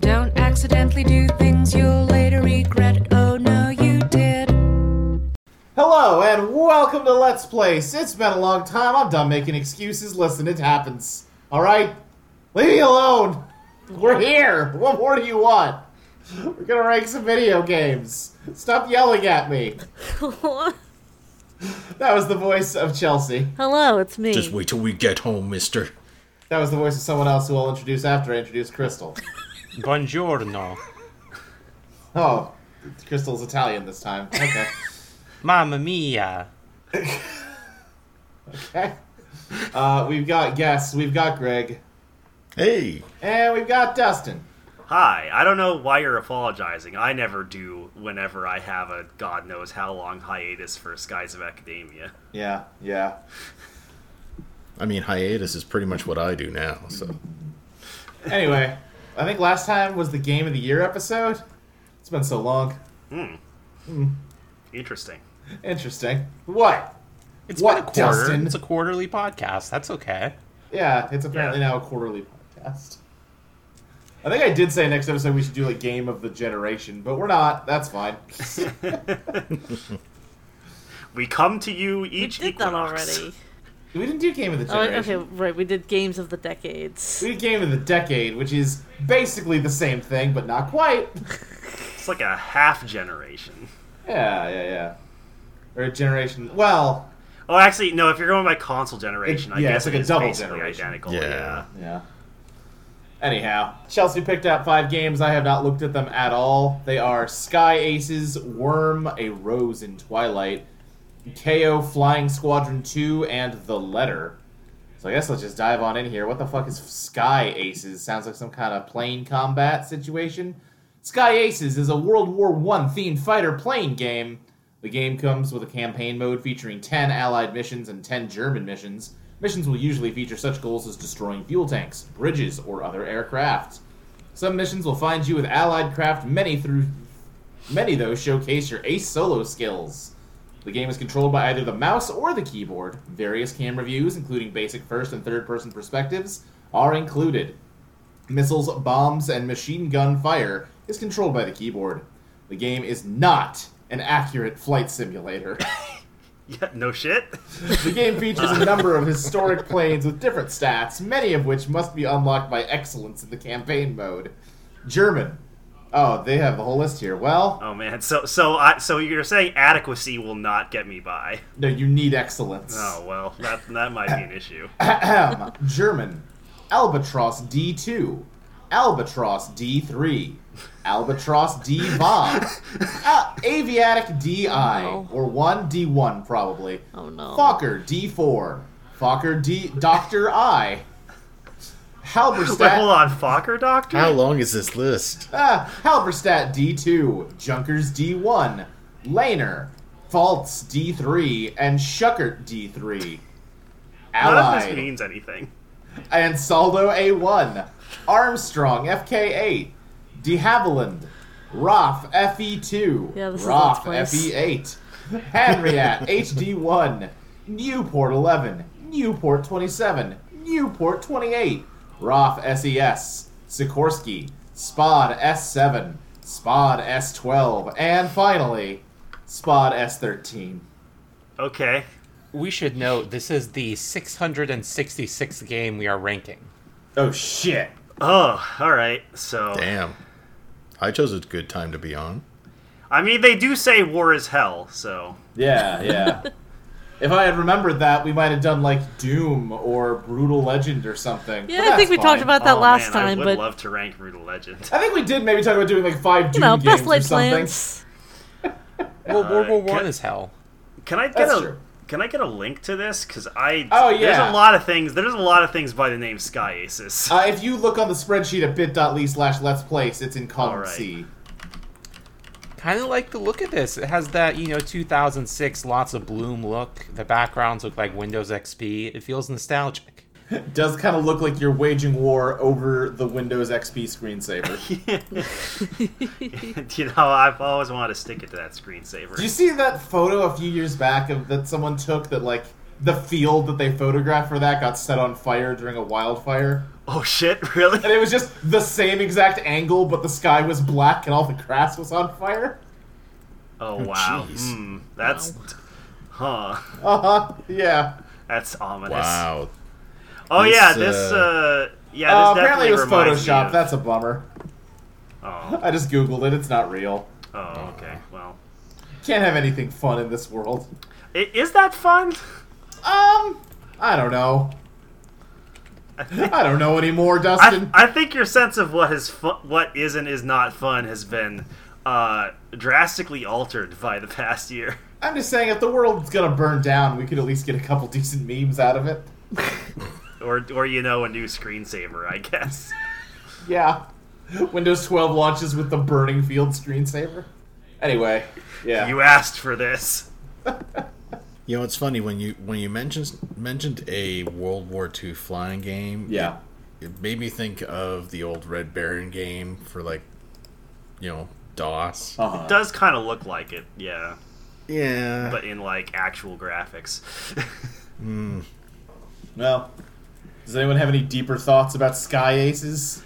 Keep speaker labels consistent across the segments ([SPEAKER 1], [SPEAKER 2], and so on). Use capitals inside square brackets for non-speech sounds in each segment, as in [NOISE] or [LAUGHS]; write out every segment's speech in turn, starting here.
[SPEAKER 1] Don't accidentally do things you'll later regret. Oh no, you did.
[SPEAKER 2] Hello and welcome to Let's Place. It's been a long time. I'm done making excuses. Listen, it happens. All right, leave me alone. We're here. What more do you want? We're gonna rank some video games. Stop yelling at me.
[SPEAKER 3] [LAUGHS] Hello,
[SPEAKER 2] That was the voice of Chelsea.
[SPEAKER 3] it's me.
[SPEAKER 4] Just wait till we get home, mister.
[SPEAKER 2] That was the voice of someone else who I'll introduce after I introduce Crystal.
[SPEAKER 5] Buongiorno.
[SPEAKER 2] Oh, Crystal's Italian this time. Okay.
[SPEAKER 5] Mamma mia.
[SPEAKER 2] okay. Uh, we've got guests. We've got Greg,
[SPEAKER 4] Hey,
[SPEAKER 2] and we've got Dustin.
[SPEAKER 6] Hi, I don't know why you're apologizing. I never do whenever I have a god knows how long hiatus for Skies of Academia.
[SPEAKER 2] Yeah, yeah.
[SPEAKER 4] I mean hiatus is pretty much what I do now. So
[SPEAKER 2] Anyway, I think last time was the game of the year episode. It's been so long.
[SPEAKER 6] Interesting.
[SPEAKER 2] Interesting. What?
[SPEAKER 5] It's
[SPEAKER 2] What,
[SPEAKER 5] been a quarter.
[SPEAKER 2] Dustin?
[SPEAKER 5] It's a quarterly podcast. That's okay.
[SPEAKER 2] Yeah, it's apparently
[SPEAKER 6] Yeah.
[SPEAKER 2] now a quarterly podcast. I think I did say next episode we should do a game of the generation, but we're not. That's
[SPEAKER 3] [LAUGHS]
[SPEAKER 2] fine.
[SPEAKER 6] We come to you
[SPEAKER 3] we
[SPEAKER 6] each
[SPEAKER 3] did that
[SPEAKER 6] equinox.
[SPEAKER 3] already.
[SPEAKER 2] we didn't do game of the
[SPEAKER 3] Oh,
[SPEAKER 2] generation.
[SPEAKER 3] okay, right. We did games of the decades.
[SPEAKER 2] We did game of the decade, which is basically the same thing, but not quite. [LAUGHS]
[SPEAKER 6] It's like a half generation.
[SPEAKER 2] Yeah, yeah, yeah. Or a generation. Well,
[SPEAKER 6] Oh, actually, no. If you're going by console generation,
[SPEAKER 2] It-
[SPEAKER 6] I
[SPEAKER 2] yeah, it's
[SPEAKER 6] guess
[SPEAKER 2] like a
[SPEAKER 6] it's
[SPEAKER 2] double
[SPEAKER 6] basically
[SPEAKER 2] generation.
[SPEAKER 6] identical.
[SPEAKER 4] Oh, Yeah.
[SPEAKER 2] Yeah. Anyhow, Chelsea picked out five games. I have not looked at them at all. They are Sky Aces, Worm, A Rose in Twilight, KO Flying Squadron 2, and The Letter. So I guess let's just dive on in here. What the fuck is Sky Aces? Sounds like some kind of plane combat situation. Sky Aces is a World War I themed fighter plane game. The game comes with a campaign mode featuring 10 Allied missions and 10 German missions. Missions will usually feature such goals as destroying fuel tanks, bridges, or other aircraft. Some missions will find you with Allied craft, many through many though showcase your ace solo skills. The game is controlled by either the mouse or the keyboard. Various camera views, including basic first and third person perspectives, are included. Missiles, bombs, and machine gun fire is controlled by the keyboard. The game is not an accurate flight simulator.
[SPEAKER 6] [LAUGHS] yeah. Yeah. No shit.
[SPEAKER 2] The game features a number of historic planes with different stats, many of which must be unlocked by excellence in the campaign mode. German. Oh, they have the whole list here. Well,
[SPEAKER 6] Oh man. So so I so you're saying adequacy will not get me by.
[SPEAKER 2] no, you need excellence.
[SPEAKER 6] Oh well, that that might be
[SPEAKER 2] [COUGHS]
[SPEAKER 6] an issue.
[SPEAKER 2] Ahem. German. Albatross D2. Albatross D3. Albatross D
[SPEAKER 6] [LAUGHS]
[SPEAKER 2] bomb. uh, Aviatic DI.
[SPEAKER 3] Oh, no.
[SPEAKER 2] Or 1 D1, probably.
[SPEAKER 3] Oh no.
[SPEAKER 2] Fokker D4. Fokker D. Dr. I. Halberstadt.
[SPEAKER 6] Wait, hold on, Fokker Doctor.
[SPEAKER 4] how long is this list?
[SPEAKER 2] Ah, Halberstadt D2, Junkers D1, Laner, Faltz D3, and Shuckert D3.
[SPEAKER 6] None of this
[SPEAKER 2] Allied
[SPEAKER 6] means anything.
[SPEAKER 2] and Saldo A1, Armstrong FK8, De Havilland, Roth FE2,
[SPEAKER 3] Yeah, this is
[SPEAKER 2] Roth E
[SPEAKER 3] Let's Plays.
[SPEAKER 2] FE8,
[SPEAKER 3] [LAUGHS]
[SPEAKER 2] Hanriat HD1, Newport 11, Newport 27, Newport 28, Roth SES, Sikorsky, Spod S7, Spod S12, and finally, Spod S13.
[SPEAKER 6] Okay.
[SPEAKER 5] We should note this is the 666th game we are ranking.
[SPEAKER 2] Oh shit.
[SPEAKER 6] Oh, all right. So
[SPEAKER 4] Damn, I chose a good time to be on.
[SPEAKER 6] I mean, they do say war is hell, so
[SPEAKER 2] Yeah,
[SPEAKER 3] [LAUGHS]
[SPEAKER 2] yeah. if I had remembered that, we might have done like Doom or Brutal Legend or something. but
[SPEAKER 3] yeah, I think
[SPEAKER 2] that's
[SPEAKER 3] we talked
[SPEAKER 2] fine.
[SPEAKER 3] about that
[SPEAKER 6] Oh,
[SPEAKER 3] last
[SPEAKER 6] man, I
[SPEAKER 3] time,
[SPEAKER 6] would
[SPEAKER 3] but
[SPEAKER 6] love to rank Brutal Legend.
[SPEAKER 2] I think we did maybe talk about doing like five Doom
[SPEAKER 3] you know,
[SPEAKER 2] games
[SPEAKER 3] best
[SPEAKER 2] or
[SPEAKER 3] laid
[SPEAKER 2] something.
[SPEAKER 3] plans.
[SPEAKER 5] Well, World
[SPEAKER 2] Uh,
[SPEAKER 5] War
[SPEAKER 6] can-
[SPEAKER 5] One is hell.
[SPEAKER 6] Can I get
[SPEAKER 2] That's
[SPEAKER 6] a
[SPEAKER 2] true.
[SPEAKER 6] Can I get a link to this? Because I
[SPEAKER 2] Oh,
[SPEAKER 6] there's
[SPEAKER 2] yeah.
[SPEAKER 6] a lot of things. There's a lot of things by the name Sky Aces.
[SPEAKER 2] Uh, if you look on the spreadsheet at bit.ly slash let's place, it's in column
[SPEAKER 6] All right.
[SPEAKER 2] C.
[SPEAKER 5] Kind of like the look at this. It has that you know 2006 lots of bloom look. The backgrounds look like Windows XP. It feels nostalgic.
[SPEAKER 2] It does kind of look like you're waging war over the Windows XP
[SPEAKER 6] [LAUGHS]
[SPEAKER 2] screensaver.
[SPEAKER 6] [LAUGHS] you know, I've always wanted to stick it to that screensaver.
[SPEAKER 2] Did you see that photo a few years back of that someone took that like the field that they photographed for that got set on fire during a wildfire.
[SPEAKER 6] Oh shit! Really?
[SPEAKER 2] [LAUGHS] And it was just the same exact angle, but the sky was black and all the grass was on fire.
[SPEAKER 6] Oh wow.
[SPEAKER 4] jeez.
[SPEAKER 6] Hmm. that's. Huh.
[SPEAKER 2] Uh huh. Yeah.
[SPEAKER 6] That's ominous.
[SPEAKER 4] Wow.
[SPEAKER 6] Oh
[SPEAKER 4] This,
[SPEAKER 6] yeah, this.
[SPEAKER 4] uh,
[SPEAKER 6] Uh, yeah, this
[SPEAKER 2] Uh, apparently it was
[SPEAKER 6] definitely reminds me
[SPEAKER 2] Photoshop.
[SPEAKER 6] of-
[SPEAKER 2] That's a bummer.
[SPEAKER 6] Oh,
[SPEAKER 2] I just googled it. It's not real.
[SPEAKER 6] oh, okay. Well,
[SPEAKER 2] Can't have anything fun in this world.
[SPEAKER 6] I- is that fun?
[SPEAKER 2] Um, I don't know. I don't know anymore,
[SPEAKER 6] [LAUGHS] I,
[SPEAKER 2] Dustin.
[SPEAKER 6] I think your sense of what is fu- what is and is not fun has been uh, drastically altered by the past year. [LAUGHS]
[SPEAKER 2] I'm just saying, if the world's gonna burn down, we could at least get a couple decent memes out of it.
[SPEAKER 6] Or, or you know, a new screensaver, I guess. [LAUGHS]
[SPEAKER 2] Yeah. [LAUGHS] Windows 12 launches with the burning field screensaver. Anyway, yeah.
[SPEAKER 6] You asked for this.
[SPEAKER 4] You know, it's funny when you when you mentioned mentioned a World War II flying game.
[SPEAKER 2] yeah.
[SPEAKER 4] It, it made me think of the old Red Baron game for like, you know, DOS.
[SPEAKER 2] Uh-huh.
[SPEAKER 6] Does kind of look like it, yeah,
[SPEAKER 4] yeah.
[SPEAKER 6] but in like actual graphics. [LAUGHS]
[SPEAKER 2] well, does anyone have any deeper thoughts about Sky Aces?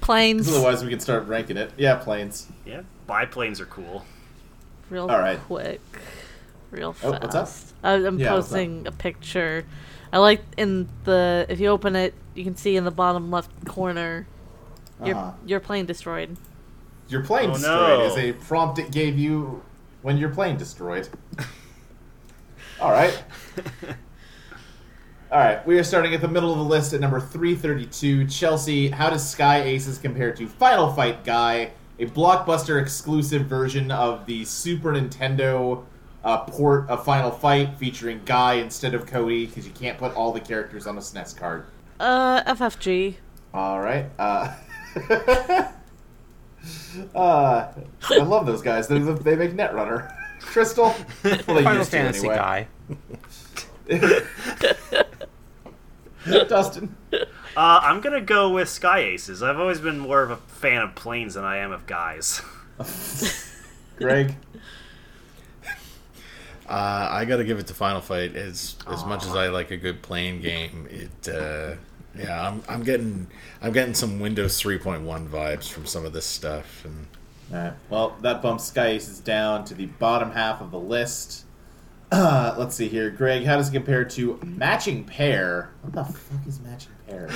[SPEAKER 3] Planes.
[SPEAKER 2] 'Cause Otherwise, we can start ranking it. Yeah, planes.
[SPEAKER 6] yeah, biplanes are cool.
[SPEAKER 3] real
[SPEAKER 2] All right.
[SPEAKER 3] quick, real
[SPEAKER 2] Oh,
[SPEAKER 3] fast.
[SPEAKER 2] what's up?
[SPEAKER 3] I, I'm
[SPEAKER 2] Yeah, what's up?
[SPEAKER 3] posting a picture. I like in the if you open it, you can see in the bottom left corner
[SPEAKER 2] Uh-huh.
[SPEAKER 3] your your plane destroyed.
[SPEAKER 2] Your plane
[SPEAKER 6] Oh,
[SPEAKER 2] destroyed
[SPEAKER 6] no.
[SPEAKER 2] is a prompt it gave you when your plane
[SPEAKER 6] [LAUGHS]
[SPEAKER 2] destroyed. All right. All right, we are starting at the middle of the list at number 332. Chelsea, how does Sky Aces compare to Final Fight Guy, a blockbuster exclusive version of the Super Nintendo uh, port of Final Fight featuring Guy instead of Cody because you can't put all the characters on a SNES card?
[SPEAKER 3] Uh, FFG.
[SPEAKER 2] All right. Uh, [LAUGHS] uh, I love those guys. They're the, they make Netrunner. [LAUGHS] Crystal? Well, they
[SPEAKER 5] Final
[SPEAKER 2] used to
[SPEAKER 5] Fantasy
[SPEAKER 2] anyway.
[SPEAKER 5] guy.
[SPEAKER 2] [LAUGHS] Dustin.
[SPEAKER 6] Uh, I'm gonna go with Sky Aces. I've always been more of a fan of planes than I am of guys. [LAUGHS]
[SPEAKER 2] Greg.
[SPEAKER 4] Uh, I got to give it to Final Fight. As as much as I like a good playing game, it uh, yeah, I'm I'm getting I'm getting some Windows 3.1 vibes from some of this stuff, and
[SPEAKER 2] All right. Well, that bumps Sky Aces down to the bottom half of the list. [CLEARS THROAT] Uh, let's see here. Greg, how does it compare to Matching Pair? What the fuck is Matching Pair?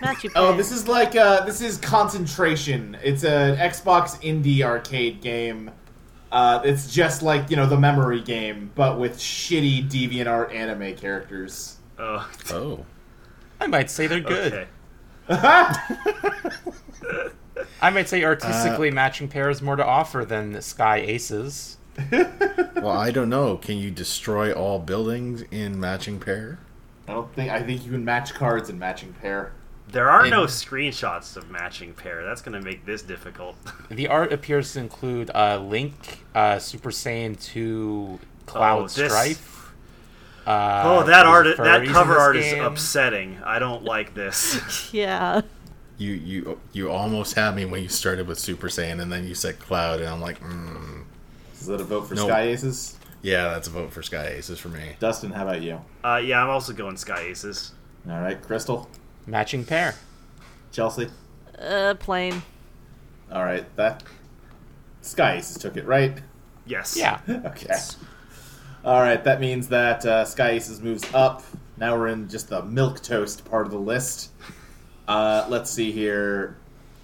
[SPEAKER 3] Matchy
[SPEAKER 2] Oh,
[SPEAKER 3] pair.
[SPEAKER 2] this is like uh, this is concentration. It's an Xbox indie arcade game. Uh, it's just like you know the memory game, but with shitty DeviantArt anime characters.
[SPEAKER 6] Oh,
[SPEAKER 4] oh,
[SPEAKER 5] I might say they're good.
[SPEAKER 6] okay.
[SPEAKER 5] I might say artistically
[SPEAKER 2] Uh,
[SPEAKER 5] matching pair is more to offer than Sky Aces.
[SPEAKER 4] well, I don't know. Can you destroy all buildings in matching pair?
[SPEAKER 2] I don't think I think you can match cards in matching pair.
[SPEAKER 6] There are no
[SPEAKER 4] Maybe.
[SPEAKER 6] screenshots of matching pair. That's gonna make this difficult. [LAUGHS]
[SPEAKER 5] The art appears to include uh, Link, uh, Super Saiyan 2, Cloud
[SPEAKER 6] Oh, this-
[SPEAKER 5] Strife. Uh,
[SPEAKER 6] oh, that art,
[SPEAKER 5] there's furries
[SPEAKER 6] that
[SPEAKER 5] in
[SPEAKER 6] cover
[SPEAKER 5] this
[SPEAKER 6] art is
[SPEAKER 5] game.
[SPEAKER 6] upsetting. I
[SPEAKER 5] [LAUGHS]
[SPEAKER 6] don't like this.
[SPEAKER 3] yeah. [LAUGHS]
[SPEAKER 4] You you you almost had me when you started with Super Saiyan, and then you said Cloud, and I'm like, mm,
[SPEAKER 2] Is that a vote for
[SPEAKER 4] No.
[SPEAKER 2] Sky Aces?
[SPEAKER 4] yeah, that's a vote for Sky Aces for me.
[SPEAKER 2] Dustin, how about you?
[SPEAKER 6] Uh, yeah, I'm also going Sky Aces.
[SPEAKER 2] All right, Crystal,
[SPEAKER 5] Matching pair.
[SPEAKER 2] Chelsea.
[SPEAKER 3] Uh, plane.
[SPEAKER 2] All right, that Sky Aces took it right.
[SPEAKER 6] Yes.
[SPEAKER 5] Yeah.
[SPEAKER 2] Okay. All right, that means that uh, Sky Aces moves up. Now we're in just the milk toast part of the list. Uh, let's see here,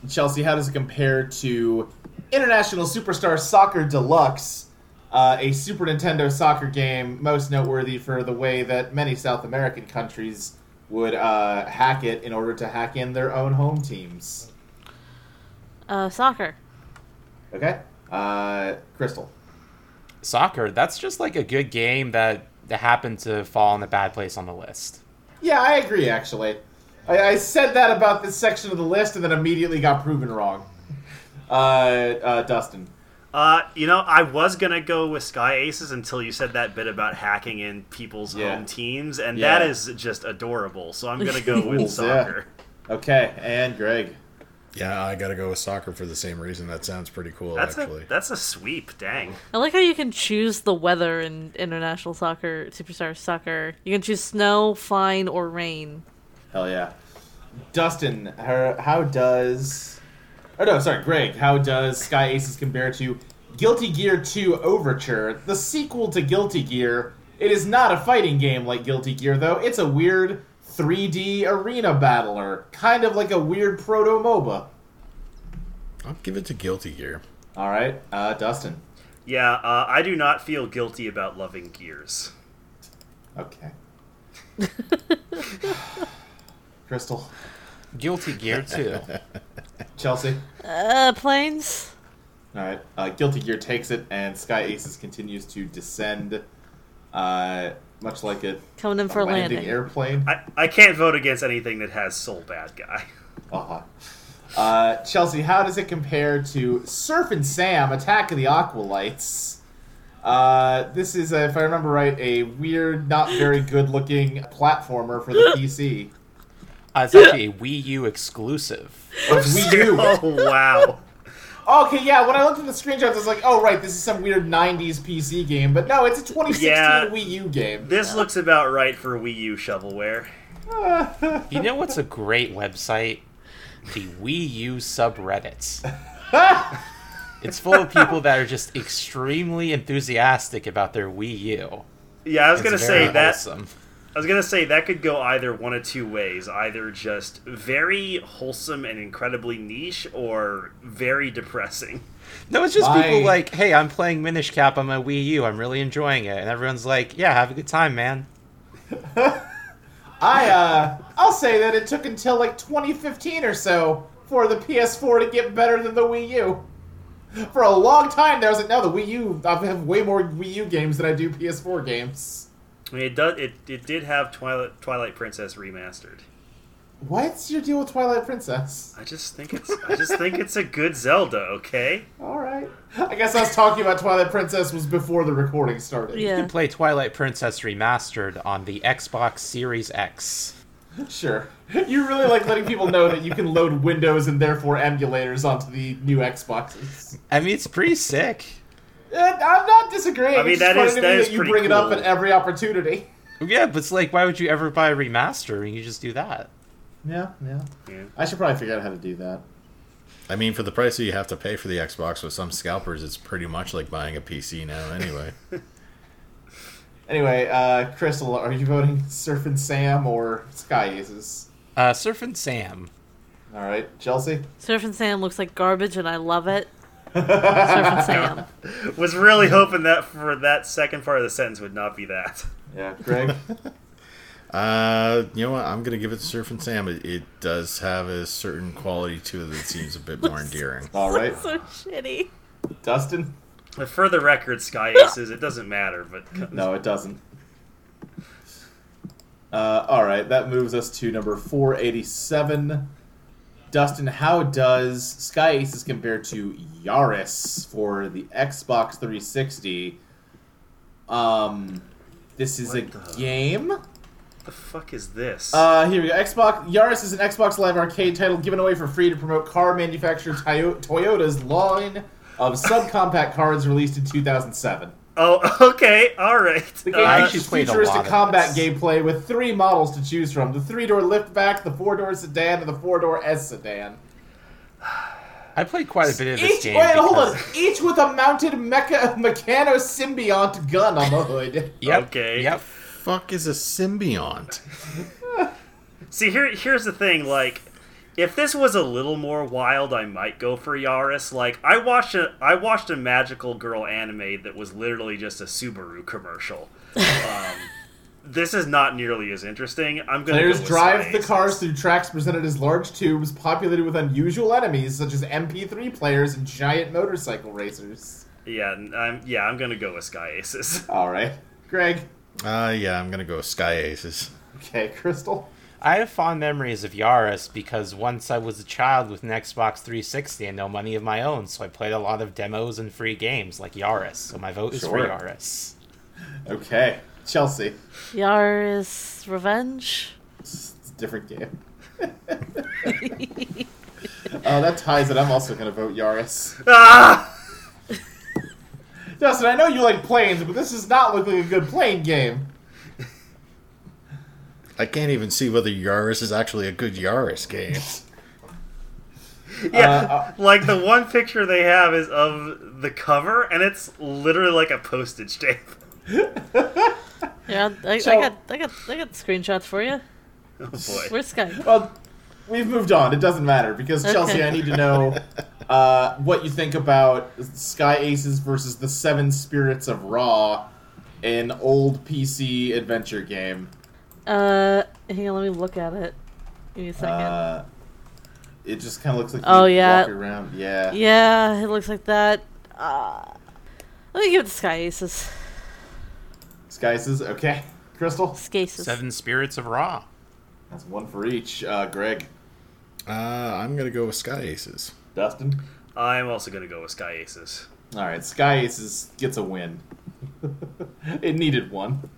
[SPEAKER 2] Chelsea. How does it compare to International Superstar Soccer Deluxe, uh, a Super Nintendo soccer game most noteworthy for the way that many South American countries would uh, hack it in order to hack in their own home teams?
[SPEAKER 3] Uh, soccer.
[SPEAKER 2] Okay, uh, Crystal.
[SPEAKER 5] Soccer, that's just like a good game that, that happened to fall in a bad place on the list.
[SPEAKER 2] Yeah, I agree, actually. I, I said that about this section of the list and then immediately got proven wrong. Uh, uh, Dustin.
[SPEAKER 6] Uh, you know, I was gonna go with Sky Aces until you said that bit about hacking in people's
[SPEAKER 2] Yeah.
[SPEAKER 6] home teams, and
[SPEAKER 2] Yeah.
[SPEAKER 5] [LAUGHS]
[SPEAKER 6] that is just adorable. So I'm gonna go
[SPEAKER 5] Oh,
[SPEAKER 2] Ooh, yeah.
[SPEAKER 6] with soccer.
[SPEAKER 2] Okay, and Greg.
[SPEAKER 4] Yeah, I gotta go with soccer for the same reason. That sounds pretty cool,
[SPEAKER 6] That's
[SPEAKER 4] actually.
[SPEAKER 6] a that's a sweep. Dang.
[SPEAKER 3] I like how you can choose the weather in international soccer, superstar soccer. You can choose snow, fine, or rain.
[SPEAKER 2] Hell yeah. Dustin, how, how does. Oh no, sorry, Greg. How does Sky Aces compare to Guilty Gear 2 Overture, the sequel to Guilty Gear? It is not a fighting game like Guilty Gear, though. It's a weird 3D arena battler, kind of like a weird proto MOBA.
[SPEAKER 4] I'll give it to Guilty Gear.
[SPEAKER 2] Alright, uh, Dustin.
[SPEAKER 6] Yeah, uh, I do not feel guilty about loving Gears.
[SPEAKER 2] Okay. [LAUGHS] Crystal.
[SPEAKER 5] Guilty
[SPEAKER 6] [LAUGHS]
[SPEAKER 5] Gear 2.
[SPEAKER 2] Chelsea.
[SPEAKER 3] Uh, planes.
[SPEAKER 2] All right. Uh, Guilty Gear takes it, and Sky Aces continues to descend, uh, much like a
[SPEAKER 3] Coming in for
[SPEAKER 2] landing,
[SPEAKER 3] landing.
[SPEAKER 2] airplane.
[SPEAKER 6] I, I can't vote against anything that has Soul Bad Guy. [LAUGHS]
[SPEAKER 2] Uh-huh. Uh, Chelsea, how does it compare to Surf and Sam: Attack of the Aqualites? Uh, this is, uh, if I remember right, a weird, not very good-looking platformer for the PC.
[SPEAKER 5] Uh, it's actually a Wii U exclusive.
[SPEAKER 2] Of Wii U.
[SPEAKER 6] oh
[SPEAKER 5] [LAUGHS]
[SPEAKER 6] wow.
[SPEAKER 2] Okay, yeah. When I looked at the screenshots, I was like, "Oh, right, this is some weird '90s PC game." But no, it's a 2016
[SPEAKER 6] Yeah.
[SPEAKER 2] Wii U game.
[SPEAKER 6] This looks about right for Wii U shovelware.
[SPEAKER 5] You know what's a great website? The Wii U
[SPEAKER 6] [LAUGHS]
[SPEAKER 5] subreddits. It's full of people that are just extremely enthusiastic about their Wii U.
[SPEAKER 6] Yeah, I was
[SPEAKER 5] It's
[SPEAKER 6] gonna
[SPEAKER 5] very
[SPEAKER 6] say that.
[SPEAKER 5] wholesome.
[SPEAKER 6] I was gonna say that could go either one of two ways: either just very wholesome and incredibly niche, or very depressing.
[SPEAKER 5] No, it's just people
[SPEAKER 2] My-
[SPEAKER 5] like, hey, I'm playing Minish Cap on my Wii U. I'm really enjoying it. And everyone's like, yeah, have a good time, man.
[SPEAKER 2] I uh, I'll say that it took until like 2015 or so for the PS4 to get better than the Wii U. For a long time, there I was like, no, the Wii U. I have way more Wii U games than I do PS4 games.
[SPEAKER 6] I mean, it does. It, it did have Twilight Twilight Princess remastered.
[SPEAKER 2] What's your deal with Twilight Princess?
[SPEAKER 6] I just think it's. I just think it's a good Zelda. Okay.
[SPEAKER 2] All right, I guess us talking about Twilight Princess was before the recording started.
[SPEAKER 5] You
[SPEAKER 3] Yeah.
[SPEAKER 5] can play Twilight Princess Remastered on the Xbox Series X.
[SPEAKER 2] sure. [LAUGHS] You really like letting people know that you can load Windows and therefore emulators onto the new Xboxes.
[SPEAKER 5] I mean, it's pretty sick.
[SPEAKER 2] Uh, I'm not disagreeing.
[SPEAKER 6] I mean,
[SPEAKER 2] it's just
[SPEAKER 6] that
[SPEAKER 2] funny
[SPEAKER 6] is-
[SPEAKER 2] to me
[SPEAKER 6] that is
[SPEAKER 2] you
[SPEAKER 6] pretty
[SPEAKER 2] bring it up
[SPEAKER 6] cool.
[SPEAKER 2] at every opportunity.
[SPEAKER 5] Yeah, but it's like, why would you ever buy a remaster when you just do that?
[SPEAKER 2] Yeah, yeah.
[SPEAKER 6] Yeah.
[SPEAKER 2] I should probably figure out how to do that.
[SPEAKER 4] I mean, for the price that you have to pay for the Xbox with some scalpers, it's pretty much like buying a PC
[SPEAKER 2] [LAUGHS]
[SPEAKER 4] now, anyway.
[SPEAKER 2] Anyway, uh, Crystal, are you voting Surf and Sam or Sky Aces?
[SPEAKER 5] Uh, Surf and Sam.
[SPEAKER 2] All right, Chelsea.
[SPEAKER 3] Surf and Sam looks like garbage, and I love it. Surf and Sam.
[SPEAKER 6] Was really hoping that for that second part of the sentence would not be that.
[SPEAKER 2] Yeah, Greg.
[SPEAKER 4] Uh, you know what? I'm gonna give it to Surf and Sam. It, it does have a certain quality to it that seems a
[SPEAKER 2] [LAUGHS]
[SPEAKER 4] bit more endearing.
[SPEAKER 2] [LAUGHS] All right,
[SPEAKER 3] so shitty.
[SPEAKER 2] Dustin.
[SPEAKER 6] But for the record, Sky Aces, it doesn't matter. But
[SPEAKER 2] No, it doesn't. Uh, all right, that moves us to number 487. Dustin, how does Sky Aces compare to Yaris for the Xbox 360? Um, this is
[SPEAKER 6] What
[SPEAKER 2] a
[SPEAKER 6] the-
[SPEAKER 2] game.
[SPEAKER 6] what the fuck is this?
[SPEAKER 2] Uh, here we go. Xbox Yaris is an Xbox Live Arcade title given away for free to promote car manufacturer Toyo- Toyota's line of subcompact cards released in 2007.
[SPEAKER 6] oh, [LAUGHS] okay, all right.
[SPEAKER 2] The game
[SPEAKER 6] Uh,
[SPEAKER 5] I
[SPEAKER 2] features
[SPEAKER 5] actually played a lot
[SPEAKER 2] futuristic
[SPEAKER 5] of
[SPEAKER 2] combat
[SPEAKER 5] this.
[SPEAKER 2] gameplay with three models to choose from: the three-door liftback, the four-door sedan, and the four-door S sedan.
[SPEAKER 5] I played quite a bit of this
[SPEAKER 2] Each
[SPEAKER 5] game.
[SPEAKER 2] wait, hold
[SPEAKER 5] because-
[SPEAKER 2] on, each with a mounted mecha [LAUGHS] mechano symbiont gun on the
[SPEAKER 5] [LAUGHS]
[SPEAKER 2] hood.
[SPEAKER 5] Yep.
[SPEAKER 6] Okay.
[SPEAKER 5] Yep.
[SPEAKER 4] Fuck is a symbiont?
[SPEAKER 6] See, here, here's the thing. Like, if this was a little more wild, I might go for Yaris. Like, I watched a, I watched a magical girl anime that was literally just a Subaru commercial. Um, this is not nearly as interesting. I'm gonna
[SPEAKER 2] Players
[SPEAKER 6] go with
[SPEAKER 2] drive
[SPEAKER 6] Sky
[SPEAKER 2] the
[SPEAKER 6] Aces.
[SPEAKER 2] cars through tracks presented as large tubes populated with unusual enemies such as MP3 players and giant motorcycle racers.
[SPEAKER 6] Yeah, n- I'm, yeah, I'm gonna go with Sky Aces. [LAUGHS]
[SPEAKER 2] All right, Greg.
[SPEAKER 4] Uh, yeah, I'm gonna go with Sky Aces.
[SPEAKER 2] Okay, Crystal.
[SPEAKER 5] I have fond memories of Yaris because once I was a child with an Xbox 360 and no money of my own, so I played a lot of demos and free games like Yaris. So my vote is for
[SPEAKER 2] Sure.
[SPEAKER 5] Yaris.
[SPEAKER 2] Okay, Chelsea.
[SPEAKER 3] Yara's revenge.
[SPEAKER 2] It's a different game. [LAUGHS] Uh, that ties it. I'm also gonna vote Yaris.
[SPEAKER 6] Ah!
[SPEAKER 2] Justin, I know you like planes, but this is not looking like a good plane game.
[SPEAKER 4] I can't even see whether Yaris is actually a good
[SPEAKER 2] [LAUGHS]
[SPEAKER 4] Yaris game.
[SPEAKER 6] Yeah,
[SPEAKER 2] Uh,
[SPEAKER 6] like the one picture they have is of the cover, and it's literally like a postage stamp. [LAUGHS]
[SPEAKER 3] Yeah, I,
[SPEAKER 2] So-
[SPEAKER 3] I got, I got, I got screenshots for you.
[SPEAKER 6] Oh boy.
[SPEAKER 3] Where's Sky?
[SPEAKER 2] Well, we've moved on. It doesn't matter because
[SPEAKER 3] Okay.
[SPEAKER 2] Chelsea, I need to know uh, what you think about Sky Aces versus the Seven Spirits of Raw, an old PC adventure game.
[SPEAKER 3] Uh, hang on, let me look at it. Give me a second.
[SPEAKER 2] Uh, it just kind of looks like
[SPEAKER 3] Oh,
[SPEAKER 2] you
[SPEAKER 3] yeah.
[SPEAKER 2] walk around. Yeah.
[SPEAKER 3] yeah, it looks like that. Uh, let me give it to Sky Aces.
[SPEAKER 2] Sky Aces, okay. Crystal,
[SPEAKER 3] Scaces.
[SPEAKER 5] Seven Spirits of Raw.
[SPEAKER 2] that's one for each. Uh, Greg,
[SPEAKER 4] Uh, I'm gonna go with Sky Aces.
[SPEAKER 2] Dustin.
[SPEAKER 6] I'm also gonna go with Sky Aces.
[SPEAKER 2] All right, Sky Aces gets a win. [LAUGHS] it needed
[SPEAKER 6] [LAUGHS]
[SPEAKER 2] one.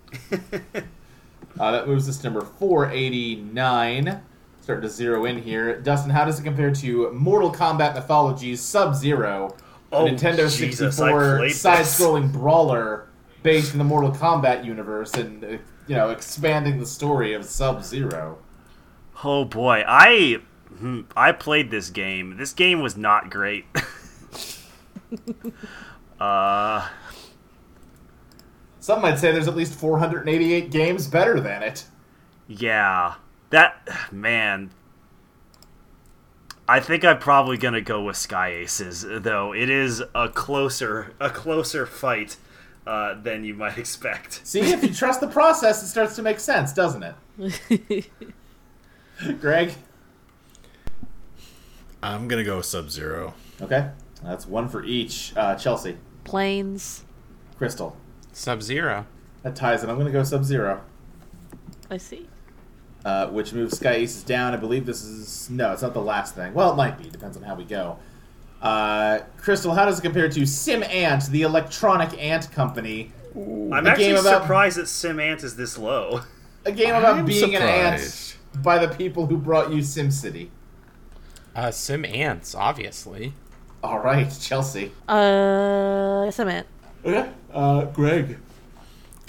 [SPEAKER 2] Uh, that moves us to number 489. Starting to zero in here. Dustin, how does it compare to Mortal Kombat Mythologies Sub Zero,
[SPEAKER 6] Oh,
[SPEAKER 2] Nintendo
[SPEAKER 6] Jesus, I
[SPEAKER 2] 64
[SPEAKER 6] played
[SPEAKER 2] side
[SPEAKER 6] this.
[SPEAKER 2] scrolling brawler based in the Mortal Kombat universe and, uh, you know, expanding the story of Sub Zero?
[SPEAKER 6] Oh boy, I hmm, I played this game. This game was not great. [LAUGHS] uh,
[SPEAKER 2] Some might say there's at least 488 games better than it.
[SPEAKER 6] yeah, that man. I think I'm probably gonna go with Sky Aces, though. It is a closer a closer fight uh, than you might [LAUGHS] expect.
[SPEAKER 2] See, if you trust the process, it starts to make sense, doesn't it?
[SPEAKER 4] [LAUGHS]
[SPEAKER 2] Greg?
[SPEAKER 4] I'm gonna go with Sub Zero.
[SPEAKER 2] Okay. That's one for each. Uh, Chelsea,
[SPEAKER 3] Planes.
[SPEAKER 2] Crystal.
[SPEAKER 5] Sub Zero.
[SPEAKER 2] That ties it. I'm going to go Sub Zero,
[SPEAKER 3] I see.
[SPEAKER 2] uh, which moves Sky Aces down. I believe this is. No, it's not the last thing. Well, it might be. Depends on how we go. Uh, Crystal, how does it compare to Sim Ant, the electronic ant company?
[SPEAKER 6] I'm
[SPEAKER 2] A
[SPEAKER 6] actually
[SPEAKER 2] game about-
[SPEAKER 6] surprised that Sim Ant is this low. [LAUGHS]
[SPEAKER 2] A game about
[SPEAKER 4] I'm
[SPEAKER 2] being
[SPEAKER 4] surprised.
[SPEAKER 2] an ant by the people who brought you SimCity.
[SPEAKER 5] Uh, Sim Ants, obviously.
[SPEAKER 2] All right, Chelsea.
[SPEAKER 3] Uh, yes, I meant.
[SPEAKER 2] Okay. Uh, Greg.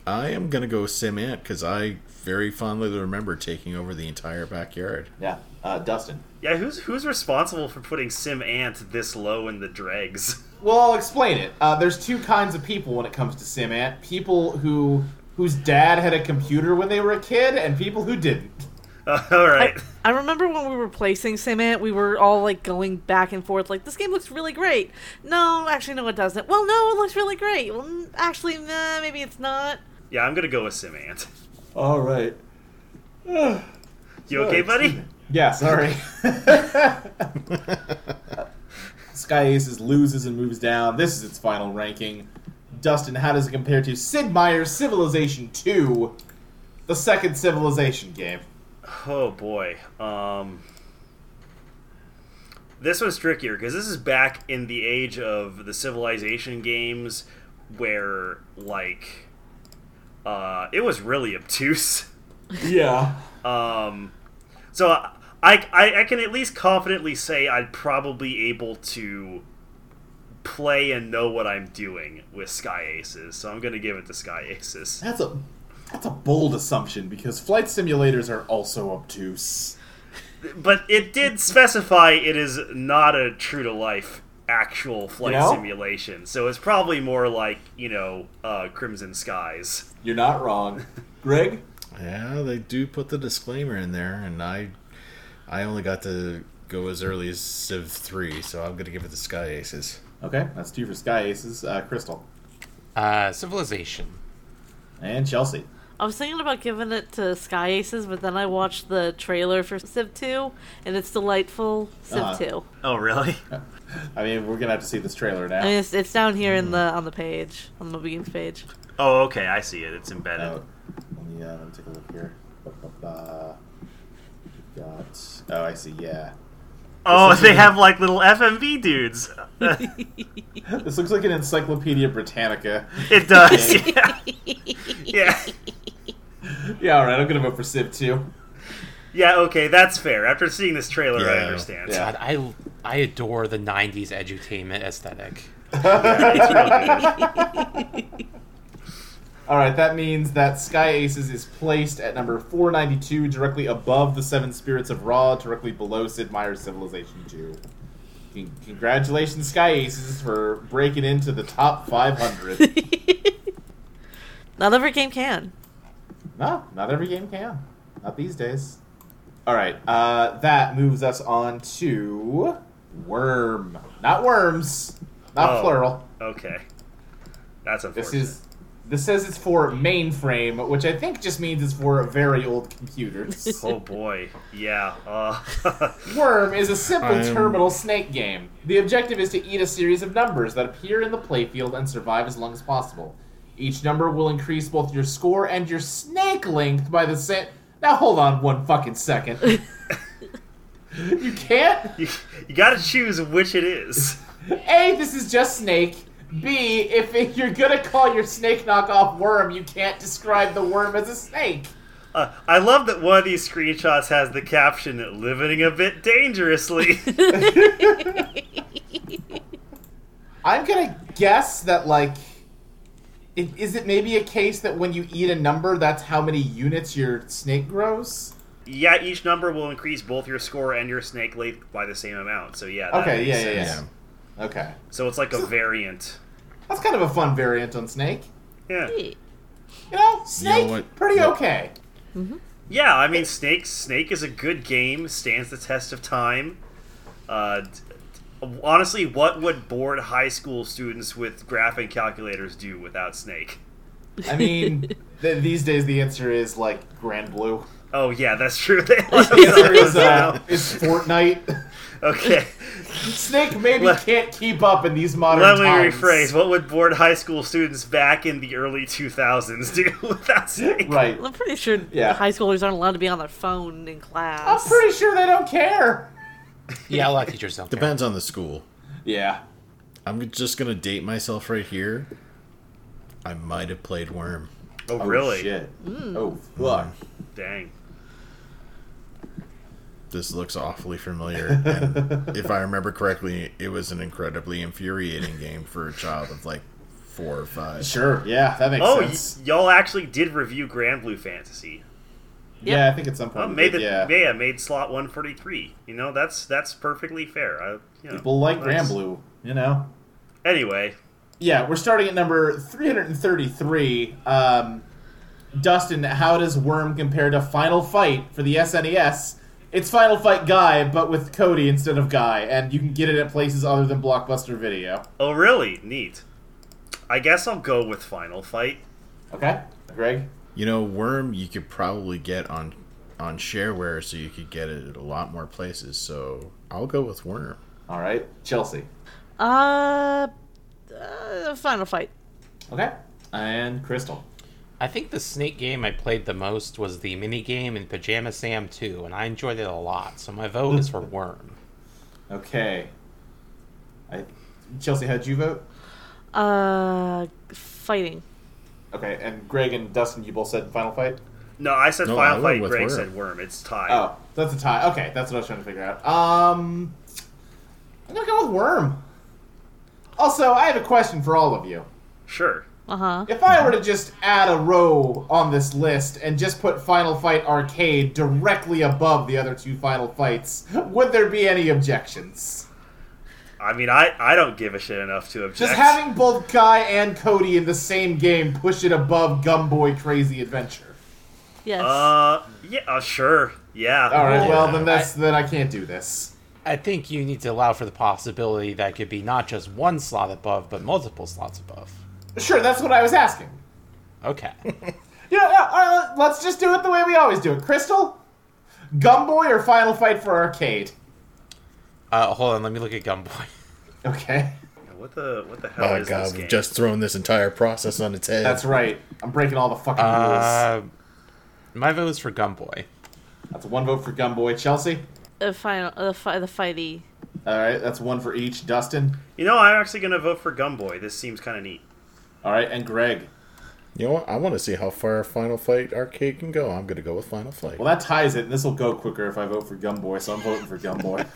[SPEAKER 4] I am gonna go with Sim Ant because I very fondly remember taking over the entire backyard.
[SPEAKER 2] Yeah. Uh, Dustin.
[SPEAKER 6] Yeah, who's who's responsible for putting Sim Ant this low in the dregs? [LAUGHS]
[SPEAKER 2] Well, I'll explain it. Uh, there's two kinds of people when it comes to Sim Ant. People who whose dad had a computer when they were a kid, and people who didn't.
[SPEAKER 6] Uh, all right.
[SPEAKER 3] I remember when we were placing Simant, we were all like going back and forth, like this game looks really great. No, actually, no, it doesn't. Well, no, it looks really great. Well, n- actually, nah, maybe it's not.
[SPEAKER 6] Yeah, I'm gonna go with Sim Ant.
[SPEAKER 2] All right.
[SPEAKER 6] You okay, buddy?
[SPEAKER 2] Yeah. Sorry. [LAUGHS] Sky Aces loses and moves down. This is its final ranking. Dustin, how does it compare to Sid Meier's Civilization 2, the second Civilization game?
[SPEAKER 6] Oh boy. Um, this was trickier because this is back in the age of the Civilization games, where like, uh, it was really obtuse. [LAUGHS]
[SPEAKER 2] Yeah.
[SPEAKER 6] Um, so I, I I can at least confidently say I'd probably able to play and know what I'm doing with Sky Aces. So I'm gonna give it to Sky Aces.
[SPEAKER 2] That's a that's a bold assumption because flight simulators are also obtuse.
[SPEAKER 6] But it did specify it is not a true to life actual flight
[SPEAKER 2] You know?
[SPEAKER 6] simulation. So it's probably more like, you know, uh, Crimson Skies.
[SPEAKER 2] You're not wrong. Greg?
[SPEAKER 4] Yeah, they do put the disclaimer in there, and I, I only got to go as early as Civ Three, so I'm gonna give it to Sky Aces.
[SPEAKER 2] Okay, that's two for Sky Aces. Uh, Crystal.
[SPEAKER 5] Uh, Civilization.
[SPEAKER 2] And Chelsea.
[SPEAKER 3] I was thinking about giving it to Sky Aces, but then I watched the trailer for Civ 2, and it's delightful. Civ
[SPEAKER 2] Uh-huh.
[SPEAKER 3] 2.
[SPEAKER 6] Oh, really?
[SPEAKER 2] I mean, we're going to have to see this trailer
[SPEAKER 3] I mean,
[SPEAKER 2] now.
[SPEAKER 3] it's, it's down here in the on the page, on the movie games page. [LAUGHS]
[SPEAKER 6] Oh, okay. I see it. It's embedded.
[SPEAKER 2] Uh, let, me, uh, let me take a look here. Ba-ba-ba. Got. Oh, I see, yeah.
[SPEAKER 6] oh,
[SPEAKER 2] this is
[SPEAKER 6] they
[SPEAKER 2] a-
[SPEAKER 6] have like little FMV
[SPEAKER 2] [LAUGHS]
[SPEAKER 6] dudes. [LAUGHS]
[SPEAKER 2] This looks like an Encyclopedia Britannica.
[SPEAKER 6] it does. [LAUGHS] Yeah. yeah.
[SPEAKER 2] [LAUGHS] Yeah, alright, I'm going to vote for Civ 2.
[SPEAKER 6] Yeah, okay, that's fair. After seeing this trailer, I
[SPEAKER 4] Yeah.
[SPEAKER 6] understand. [LAUGHS]
[SPEAKER 2] Yeah.
[SPEAKER 5] God, I I adore the '90s edutainment aesthetic.
[SPEAKER 2] All right, that means that Sky Aces is placed at number 492, directly above the Seven Spirits of Ra, directly below Sid Meier's Civilization 2. Con- Congratulations, Sky Aces, for breaking into the top
[SPEAKER 3] [LAUGHS]
[SPEAKER 2] 500.
[SPEAKER 3] Not every game can.
[SPEAKER 2] no, not every game can. Not these days. All right, uh, that moves us on to Worm. Not worms, not
[SPEAKER 6] Oh.
[SPEAKER 2] plural.
[SPEAKER 6] Okay. That's unfortunate.
[SPEAKER 2] This is. This says it's for mainframe, which I think just means it's for very old computers.
[SPEAKER 6] Oh boy. Yeah. Uh, [LAUGHS]
[SPEAKER 2] Worm is a simple
[SPEAKER 4] I'm-
[SPEAKER 2] terminal snake game. The objective is to eat a series of numbers that appear in the playfield and survive as long as possible. Each number will increase both your score and your snake length by the same. Now hold on one fucking second. you can't.
[SPEAKER 6] you, you gotta choose which it is.
[SPEAKER 2] A, this is just snake. B, if it- you're gonna call your snake knockoff worm, you can't describe the worm as a snake.
[SPEAKER 6] Uh, I love that one of these screenshots has the caption "living a bit dangerously."
[SPEAKER 2] I'm gonna guess that like, i- is it maybe a case that when you eat a number, that's how many units your snake grows?
[SPEAKER 6] yeah, each number will increase both your score and your snake length by the same amount. So yeah. that
[SPEAKER 2] Okay,
[SPEAKER 6] makes
[SPEAKER 2] yeah, yeah, yeah,
[SPEAKER 6] sense.
[SPEAKER 4] Yeah.
[SPEAKER 2] Okay,
[SPEAKER 6] So it's like a variant.
[SPEAKER 2] that's kind of a fun variant on snake.
[SPEAKER 6] Yeah.
[SPEAKER 2] You know, snake,
[SPEAKER 4] what-
[SPEAKER 2] pretty
[SPEAKER 4] what-
[SPEAKER 2] okay.
[SPEAKER 6] Yeah, I mean, Snake. Snake is a good game. Stands the test of time. Uh, d- d- honestly, what would bored high school students with graphing calculators do without Snake? [LAUGHS]
[SPEAKER 2] I mean, th- these days the answer is like Grand
[SPEAKER 6] [LAUGHS]
[SPEAKER 2] Blue.
[SPEAKER 6] Oh yeah, that's true. [LAUGHS] They
[SPEAKER 2] [LAUGHS] The answer is, uh, is Fortnite. [LAUGHS]
[SPEAKER 6] okay.
[SPEAKER 2] snake maybe
[SPEAKER 6] Let-
[SPEAKER 2] can't keep up in these modern
[SPEAKER 6] Let me
[SPEAKER 2] times.
[SPEAKER 6] rephrase. What would bored high school students back in the early 2000s do [LAUGHS] without Snake?
[SPEAKER 2] Right.
[SPEAKER 3] I'm pretty sure
[SPEAKER 2] Yeah.
[SPEAKER 3] high schoolers aren't allowed to be on their phone in
[SPEAKER 2] I'm
[SPEAKER 3] class.
[SPEAKER 2] pretty sure they don't care.
[SPEAKER 5] Yeah, a lot of teachers don't. care.
[SPEAKER 4] Depends on the school.
[SPEAKER 2] Yeah.
[SPEAKER 4] I'm just gonna date myself right here. I might have played Worm.
[SPEAKER 6] Oh,
[SPEAKER 2] Oh,
[SPEAKER 6] really?
[SPEAKER 2] Shit. Oh fuck.
[SPEAKER 6] Dang.
[SPEAKER 4] This looks awfully familiar, and if I remember correctly, it was an incredibly infuriating game for a child of like four or five.
[SPEAKER 2] Sure. Yeah, that makes
[SPEAKER 6] Oh, y-
[SPEAKER 2] sense.
[SPEAKER 6] y'all actually did review Grand Blue Fantasy.
[SPEAKER 2] Yeah, I think at some point.
[SPEAKER 6] Well,
[SPEAKER 2] Oh, we
[SPEAKER 6] made
[SPEAKER 2] did,
[SPEAKER 6] the
[SPEAKER 2] yeah.
[SPEAKER 6] yeah. made slot one forty three. You know that's that's perfectly fair. I, you know,
[SPEAKER 2] People like
[SPEAKER 6] that's-
[SPEAKER 2] Granblue, you know.
[SPEAKER 6] Anyway,
[SPEAKER 2] Yeah, we're starting at number 333. Um, Dustin, how does Worm compare to Final Fight for the SNES? It's Final Fight Guy, but with Cody instead of Guy, and you can get it at places other than Blockbuster Video.
[SPEAKER 6] oh really neat. I guess I'll go with Final Fight.
[SPEAKER 2] Okay, Greg.
[SPEAKER 4] You know, Worm you could probably get on on shareware, so you could get it at a lot more places. So I'll go with Worm.
[SPEAKER 2] All right, Chelsea.
[SPEAKER 3] Uh, uh, final fight.
[SPEAKER 2] Okay, and Crystal.
[SPEAKER 5] I think the snake game I played the most was the mini game in Pajama Sam 2, and I enjoyed it a lot. So my vote is for Worm.
[SPEAKER 2] Okay. I, Chelsea, how'd you vote?
[SPEAKER 3] Uh, fighting.
[SPEAKER 2] Okay, and Greg and Dustin, you both said Final Fight.
[SPEAKER 6] No, I said
[SPEAKER 4] No, I
[SPEAKER 6] Final
[SPEAKER 4] went
[SPEAKER 6] Fight.
[SPEAKER 4] with
[SPEAKER 6] Greg
[SPEAKER 4] Worm.
[SPEAKER 6] said Worm. It's tied.
[SPEAKER 2] Oh, that's a tie. Okay, that's what I was trying to figure out. Um, I'm gonna go with Worm. Also, I have a question for all of you.
[SPEAKER 6] Sure.
[SPEAKER 3] Uh huh.
[SPEAKER 2] If I were to just add a row on this list and just put Final Fight Arcade directly above the other two Final Fights, would there be any objections?
[SPEAKER 6] I mean, I I don't give a shit enough to object.
[SPEAKER 2] Just having both Guy and Cody in the same game push it above Gumboy Crazy Adventure.
[SPEAKER 3] Yes.
[SPEAKER 6] Uh, yeah, uh, sure, yeah.
[SPEAKER 2] All right, well
[SPEAKER 4] Yeah.
[SPEAKER 2] then that's then I can't do this.
[SPEAKER 5] I think you need to allow for the possibility that it could be not just one slot above, but multiple slots above.
[SPEAKER 2] Sure, that's what I was asking.
[SPEAKER 5] Okay.
[SPEAKER 2] You know, yeah, all right, let's just do it the way we always do it. Crystal, Gumboy, or Final Fight for Arcade?
[SPEAKER 5] [LAUGHS] Uh, hold on, let me look at Gunboy.
[SPEAKER 2] Okay. [LAUGHS]
[SPEAKER 6] What the what the hell
[SPEAKER 4] Oh
[SPEAKER 6] is this
[SPEAKER 4] God,
[SPEAKER 6] game?
[SPEAKER 4] we've just thrown this entire process on its head.
[SPEAKER 2] That's right. I'm breaking all the fucking rules.
[SPEAKER 5] Uh, my vote is for Gunboy.
[SPEAKER 2] that's one vote for Gumboy. Chelsea?
[SPEAKER 3] the final. The, fi- the fighty.
[SPEAKER 2] All right, that's one for each. Dustin?
[SPEAKER 6] You know, I'm actually gonna vote for Gumboy. This seems kind of neat.
[SPEAKER 2] All right, and Greg.
[SPEAKER 4] You know what? I want to see how far Final Fight Arcade can go. I'm going to go with Final Fight.
[SPEAKER 2] Well, that ties it. This will go quicker if I vote for Gumboy, so I'm voting for Gumboy.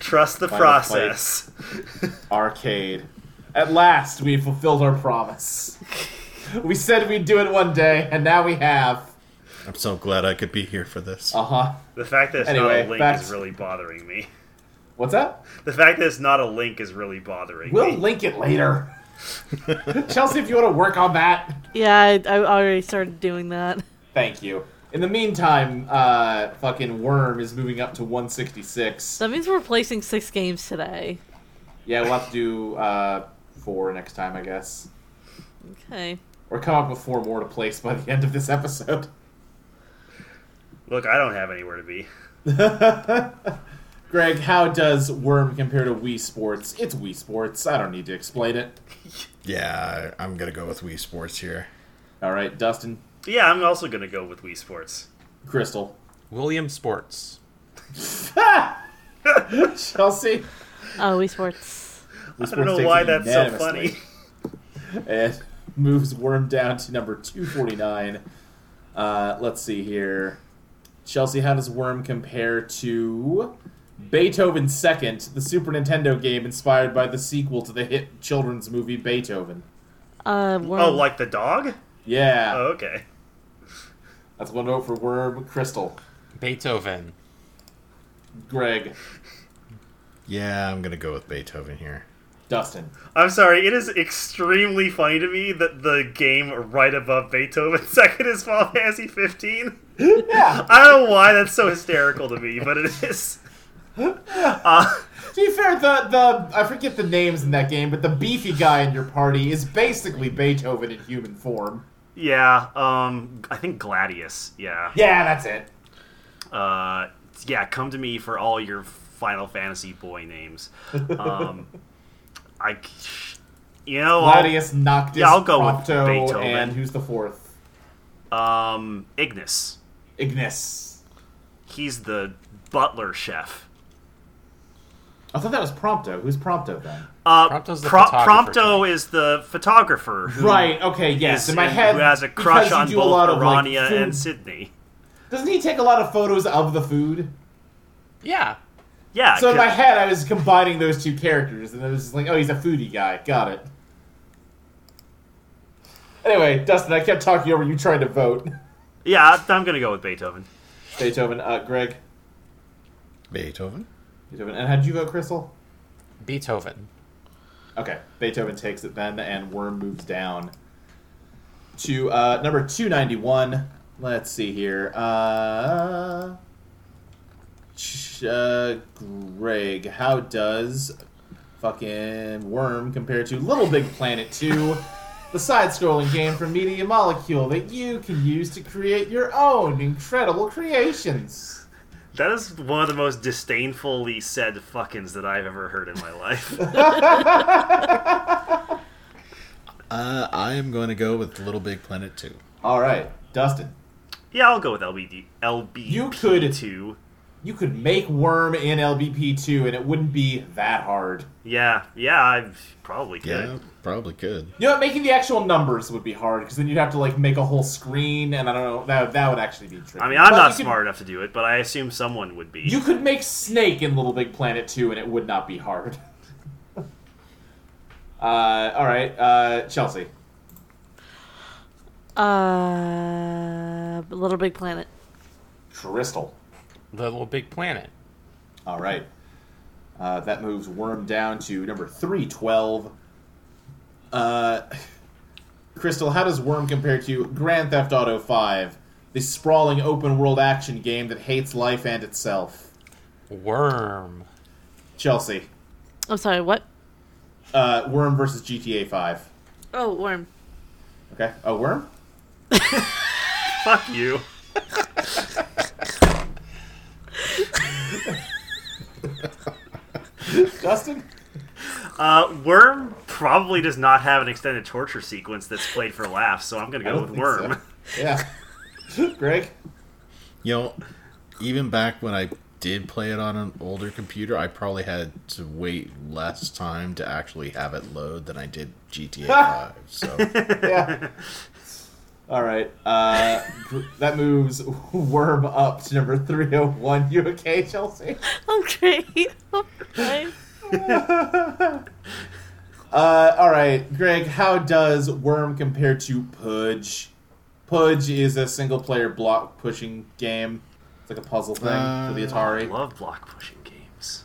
[SPEAKER 6] Trust the
[SPEAKER 2] Final fight.
[SPEAKER 6] process. [LAUGHS]
[SPEAKER 2] Arcade. At last, we fulfilled our promise. We said we'd do it one day, and now we have.
[SPEAKER 4] I'm so glad I could be here for this.
[SPEAKER 2] Uh huh.
[SPEAKER 6] The fact that it's
[SPEAKER 2] Anyway,
[SPEAKER 6] not a link
[SPEAKER 2] back-
[SPEAKER 6] is really bothering me. [LAUGHS]
[SPEAKER 2] What's up?
[SPEAKER 6] The fact that it's not a link is really bothering
[SPEAKER 2] We'll
[SPEAKER 6] me.
[SPEAKER 2] link it
[SPEAKER 5] [LAUGHS]
[SPEAKER 2] later. Chelsea, if you want to work on that,
[SPEAKER 3] Yeah, I, I already started doing that. [LAUGHS]
[SPEAKER 2] thank you. In the meantime, uh, fucking Worm is moving up to 166.
[SPEAKER 3] That means we're placing six games today.
[SPEAKER 2] Yeah, we'll have to do uh, four next time, I guess.
[SPEAKER 3] Okay.
[SPEAKER 2] Or come up with [LAUGHS] four more to place by the end of this episode.
[SPEAKER 6] Look, I don't have anywhere to be.
[SPEAKER 2] Greg, how does Worm compare to Wii Sports? It's Wii Sports. I don't need to explain it.
[SPEAKER 4] Yeah, I- I'm going to go with Wii Sports here.
[SPEAKER 2] All right, Dustin,
[SPEAKER 6] Yeah, I'm also gonna go with Wii Sports.
[SPEAKER 2] Crystal,
[SPEAKER 5] William Sports.
[SPEAKER 2] Chelsea,
[SPEAKER 3] Oh, Wii Sports.
[SPEAKER 2] Wii
[SPEAKER 6] I don't know why that's so funny.
[SPEAKER 2] It moves Worm down to number 249. Uh, let's see here. Chelsea, how does Worm compare to Beethoven Second, the Super Nintendo game inspired by the sequel to the hit children's movie Beethoven?
[SPEAKER 3] Uh, Worm.
[SPEAKER 6] [LAUGHS] Oh, like the dog?
[SPEAKER 2] Yeah,
[SPEAKER 6] Oh, okay.
[SPEAKER 2] that's one vote for Worm. Crystal,
[SPEAKER 5] Beethoven.
[SPEAKER 2] Greg,
[SPEAKER 4] Yeah, I'm going to go with Beethoven here.
[SPEAKER 2] Dustin.
[SPEAKER 6] I'm sorry. It is extremely funny to me that the game right above Beethoven [LAUGHS] second is Final Fantasy 15.
[SPEAKER 2] Yeah.
[SPEAKER 6] [LAUGHS] I don't know why that's so hysterical to me, but it
[SPEAKER 2] [LAUGHS]
[SPEAKER 6] is. Uh,
[SPEAKER 2] To be fair, the the I forget the names in that game, but the beefy guy in your party is basically Beethoven in human form.
[SPEAKER 6] yeah. Um, I think Gladius. Yeah.
[SPEAKER 2] Yeah, that's it.
[SPEAKER 6] Uh, yeah. Come to me for all your Final Fantasy boy names.
[SPEAKER 2] [LAUGHS]
[SPEAKER 6] Um, I, you know, I'll-
[SPEAKER 2] Gladius, Noctis,
[SPEAKER 6] Yeah, I'll go with
[SPEAKER 2] Prompto,
[SPEAKER 6] Beethoven.
[SPEAKER 2] and who's the fourth?
[SPEAKER 6] um, Ignis.
[SPEAKER 2] Ignis.
[SPEAKER 6] He's the butler chef.
[SPEAKER 2] I thought that was Prompto. Who's Prompto then?
[SPEAKER 6] Uh,
[SPEAKER 5] Prompto's the
[SPEAKER 6] Pro-
[SPEAKER 5] photographer
[SPEAKER 6] Prompto is the photographer. Who
[SPEAKER 2] right. Okay. Yes.
[SPEAKER 6] is-
[SPEAKER 2] In my
[SPEAKER 6] and
[SPEAKER 2] head,
[SPEAKER 6] who has a
[SPEAKER 2] because
[SPEAKER 6] crush
[SPEAKER 2] you
[SPEAKER 6] on
[SPEAKER 2] do a lot
[SPEAKER 6] both
[SPEAKER 2] of, like,
[SPEAKER 6] Arania
[SPEAKER 2] food-
[SPEAKER 6] and Sydney.
[SPEAKER 2] Doesn't he take a lot of photos of the food?
[SPEAKER 5] Yeah.
[SPEAKER 6] Yeah,
[SPEAKER 2] So in my
[SPEAKER 6] ca-
[SPEAKER 2] head, I was combining those two characters, and I was just like, "Oh, he's a foodie guy. Got it." Anyway, Dustin, I kept talking over you trying to vote.
[SPEAKER 6] yeah, I'm gonna go with Beethoven.
[SPEAKER 2] Beethoven, uh, Greg,
[SPEAKER 4] Beethoven?
[SPEAKER 2] Beethoven, and how'd you vote, Crystal?
[SPEAKER 5] Beethoven.
[SPEAKER 2] Okay, Beethoven takes it then, and Worm moves down to uh, number 291. Let's see here. Uh, ch- uh, Greg, how does fucking Worm compare to Little Big Planet 2, the side scrolling game from Media Molecule that you can use to create your own incredible creations?
[SPEAKER 6] That is one of the most disdainfully said fuckings that I've ever heard in my
[SPEAKER 2] [LAUGHS]
[SPEAKER 6] life.
[SPEAKER 4] Uh, I am going to go with Little Big Planet 2.
[SPEAKER 2] All right, Dustin.
[SPEAKER 6] yeah, I'll go with LBD. LB.
[SPEAKER 2] You could-
[SPEAKER 6] two.
[SPEAKER 2] You could make Worm in LBP2 and it wouldn't be that hard.
[SPEAKER 6] Yeah, yeah, I probably could.
[SPEAKER 4] Yeah, probably could.
[SPEAKER 2] You know, what, making the actual numbers would be hard because then you'd have to like make a whole screen, and I don't know that that would actually be tricky.
[SPEAKER 6] I mean, I'm
[SPEAKER 2] But
[SPEAKER 6] not
[SPEAKER 2] you could-
[SPEAKER 6] smart enough to do it, but I assume someone would be.
[SPEAKER 2] You could make Snake in Little Big Planet 2, and it would not be hard. [LAUGHS] uh, all right, uh, Chelsea,
[SPEAKER 3] Uh, Little Big Planet.
[SPEAKER 2] Crystal.
[SPEAKER 5] Little Big Planet.
[SPEAKER 2] All right, uh, that moves Worm down to number three twelve. Uh, [SIGHS] Crystal, how does Worm compare to Grand Theft Auto Five, the sprawling open world action game that hates life and itself?
[SPEAKER 5] Worm.
[SPEAKER 2] Chelsea,
[SPEAKER 3] I'm sorry, what?
[SPEAKER 2] uh, Worm versus GTA 5.
[SPEAKER 3] Oh, Worm.
[SPEAKER 2] Okay. Oh, Worm?
[SPEAKER 6] Fuck you.
[SPEAKER 2] Dustin?
[SPEAKER 6] Uh, Worm probably does not have an extended torture sequence that's played for laughs, so I'm gonna go with Worm. [LAUGHS]
[SPEAKER 2] [LAUGHS] So. Yeah. Greg?
[SPEAKER 4] You know, even back when I did play it on an older computer, I probably had to wait less time to actually have it load than I did GTA Five. So
[SPEAKER 2] yeah. All right. Uh, gr- that moves [LAUGHS] Worm up to number 301. You okay, Chelsea?
[SPEAKER 3] Okay. [LAUGHS] okay.
[SPEAKER 2] Uh, all right, Greg, how does Worm compare to Pudge? Pudge is a single player block pushing game. It's like a puzzle thing for the
[SPEAKER 4] Uh,
[SPEAKER 6] I
[SPEAKER 2] Atari.
[SPEAKER 6] love block pushing games.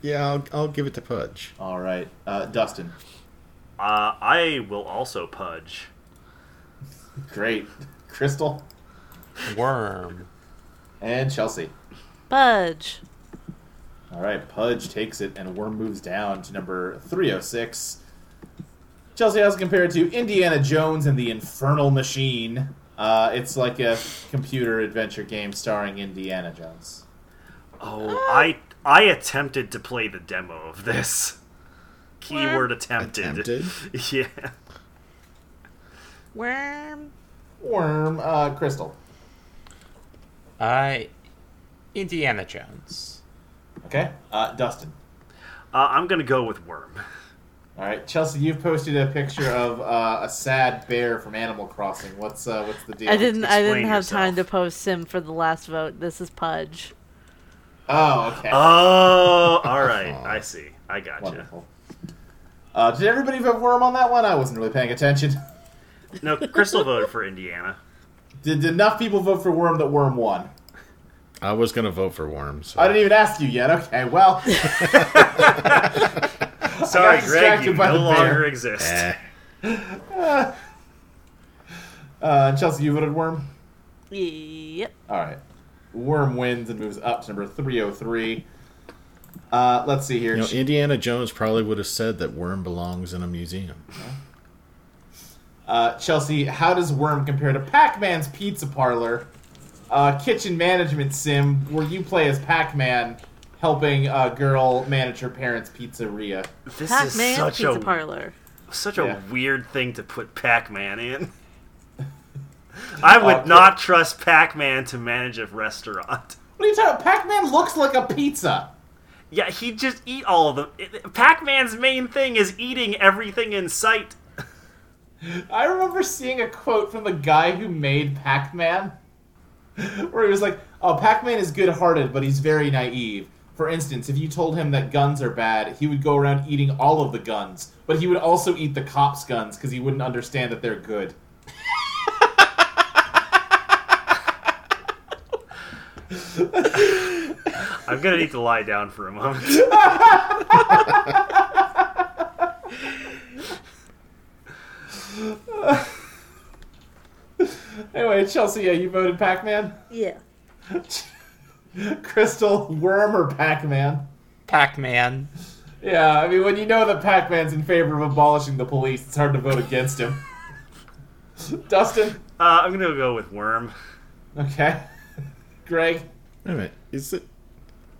[SPEAKER 4] yeah, I'll, I'll give it to Pudge.
[SPEAKER 2] All right, uh, Dustin.
[SPEAKER 6] Uh, I will also pudge.
[SPEAKER 2] Great. Crystal
[SPEAKER 5] Worm.
[SPEAKER 2] and Chelsea.
[SPEAKER 3] Budge.
[SPEAKER 2] All right, Pudge takes it, and Worm moves down to number 306. Chelsea House compared to Indiana Jones and the Infernal Machine. Uh, it's like a computer adventure game starring Indiana Jones.
[SPEAKER 6] Oh, I I attempted to play the demo of this. Keyword attempted.
[SPEAKER 4] Attempted?
[SPEAKER 6] [LAUGHS] Yeah.
[SPEAKER 3] Worm.
[SPEAKER 2] Worm, uh, Crystal.
[SPEAKER 5] I. Indiana Jones.
[SPEAKER 2] Okay, uh, Dustin.
[SPEAKER 6] Uh, I'm gonna go with worm.
[SPEAKER 2] All right, Chelsea, you've posted a picture of uh, a sad bear from Animal Crossing. What's uh, what's the deal?
[SPEAKER 3] I didn't. I didn't
[SPEAKER 6] Explain
[SPEAKER 3] have time to
[SPEAKER 6] yourself.
[SPEAKER 3] post Sim for the last vote. This is Pudge.
[SPEAKER 2] Oh, okay.
[SPEAKER 6] Oh, all
[SPEAKER 2] [LAUGHS]
[SPEAKER 6] right. I see. I gotcha.
[SPEAKER 2] Wonderful. Uh, did everybody vote Worm on that one? I wasn't really paying attention. [LAUGHS]
[SPEAKER 6] No, Crystal voted for Indiana.
[SPEAKER 2] Did, did enough people vote for Worm that Worm won?
[SPEAKER 4] I was gonna vote for Worm. So.
[SPEAKER 2] I didn't even ask you yet. Okay, well,
[SPEAKER 6] Sorry, Greg.
[SPEAKER 2] distracted
[SPEAKER 6] You
[SPEAKER 2] by
[SPEAKER 6] no
[SPEAKER 2] the bear.
[SPEAKER 6] longer exist.
[SPEAKER 4] Eh,
[SPEAKER 2] uh, Chelsea, you voted Worm.
[SPEAKER 3] Yep.
[SPEAKER 2] All right, Worm wins and moves up to number three hundred three. Uh, let's see here.
[SPEAKER 4] you know, Indiana Jones probably would have said that Worm belongs in a museum.
[SPEAKER 2] Uh, Chelsea, how does Worm compare to Pac Man's Pizza Parlor, uh, kitchen management sim where you play as Pac Man helping a girl manage her parents' pizzeria?
[SPEAKER 6] This is
[SPEAKER 3] Pac-Man
[SPEAKER 6] such
[SPEAKER 3] Pizza
[SPEAKER 6] a
[SPEAKER 3] Parlor.
[SPEAKER 6] such
[SPEAKER 2] Yeah.
[SPEAKER 6] a weird thing to put
[SPEAKER 2] [LAUGHS]
[SPEAKER 6] Pac-Man in. I would
[SPEAKER 2] Uh,
[SPEAKER 6] not trust Pac-Man to manage a restaurant.
[SPEAKER 2] What are you talking about? Pac Man looks like a pizza.
[SPEAKER 6] Yeah, he just eat all of them. It- Pac-Man's main thing is eating everything in sight.
[SPEAKER 2] I remember seeing a quote from the guy who made Pac Man [LAUGHS] where he was like, Oh, Pac Man is good hearted, but he's very naive. For instance, if you told him that guns are bad, he would go around eating all of the guns, but he would also eat the cops' guns because he wouldn't understand that they're good.
[SPEAKER 6] I'm gonna need to lie down for
[SPEAKER 2] [LAUGHS]
[SPEAKER 6] a moment. Uh,
[SPEAKER 2] Anyway, Chelsea, yeah, you voted Pac Man?
[SPEAKER 3] Yeah.
[SPEAKER 2] [LAUGHS] Crystal, Worm, or Pac Man?
[SPEAKER 5] Pac Man.
[SPEAKER 2] Yeah, I mean, when you know that Pac Man's in favor of abolishing the police, it's hard to vote against him. [LAUGHS] Dustin?
[SPEAKER 6] Uh, I'm gonna go with Worm.
[SPEAKER 2] Okay. [LAUGHS] Greg?
[SPEAKER 4] Wait a minute, is it?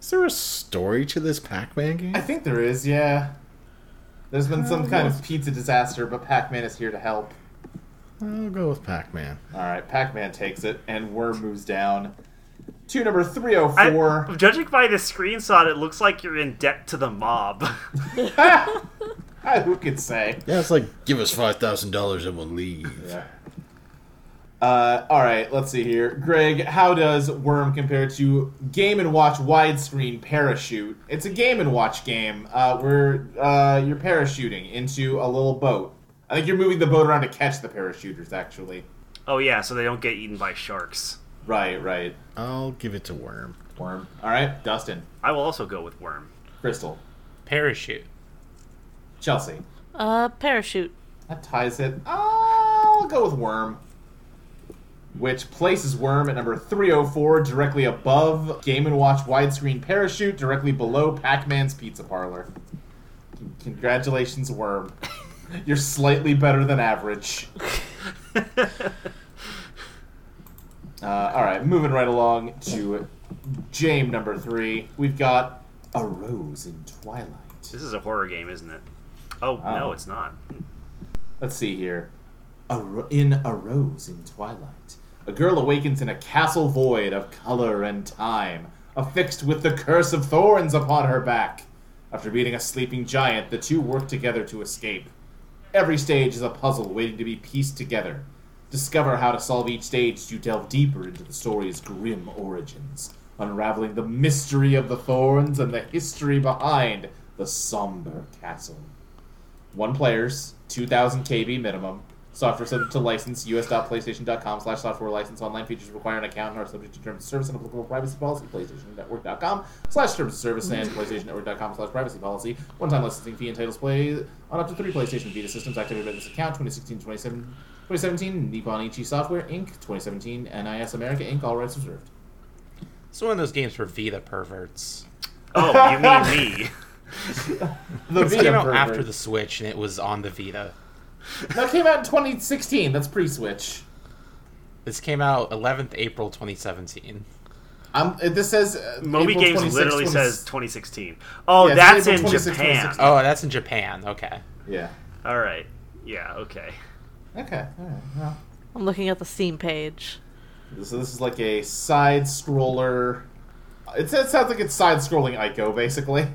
[SPEAKER 4] Is there a story to this Pac-Man game?
[SPEAKER 2] I think there is, yeah. There's been some kind of pizza disaster, but Pac Man is here to help.
[SPEAKER 4] I'll go with Pac-Man.
[SPEAKER 2] Alright, Pac Man takes it, and Worm moves down to number
[SPEAKER 6] I-
[SPEAKER 2] 304.
[SPEAKER 6] judging by this screenshot, it looks like you're in debt to the mob. [LAUGHS]
[SPEAKER 2] [LAUGHS] Who could say?
[SPEAKER 4] Yeah, it's like give us five thousand dollars and we'll leave.
[SPEAKER 2] Yeah. Uh, all right, let's see here. Greg, how does Worm compare to Game and Watch widescreen parachute? It's a Game and Watch game uh, where uh, you're parachuting into a little boat. I think you're moving the boat around to catch the parachuters, actually.
[SPEAKER 6] oh yeah, so they don't get eaten by sharks.
[SPEAKER 2] Right, right.
[SPEAKER 4] I'll give it to Worm.
[SPEAKER 2] Worm. All right, Dustin,
[SPEAKER 6] I will also go with Worm.
[SPEAKER 2] Crystal,
[SPEAKER 5] Parachute.
[SPEAKER 2] Chelsea.
[SPEAKER 3] Uh, parachute.
[SPEAKER 2] That ties it. I'll go with Worm. Which places Worm at number 304, directly above Game & Watch widescreen parachute, directly below Pac-Man's Pizza Parlor. Congratulations, Worm. You're slightly better than average. Uh, all right, moving right along to Jame number three. We've got A Rose in Twilight.
[SPEAKER 6] This is a horror game, isn't it? Oh,
[SPEAKER 2] Oh.
[SPEAKER 6] no, it's not.
[SPEAKER 2] Let's see here. A ro- in A Rose in Twilight, a girl awakens in a castle void of color and time, affixed with the curse of thorns upon her back. After beating a sleeping giant, the two work together to escape. Every stage is a puzzle waiting to be pieced together. Discover how to solve each stage to delve deeper into the story's grim origins, unraveling the mystery of the thorns and the history behind the somber castle. One players, 2,000 KB minimum. Software subject to license, us.playstation.com slash software license. Online features require an account and are subject to terms of service and applicable privacy policy. PlayStationNetwork.com slash terms of service and PlayStationNetwork.com slash privacy policy. One-time licensing fee entitles play on up to three PlayStation Vita systems activated by this account 2016 27 2017 Nippon Ichi Software, Inc. 2017 NIS America, Inc. All rights reserved.
[SPEAKER 5] It's one of those games for Vita perverts.
[SPEAKER 6] Oh,
[SPEAKER 2] [LAUGHS]
[SPEAKER 6] you mean me?
[SPEAKER 2] The
[SPEAKER 5] It came out after the Switch and it was on the Vita.
[SPEAKER 2] That came out in 2016. That's pre-Switch.
[SPEAKER 5] This came out 11th April 2017.
[SPEAKER 2] I'm, it- this says uh,
[SPEAKER 6] Moby
[SPEAKER 2] April
[SPEAKER 6] Games
[SPEAKER 2] 26,
[SPEAKER 6] literally
[SPEAKER 2] 20
[SPEAKER 6] says 2016. Oh,
[SPEAKER 2] Yeah, it's
[SPEAKER 6] that's
[SPEAKER 2] April
[SPEAKER 6] in
[SPEAKER 2] 26,
[SPEAKER 6] Japan.
[SPEAKER 2] 2016.
[SPEAKER 5] Oh, that's in Japan. Okay.
[SPEAKER 2] Yeah.
[SPEAKER 6] All right. Yeah. Okay.
[SPEAKER 2] Okay. All right. Well,
[SPEAKER 3] I'm looking at the Steam page.
[SPEAKER 2] this, this is like a side scroller. It, sa- it sounds like it's side scrolling Ico basically.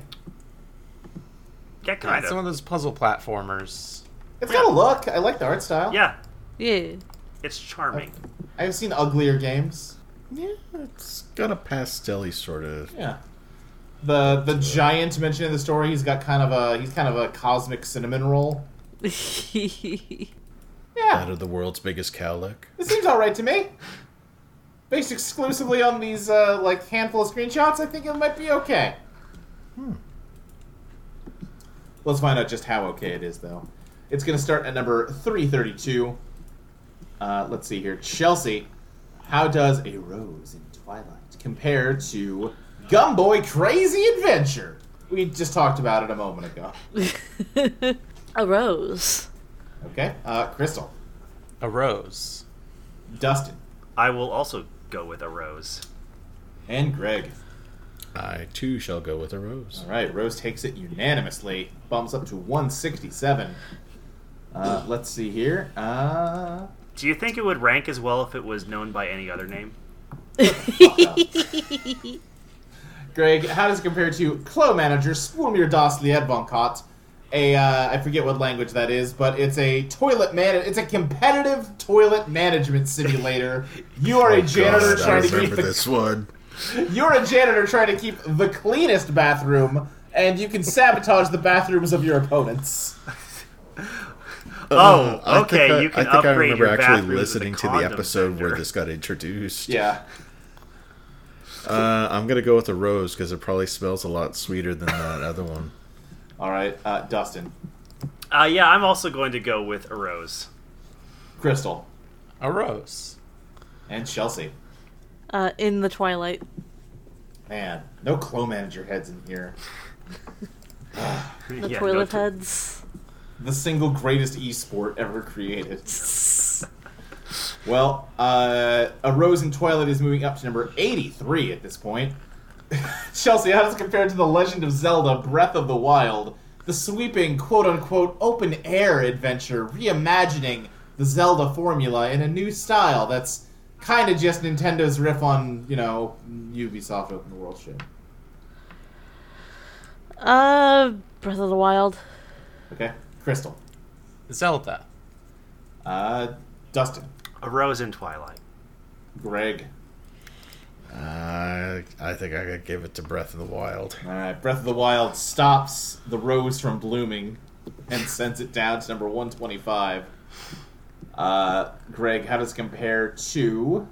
[SPEAKER 6] Yeah, kind
[SPEAKER 5] It's one
[SPEAKER 6] of.
[SPEAKER 5] of those puzzle platformers.
[SPEAKER 2] It's got a look. I like the art style.
[SPEAKER 6] Yeah,
[SPEAKER 3] Yeah. [LAUGHS]
[SPEAKER 6] it's charming.
[SPEAKER 2] I've seen uglier games.
[SPEAKER 4] Yeah, it's got a pastel sort of.
[SPEAKER 2] Yeah. The the giant mentioned in the story, he's got kind of a he's kind of a cosmic cinnamon roll. Yeah.
[SPEAKER 4] Out of the world's biggest cowlick.
[SPEAKER 2] This seems all right to me. Based exclusively on these uh, like handful of screenshots, I think it might be okay. Hmm. Let's find out just how okay it is, though. It's going to start at number 332. Uh, let's see here. Chelsea, how does A Rose in Twilight compare to Gumboy Crazy Adventure? We just talked about it a moment ago.
[SPEAKER 3] a rose.
[SPEAKER 2] Okay. Uh, Crystal,
[SPEAKER 5] A rose.
[SPEAKER 2] Dustin,
[SPEAKER 6] I will also go with a rose.
[SPEAKER 2] and Greg.
[SPEAKER 4] I too shall go with a rose.
[SPEAKER 2] All right, Rose takes it unanimously, bumps up to 167. Uh, let's see here. Uh,
[SPEAKER 6] Do you think it would rank as well if it was known by any other name?
[SPEAKER 2] Greg, how does it compare to Clo Manager Spoolmir Das Liedbonkot? A uh, I forget what language that is, but it's a toilet man. It's a competitive toilet management
[SPEAKER 4] [LAUGHS]
[SPEAKER 2] simulator. You are a janitor
[SPEAKER 4] God, I
[SPEAKER 2] trying to keep
[SPEAKER 4] remember
[SPEAKER 2] the
[SPEAKER 4] this one.
[SPEAKER 2] You're a janitor trying to keep the cleanest bathroom, and you can sabotage the bathrooms of your opponents.
[SPEAKER 6] Oh,
[SPEAKER 4] I think
[SPEAKER 6] okay,
[SPEAKER 4] I-
[SPEAKER 6] you can
[SPEAKER 4] I think I
[SPEAKER 6] upgrade
[SPEAKER 4] remember
[SPEAKER 6] your
[SPEAKER 4] actually
[SPEAKER 6] bathrooms with a
[SPEAKER 4] listening to the
[SPEAKER 6] condom
[SPEAKER 4] episode where
[SPEAKER 6] vendor.
[SPEAKER 4] this got
[SPEAKER 2] [LAUGHS]
[SPEAKER 4] introduced.
[SPEAKER 2] Yeah.
[SPEAKER 4] Uh, I'm gonna go with a rose because it probably smells a lot sweeter than that other one.
[SPEAKER 2] All right, uh, Dustin,
[SPEAKER 6] Uh, yeah, I'm also going to go with a rose.
[SPEAKER 2] Crystal,
[SPEAKER 5] A rose.
[SPEAKER 2] and Chelsea.
[SPEAKER 3] Uh, in the Twilight.
[SPEAKER 2] Man, no Clo Manager heads in here.
[SPEAKER 3] The
[SPEAKER 6] [LAUGHS] Yeah, no
[SPEAKER 3] toilet
[SPEAKER 6] to-
[SPEAKER 3] heads.
[SPEAKER 2] The single greatest esport ever created. Well, uh, A Rose in Twilight is moving up to number 83 at this point. [LAUGHS] Chelsea, how does it compare to The Legend of Zelda Breath of the Wild, the sweeping, quote unquote, open air adventure reimagining the Zelda formula in a new style that's kind of just Nintendo's riff on, you know, Ubisoft open world shit?
[SPEAKER 3] Uh, Breath of the Wild.
[SPEAKER 2] Okay? Crystal.
[SPEAKER 5] Zelda.
[SPEAKER 2] Uh, Dustin.
[SPEAKER 6] A rose in Twilight.
[SPEAKER 2] Greg.
[SPEAKER 4] Uh, I think I gotta give it to Breath of the Wild.
[SPEAKER 2] All right, Uh, Breath of the Wild stops the rose from blooming and sends it down to number 125. Uh, Greg, how does it compare to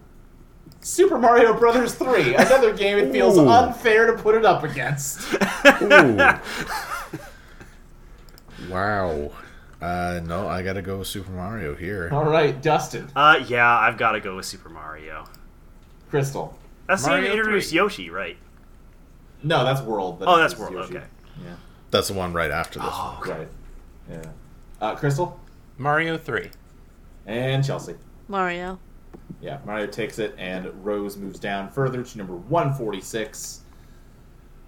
[SPEAKER 2] Super Mario Brothers 3? Another game it feels
[SPEAKER 4] Ooh.
[SPEAKER 2] unfair to put it up against.
[SPEAKER 4] Ooh. [LAUGHS] wow. Uh, no, I gotta go with Super Mario here.
[SPEAKER 2] All right, Dustin,
[SPEAKER 6] Uh, yeah, I've got to go with Super Mario.
[SPEAKER 2] Crystal.
[SPEAKER 6] That's the one
[SPEAKER 5] Mario
[SPEAKER 6] that introduced
[SPEAKER 5] 3.
[SPEAKER 6] Yoshi, right?
[SPEAKER 2] No, that's World.
[SPEAKER 6] Oh, that's
[SPEAKER 2] is
[SPEAKER 6] World.
[SPEAKER 2] Yoshi.
[SPEAKER 6] Okay. Oh,
[SPEAKER 2] Yeah.
[SPEAKER 4] That's the one right after this.
[SPEAKER 6] [GASPS]
[SPEAKER 4] one.
[SPEAKER 2] Right. Yeah. Uh, Crystal
[SPEAKER 5] Mario 3.
[SPEAKER 2] and Chelsea.
[SPEAKER 3] Mario.
[SPEAKER 2] Yeah, Mario takes it, and Rose moves down further to number 146.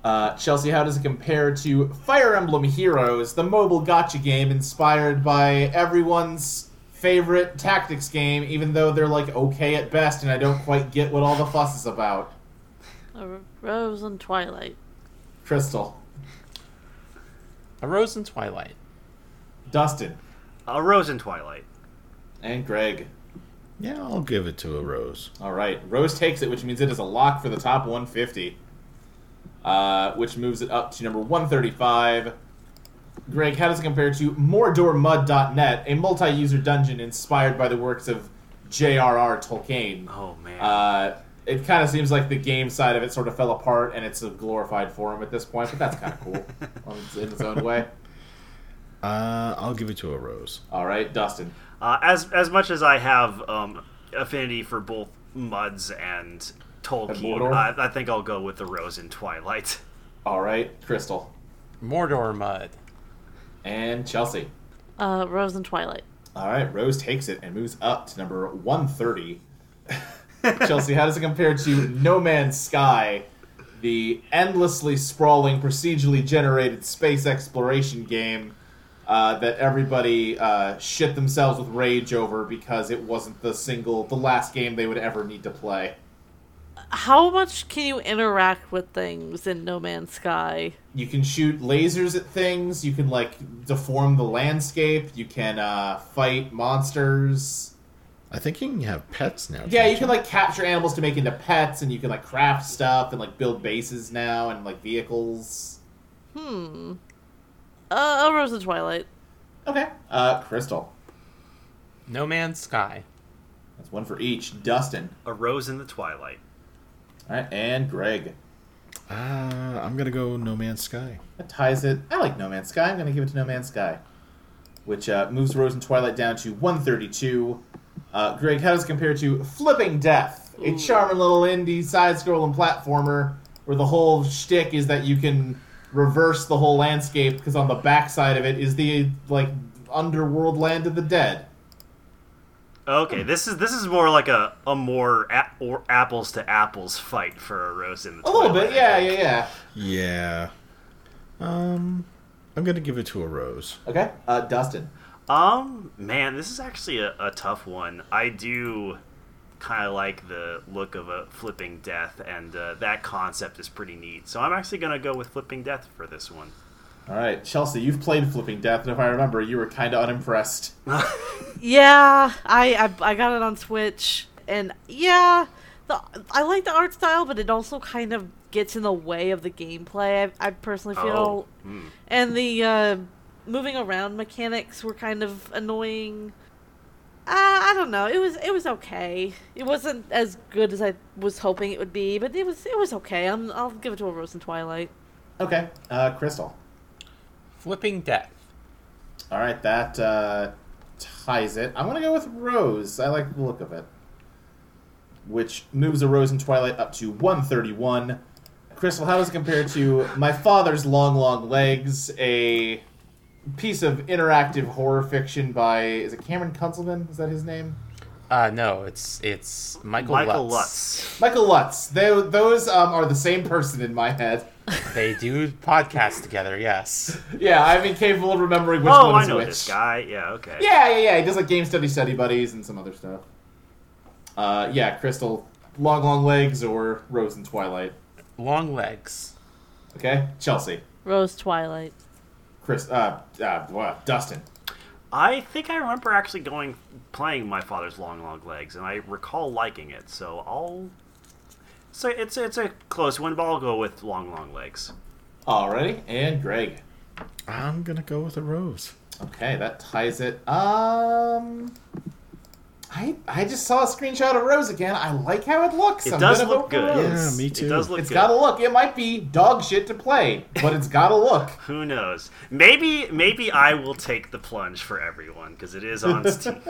[SPEAKER 2] Uh, Chelsea, how does it compare to Fire Emblem Heroes, the mobile gotcha game inspired by everyone's favorite tactics game, even though they're like okay at best, and I don't quite get what all the fuss is about?
[SPEAKER 3] A rose in twilight.
[SPEAKER 2] Crystal,
[SPEAKER 5] A Rose in Twilight.
[SPEAKER 2] Dustin,
[SPEAKER 6] A Rose in Twilight.
[SPEAKER 2] and Greg.
[SPEAKER 4] Yeah, I'll give it to a rose.
[SPEAKER 2] All right, Rose takes it, which means it is a lock for the top 150, uh, which moves it up to number 135. Greg, how does it compare to MordorMud.net, a multi-user dungeon inspired by the works of J.R.R. Tolkien?
[SPEAKER 6] Oh man.
[SPEAKER 2] Uh, it kind of seems like the game side of it sort of fell apart, and it's a glorified forum at this point, but that's kind of cool on its- in its own way.
[SPEAKER 4] Uh, I'll give it to a rose.
[SPEAKER 2] All right, Dustin.
[SPEAKER 6] Uh, as as much as I have um, affinity for both Muds and
[SPEAKER 2] And
[SPEAKER 6] Tolkien,
[SPEAKER 2] Mordor?
[SPEAKER 6] I, I think I'll go with the Rose in Twilight. [LAUGHS]
[SPEAKER 2] All right, Crystal
[SPEAKER 5] Mordor Mud.
[SPEAKER 2] and Chelsea.
[SPEAKER 3] Uh, rose in twilight.
[SPEAKER 2] All right, Rose takes it and moves up to number 130. [LAUGHS] Chelsea, how does it compare to No Man's Sky, the endlessly sprawling, procedurally generated space exploration game uh, that everybody uh, shit themselves with rage over because it wasn't the single, the last game they would ever need to play?
[SPEAKER 3] How much can you interact with things in No Man's Sky?
[SPEAKER 2] You can shoot lasers at things, you can, like, deform the landscape, you can uh, fight monsters.
[SPEAKER 4] I think you can have pets now.
[SPEAKER 2] Yeah,
[SPEAKER 4] can't
[SPEAKER 2] you can like capture animals to make into pets, and you can like craft stuff and like build bases now and like vehicles.
[SPEAKER 3] Uh, a rose in twilight.
[SPEAKER 2] Okay. Uh, Crystal.
[SPEAKER 5] No Man's Sky.
[SPEAKER 2] That's one for each. Dustin.
[SPEAKER 6] A Rose in the Twilight.
[SPEAKER 2] All right, and Greg.
[SPEAKER 4] Uh, I'm gonna go No Man's Sky.
[SPEAKER 2] That ties it. I like No Man's Sky. I'm gonna give it to No Man's Sky, which uh, moves Rose and Twilight down to 132. Uh, Greg, how does it compare to Flipping Death, a charming little indie side-scrolling platformer where the whole shtick is that you can reverse the whole landscape because on the backside of it is the like underworld land of the dead.
[SPEAKER 6] Okay, this is this is more like a a more a- or apples to apples fight for a Rose in the
[SPEAKER 2] A
[SPEAKER 6] Twilight.
[SPEAKER 2] little bit, yeah, yeah, yeah.
[SPEAKER 4] Yeah. Um, I'm gonna give it to a rose.
[SPEAKER 2] Okay, uh, Dustin.
[SPEAKER 6] Um, man, this is actually a, a tough one. I do kind of like the look of a flipping death, and uh, that concept is pretty neat. So I'm actually gonna go with flipping death for this one.
[SPEAKER 2] All right, Chelsea, you've played Flipping Death, and if I remember, you were kind of unimpressed.
[SPEAKER 3] Yeah, I, I I got it on Switch, and yeah, the I like the art style, but it also kind of gets in the way of the gameplay. I, I personally feel,
[SPEAKER 6] Oh, hmm.
[SPEAKER 3] and the uh, moving around mechanics were kind of annoying. Uh, I don't know. It was it was okay. It wasn't as good as I was hoping it would be, but it was it was okay. I'm, I'll give it to a Rose in Twilight.
[SPEAKER 2] Okay, uh, Crystal.
[SPEAKER 5] Flipping Death.
[SPEAKER 2] All right, that uh, ties it. I'm gonna go with Rose. I like the look of it, which moves a Rose in Twilight up to 131. Crystal, how does it compare to My Father's Long Long Legs, a piece of interactive horror fiction by is it Cameron Kunzelman? Is that his name?
[SPEAKER 5] Uh, no, it's it's Michael,
[SPEAKER 6] Michael
[SPEAKER 5] Lutz.
[SPEAKER 6] Lutz.
[SPEAKER 2] Michael Lutz. They, those um, are the same person in my head.
[SPEAKER 5] They do podcasts together, yes.
[SPEAKER 2] Yeah, I'm incapable of remembering which
[SPEAKER 6] Oh,
[SPEAKER 2] one
[SPEAKER 6] I
[SPEAKER 2] is
[SPEAKER 6] know
[SPEAKER 2] which.
[SPEAKER 6] this guy. Yeah, okay.
[SPEAKER 2] Yeah, yeah, yeah. He does like game study study buddies and some other stuff. Uh, yeah, Crystal, long long legs or Rose and Twilight.
[SPEAKER 5] Long Legs.
[SPEAKER 2] Okay, Chelsea,
[SPEAKER 3] Rose Twilight.
[SPEAKER 2] Chris, uh, uh what, Dustin.
[SPEAKER 6] I think I remember actually going playing my father's long long legs, and I recall liking it. So I'll. So it's it's a close one, but I'll go with long long legs.
[SPEAKER 2] Alrighty, and Greg.
[SPEAKER 4] I'm gonna go with a rose.
[SPEAKER 2] Okay, that ties it. Um, I I just saw a screenshot of Rose again. I like how it looks.
[SPEAKER 6] It
[SPEAKER 2] I'm
[SPEAKER 6] does
[SPEAKER 2] gonna
[SPEAKER 6] look
[SPEAKER 2] go for
[SPEAKER 6] good.
[SPEAKER 2] Rose.
[SPEAKER 4] Yeah, me too.
[SPEAKER 6] It does look
[SPEAKER 2] It's
[SPEAKER 6] good.
[SPEAKER 2] got to look. It might be dog shit to play, but it's got to
[SPEAKER 6] [LAUGHS]
[SPEAKER 2] look.
[SPEAKER 6] Who knows? Maybe maybe I will take the plunge for everyone because it
[SPEAKER 2] [LAUGHS]
[SPEAKER 6] is on Steam,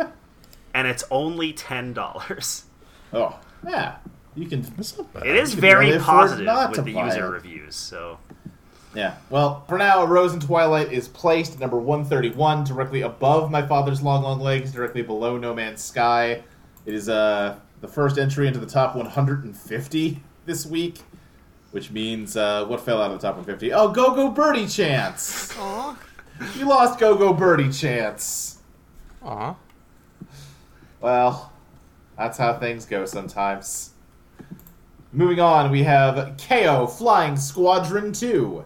[SPEAKER 6] and it's only ten dollars.
[SPEAKER 2] Oh, yeah. You can
[SPEAKER 4] That's not bad.
[SPEAKER 6] It is
[SPEAKER 2] can
[SPEAKER 6] very
[SPEAKER 2] really afford
[SPEAKER 6] positive
[SPEAKER 2] not to
[SPEAKER 6] with the
[SPEAKER 2] buy
[SPEAKER 6] user
[SPEAKER 2] it.
[SPEAKER 6] reviews. So
[SPEAKER 2] Yeah. Well, for now, Rose and Twilight is placed at number 131, directly above My Father's Long Long Legs, directly below No Man's Sky. It is uh, the first entry into the top 150 this week, which means uh, what fell out of the top 150? Oh, Go Go Birdie Chance!
[SPEAKER 3] Aw.
[SPEAKER 2] You lost Go Go Birdie Chance!
[SPEAKER 5] Aw.
[SPEAKER 2] Well, that's how things go sometimes. Moving on, we have KO Flying Squadron 2.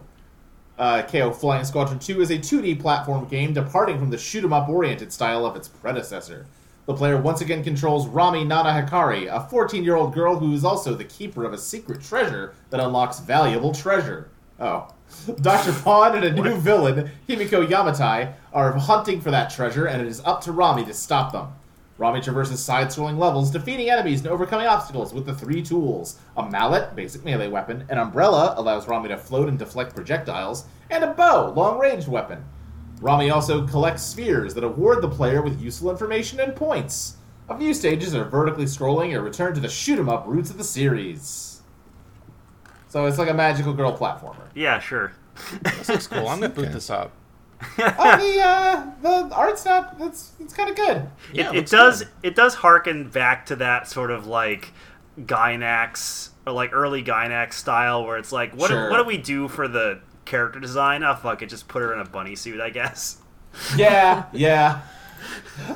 [SPEAKER 2] Uh, KO Flying Squadron 2 is a 2D platform game departing from the shoot 'em up oriented style of its predecessor. The player once again controls Rami Nana Hikari, a 14 year old girl who is also the keeper of a secret treasure that unlocks valuable treasure. Oh. [LAUGHS] Dr. Pawn and a new villain, Himiko Yamatai, are hunting for that treasure, and it is up to Rami to stop them. Rami traverses side scrolling levels, defeating enemies and overcoming obstacles with the three tools a mallet, basic melee weapon, an umbrella, allows Rami to float and deflect projectiles, and a bow, long range weapon. Rami also collects spheres that award the player with useful information and points. A few stages are vertically scrolling or return to the shoot 'em up roots of the series. So it's like a magical girl platformer.
[SPEAKER 6] Yeah, sure.
[SPEAKER 5] This looks cool. I'm gonna boot
[SPEAKER 4] Okay.
[SPEAKER 5] this up.
[SPEAKER 2] oh, the uh, the art's not that's it's kind of good.
[SPEAKER 5] Yeah,
[SPEAKER 6] it, it
[SPEAKER 5] looks
[SPEAKER 6] does
[SPEAKER 5] good.
[SPEAKER 6] it does harken back to that sort of like Gynax or like early Gynax style where it's like what
[SPEAKER 2] Sure.
[SPEAKER 6] do, what do we do for the character design? Oh fuck it, just put her in a bunny suit, I guess.
[SPEAKER 2] Yeah, yeah.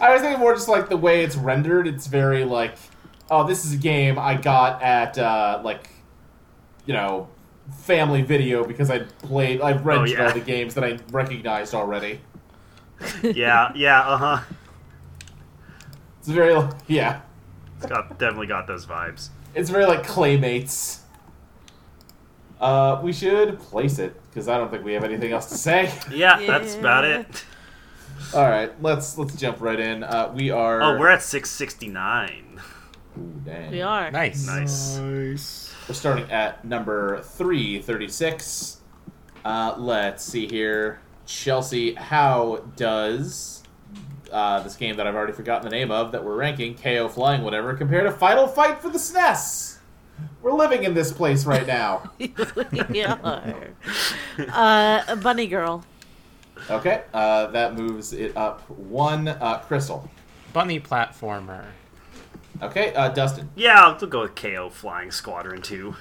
[SPEAKER 2] I was thinking more just like the way it's rendered. It's very like, oh, this is a game I got at uh, like, you know, Family Video because I played, I rented
[SPEAKER 6] Oh, yeah.
[SPEAKER 2] all the games that I recognized already.
[SPEAKER 6] yeah, yeah, uh huh.
[SPEAKER 2] It's very, like, yeah,
[SPEAKER 6] It's got definitely got those vibes.
[SPEAKER 2] it's very like claymates. Uh, we should place it because I don't think we have anything else to
[SPEAKER 6] [LAUGHS]
[SPEAKER 2] say.
[SPEAKER 6] Yeah, that's about
[SPEAKER 3] Yeah.
[SPEAKER 6] it.
[SPEAKER 2] All right, let's let's jump right in. Uh, we are.
[SPEAKER 6] Oh, we're at six sixty nine.
[SPEAKER 2] Ooh, dang.
[SPEAKER 3] We are. [LAUGHS]
[SPEAKER 5] Nice.
[SPEAKER 6] Nice.
[SPEAKER 4] Nice.
[SPEAKER 2] We're starting at number 336. Uh, let's see here. Chelsea, how does uh, this game that I've already forgotten the name of that we're ranking, KO Flying Whatever, compare to Final Fight for the SNES? We're living in this place right now.
[SPEAKER 3] we are. Uh, a bunny girl.
[SPEAKER 2] Okay, uh, that moves it up one. Uh, Crystal.
[SPEAKER 5] Bunny platformer.
[SPEAKER 2] Okay, uh, Dustin.
[SPEAKER 6] Yeah, I'll we'll go with KO Flying Squadron two.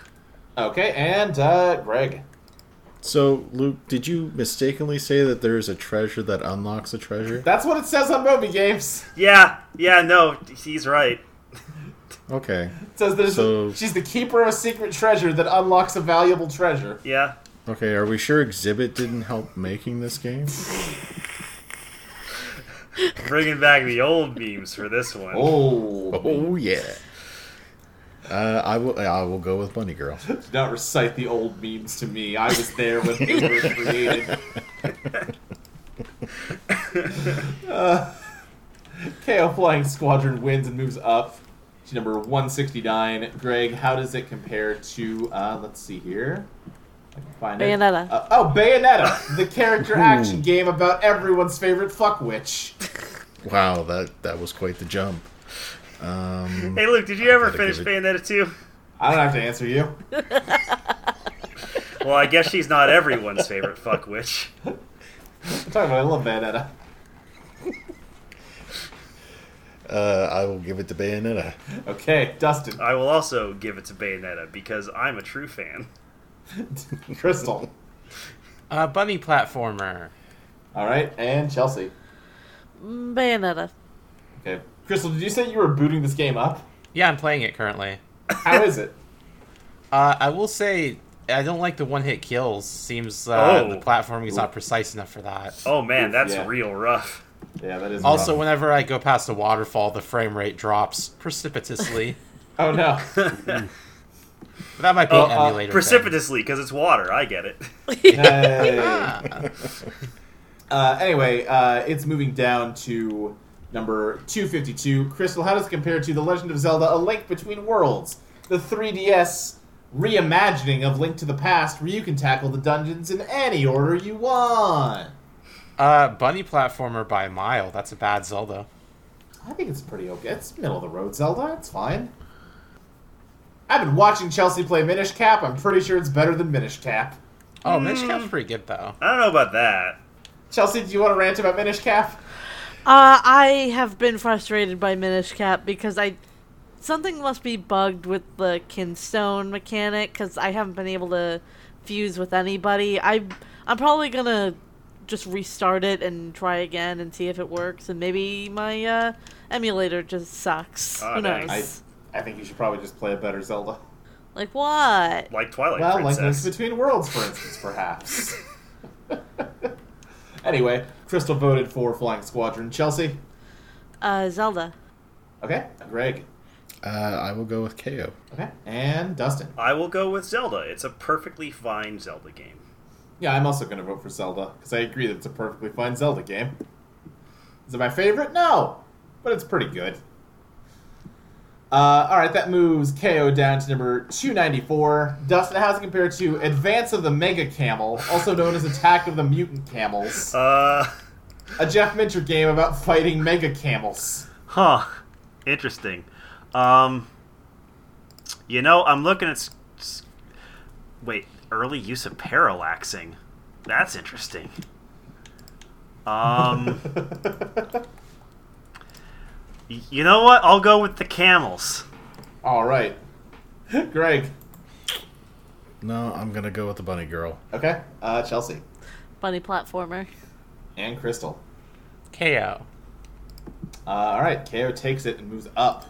[SPEAKER 2] Okay, and uh, Greg.
[SPEAKER 4] So, Luke, did you mistakenly say that there is a treasure that unlocks a treasure?
[SPEAKER 2] That's what it says on Moby Games.
[SPEAKER 6] Yeah, yeah, no, he's right.
[SPEAKER 4] Okay.
[SPEAKER 2] It says there's
[SPEAKER 4] So-
[SPEAKER 2] she's the keeper of a secret treasure that unlocks a valuable treasure.
[SPEAKER 6] Yeah.
[SPEAKER 4] Okay, are we sure Exhibit didn't help making this game?
[SPEAKER 6] Bringing back the old memes for this one.
[SPEAKER 2] Oh,
[SPEAKER 4] Oh yeah. Uh, I will. I will go with Bunny Girl.
[SPEAKER 2] Do not recite the old memes to me. I was there when they
[SPEAKER 4] [LAUGHS]
[SPEAKER 2] were created. uh, KO Flying Squadron wins and moves up to number 169. Greg, how does it compare to, uh, let's see here. I can find it.
[SPEAKER 3] Bayonetta.
[SPEAKER 2] Uh, oh, Bayonetta, the character action game about everyone's favorite fuck witch.
[SPEAKER 4] Wow, that that was quite the jump. Um,
[SPEAKER 6] Hey, Luke, did you ever
[SPEAKER 4] gotta
[SPEAKER 6] finish
[SPEAKER 4] give it-
[SPEAKER 6] Bayonetta 2?
[SPEAKER 2] I don't have to answer you.
[SPEAKER 6] Well, I guess she's not everyone's favorite fuck witch.
[SPEAKER 2] I'm talking about I love Bayonetta.
[SPEAKER 4] uh, I will give it to Bayonetta.
[SPEAKER 2] Okay, Dustin, [LAUGHS]
[SPEAKER 6] I will also give it to Bayonetta because I'm a true fan.
[SPEAKER 2] Crystal.
[SPEAKER 5] Uh, bunny platformer.
[SPEAKER 2] All right, and Chelsea.
[SPEAKER 3] Mm, Bayonetta.
[SPEAKER 2] Okay. Crystal, did you say you were booting this game up?
[SPEAKER 5] Yeah, I'm playing it currently.
[SPEAKER 2] How is it?
[SPEAKER 5] Uh, I will say I don't like the one-hit kills. Seems uh,
[SPEAKER 6] Oh.
[SPEAKER 5] the platforming is not precise enough for that.
[SPEAKER 6] Oh man, that's
[SPEAKER 2] Yeah.
[SPEAKER 6] real rough.
[SPEAKER 2] Yeah, that is
[SPEAKER 5] Also,
[SPEAKER 2] rough.
[SPEAKER 5] whenever I go past a waterfall, the frame rate drops precipitously.
[SPEAKER 2] Oh no.
[SPEAKER 5] but that might be
[SPEAKER 6] [LAUGHS] Oh,
[SPEAKER 5] an
[SPEAKER 6] uh,
[SPEAKER 5] emulator. thing.
[SPEAKER 6] Precipitously, because it's water. I get it.
[SPEAKER 5] [LAUGHS]
[SPEAKER 2] Hey.
[SPEAKER 5] Ah.
[SPEAKER 2] Uh, anyway, uh, it's moving down to number 252. Crystal, how does it compare to The Legend of Zelda: A Link Between Worlds, the 3DS reimagining of Link to the Past, where you can tackle the dungeons in any order you want?
[SPEAKER 5] Uh, bunny platformer by a mile. That's a bad Zelda.
[SPEAKER 2] I think it's pretty okay. It's middle of the road Zelda. It's fine. I've been watching Chelsea play Minish Cap. I'm pretty sure it's better than Minish Cap.
[SPEAKER 5] Oh, Minish Cap's pretty good though.
[SPEAKER 6] I don't know about that.
[SPEAKER 2] Chelsea, do you want to rant about Minish Cap?
[SPEAKER 3] Uh, I have been frustrated by Minish Cap because I something must be bugged with the kinstone mechanic because I haven't been able to fuse with anybody. I I'm probably gonna just restart it and try again and see if it works and maybe my uh, emulator just sucks.
[SPEAKER 6] Ah,
[SPEAKER 3] Who knows?
[SPEAKER 6] nice.
[SPEAKER 2] I think you should probably just play a better Zelda.
[SPEAKER 3] Like what?
[SPEAKER 6] like Twilight
[SPEAKER 2] Well, like Links
[SPEAKER 6] Princess.
[SPEAKER 2] Between Worlds, for instance, perhaps. [LAUGHS] anyway, Crystal voted for Flying Squadron. Chelsea?
[SPEAKER 3] Uh, Zelda.
[SPEAKER 2] Okay. Greg?
[SPEAKER 4] Uh, I will go with KO.
[SPEAKER 2] Okay. And Dustin?
[SPEAKER 6] I will go with Zelda. It's a perfectly fine Zelda game.
[SPEAKER 2] Yeah, I'm also going to vote for Zelda, because I agree that it's a perfectly fine Zelda game. Is it my favorite? No! But it's pretty good. Uh, all right, that moves KO down to number 294. Dustin, how's it compared to Advance of the Mega Camel, also known as Attack of the Mutant Camels?
[SPEAKER 6] Uh,
[SPEAKER 2] a Jeff Minter game about fighting mega camels.
[SPEAKER 6] huh. Interesting. Um, you know, I'm looking at. s- s- Wait, early use of parallaxing. That's interesting. Um, y- you know what? I'll go with the camels.
[SPEAKER 2] All right, [LAUGHS] Greg.
[SPEAKER 4] No, I'm gonna go with the bunny girl.
[SPEAKER 2] Okay, uh, Chelsea
[SPEAKER 3] Bunny platformer.
[SPEAKER 2] and Crystal.
[SPEAKER 5] KO.
[SPEAKER 2] Uh, all right, Ko takes it and moves up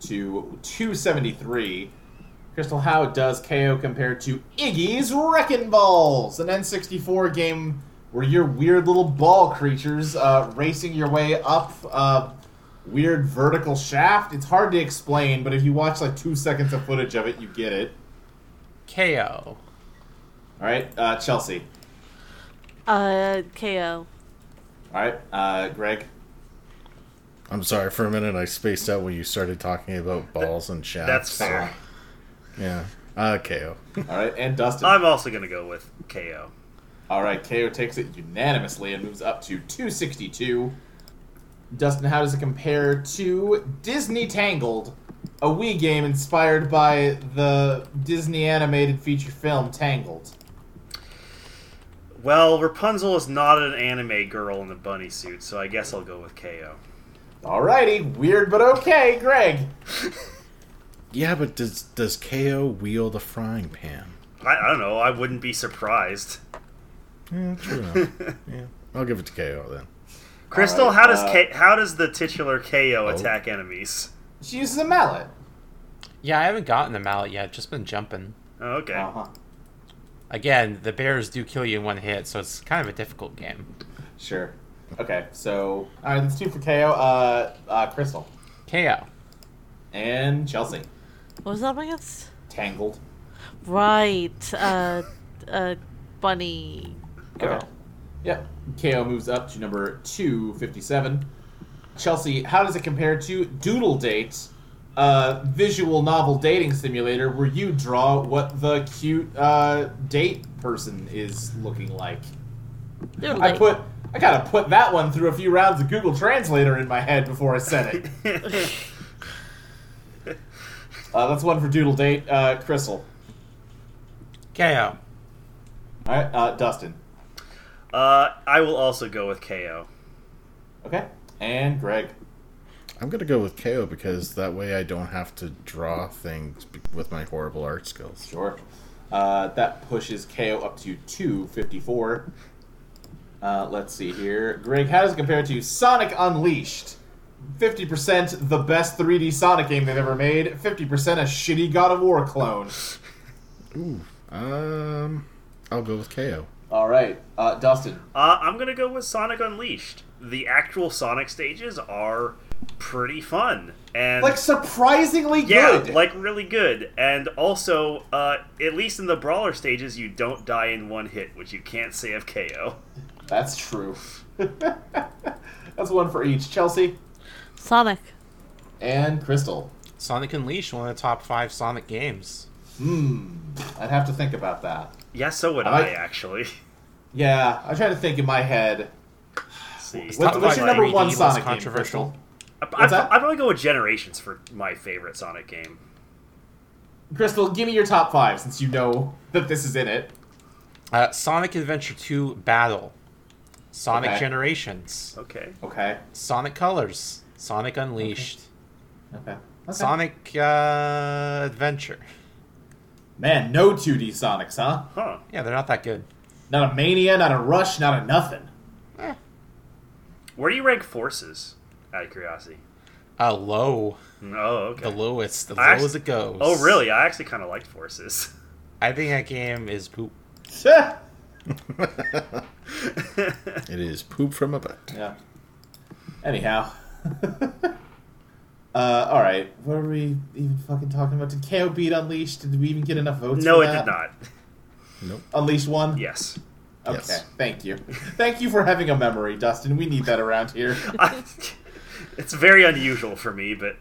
[SPEAKER 2] to 273. Crystal, how does Ko compare to Iggy's Wrecking Balls, an N64 game where you're weird little ball creatures uh, racing your way up a weird vertical shaft? It's hard to explain, but if you watch like two seconds of footage of it, you get it.
[SPEAKER 5] KO.
[SPEAKER 2] All right, uh, Chelsea.
[SPEAKER 3] Uh, KO.
[SPEAKER 2] All right, uh, Greg.
[SPEAKER 4] I'm sorry for a minute. I spaced out when you started talking about balls and shafts.
[SPEAKER 6] That's fair.
[SPEAKER 4] Yeah. Uh, KO.
[SPEAKER 2] All right, and Dustin.
[SPEAKER 6] I'm also gonna go with KO.
[SPEAKER 2] All right, KO takes it unanimously and moves up to 262. Dustin, how does it compare to Disney Tangled, a Wii game inspired by the Disney animated feature film Tangled?
[SPEAKER 6] Well, Rapunzel is not an anime girl in the bunny suit, so I guess I'll go with KO.
[SPEAKER 2] Alrighty, weird but okay, Greg.
[SPEAKER 4] [LAUGHS] Yeah, but does does KO wield a frying pan?
[SPEAKER 6] I, I don't know. I wouldn't be surprised.
[SPEAKER 4] Yeah, true enough.
[SPEAKER 6] [LAUGHS]
[SPEAKER 4] yeah, I'll give it to KO then.
[SPEAKER 6] Crystal,
[SPEAKER 2] All right,
[SPEAKER 6] how does
[SPEAKER 2] uh, oh.
[SPEAKER 6] K- how does the titular KO attack enemies?
[SPEAKER 2] She uses a mallet.
[SPEAKER 5] Yeah, I haven't gotten the mallet yet. Just been jumping.
[SPEAKER 6] Oh, okay.
[SPEAKER 2] Uh-huh.
[SPEAKER 5] Again, the bears do kill you in one hit, so it's kind of a difficult game.
[SPEAKER 2] Sure. Okay, so all right, that's two for KO. Uh, uh, Crystal
[SPEAKER 5] KO.
[SPEAKER 2] and Chelsea.
[SPEAKER 3] What was that up against?
[SPEAKER 2] Tangled.
[SPEAKER 3] Right. Uh, uh, bunny girl.
[SPEAKER 2] Okay. Yep. KO moves up to number 257. Chelsea, how does it compare to Doodle Date, a visual novel dating simulator where you draw what the cute uh, date person is looking like?
[SPEAKER 3] Doodle
[SPEAKER 2] I
[SPEAKER 3] date.
[SPEAKER 2] put. I gotta put that one through a few rounds of Google Translator in my head before I said it. Uh, that's one for Doodle Date, uh, Crystal.
[SPEAKER 5] KO.
[SPEAKER 2] All right, uh, Dustin.
[SPEAKER 6] Uh, I will also go with KO.
[SPEAKER 2] Okay, and Greg.
[SPEAKER 4] I'm gonna go with KO because that way I don't have to draw things b- with my horrible art skills.
[SPEAKER 2] Sure. Uh, that pushes KO up to 254. Uh, let's see here. Greg, how does it compare to Sonic Unleashed? 50% the best 3D Sonic game they've ever made, 50% a shitty God of War clone.
[SPEAKER 4] Ooh. Um, I'll go with KO.
[SPEAKER 2] All right, uh, Dustin.
[SPEAKER 6] Uh, I'm gonna go with Sonic Unleashed. The actual Sonic stages are pretty fun and
[SPEAKER 2] Like, surprisingly
[SPEAKER 6] yeah,
[SPEAKER 2] good.
[SPEAKER 6] like really good. And also, uh, at least in the brawler stages, you don't die in one hit, which you can't say of KO.
[SPEAKER 2] That's true. [LAUGHS] That's one for each. Chelsea
[SPEAKER 3] Sonic.
[SPEAKER 2] and Crystal.
[SPEAKER 5] Sonic Unleashed, one of the top five Sonic games.
[SPEAKER 2] Hmm. I'd have to think about that.
[SPEAKER 6] Yeah, so would
[SPEAKER 2] I
[SPEAKER 6] I,
[SPEAKER 2] like-
[SPEAKER 6] actually. [LAUGHS]
[SPEAKER 2] Yeah, I try to think in my head.
[SPEAKER 6] See,
[SPEAKER 5] It's
[SPEAKER 2] What-
[SPEAKER 5] top
[SPEAKER 2] what's
[SPEAKER 5] five
[SPEAKER 2] your number
[SPEAKER 5] 3D,
[SPEAKER 2] one
[SPEAKER 5] less
[SPEAKER 2] Sonic game,
[SPEAKER 5] controversial?
[SPEAKER 2] Crystal?
[SPEAKER 6] I,
[SPEAKER 2] What's that?
[SPEAKER 6] I probably go with Generations for my favorite Sonic game.
[SPEAKER 2] Crystal, give me your top five since you know that this is in it.
[SPEAKER 5] Uh, Sonic Adventure 2 Battle. Sonic
[SPEAKER 2] Okay.
[SPEAKER 5] Generations.
[SPEAKER 6] Okay.
[SPEAKER 2] Okay.
[SPEAKER 5] Sonic Colors. Sonic Unleashed.
[SPEAKER 2] Okay. okay.
[SPEAKER 5] Sonic uh, Adventure.
[SPEAKER 2] Man, no 2D Sonics, huh?
[SPEAKER 6] Huh.
[SPEAKER 5] Yeah, they're not that good.
[SPEAKER 2] Not a mania, not a rush, not a nothing. [LAUGHS]
[SPEAKER 6] Where do you rank forces? Out of curiosity.
[SPEAKER 5] Uh, low,
[SPEAKER 7] Hmm.
[SPEAKER 6] Oh, okay.
[SPEAKER 5] the lowest, the
[SPEAKER 6] I
[SPEAKER 5] low
[SPEAKER 6] actu-
[SPEAKER 5] as it goes.
[SPEAKER 6] oh, really? I actually kind of
[SPEAKER 7] [LAUGHS]
[SPEAKER 6] liked Forces.
[SPEAKER 5] I think that game is poop.
[SPEAKER 4] It is poop from a butt.
[SPEAKER 2] Yeah. Anyhow. [LAUGHS] uh, all right. What are we even fucking talking about? Did KO beat Unleashed? Did we even get enough votes?
[SPEAKER 6] no,
[SPEAKER 2] for
[SPEAKER 6] it
[SPEAKER 2] that?
[SPEAKER 6] did not.
[SPEAKER 4] Nope.
[SPEAKER 2] Unleashed
[SPEAKER 7] [LAUGHS]
[SPEAKER 2] one.
[SPEAKER 6] Yes.
[SPEAKER 2] Okay.
[SPEAKER 4] Yes.
[SPEAKER 2] Thank you. Thank you for having a memory, Dustin. We need that around here.
[SPEAKER 6] I- it's very unusual for me, but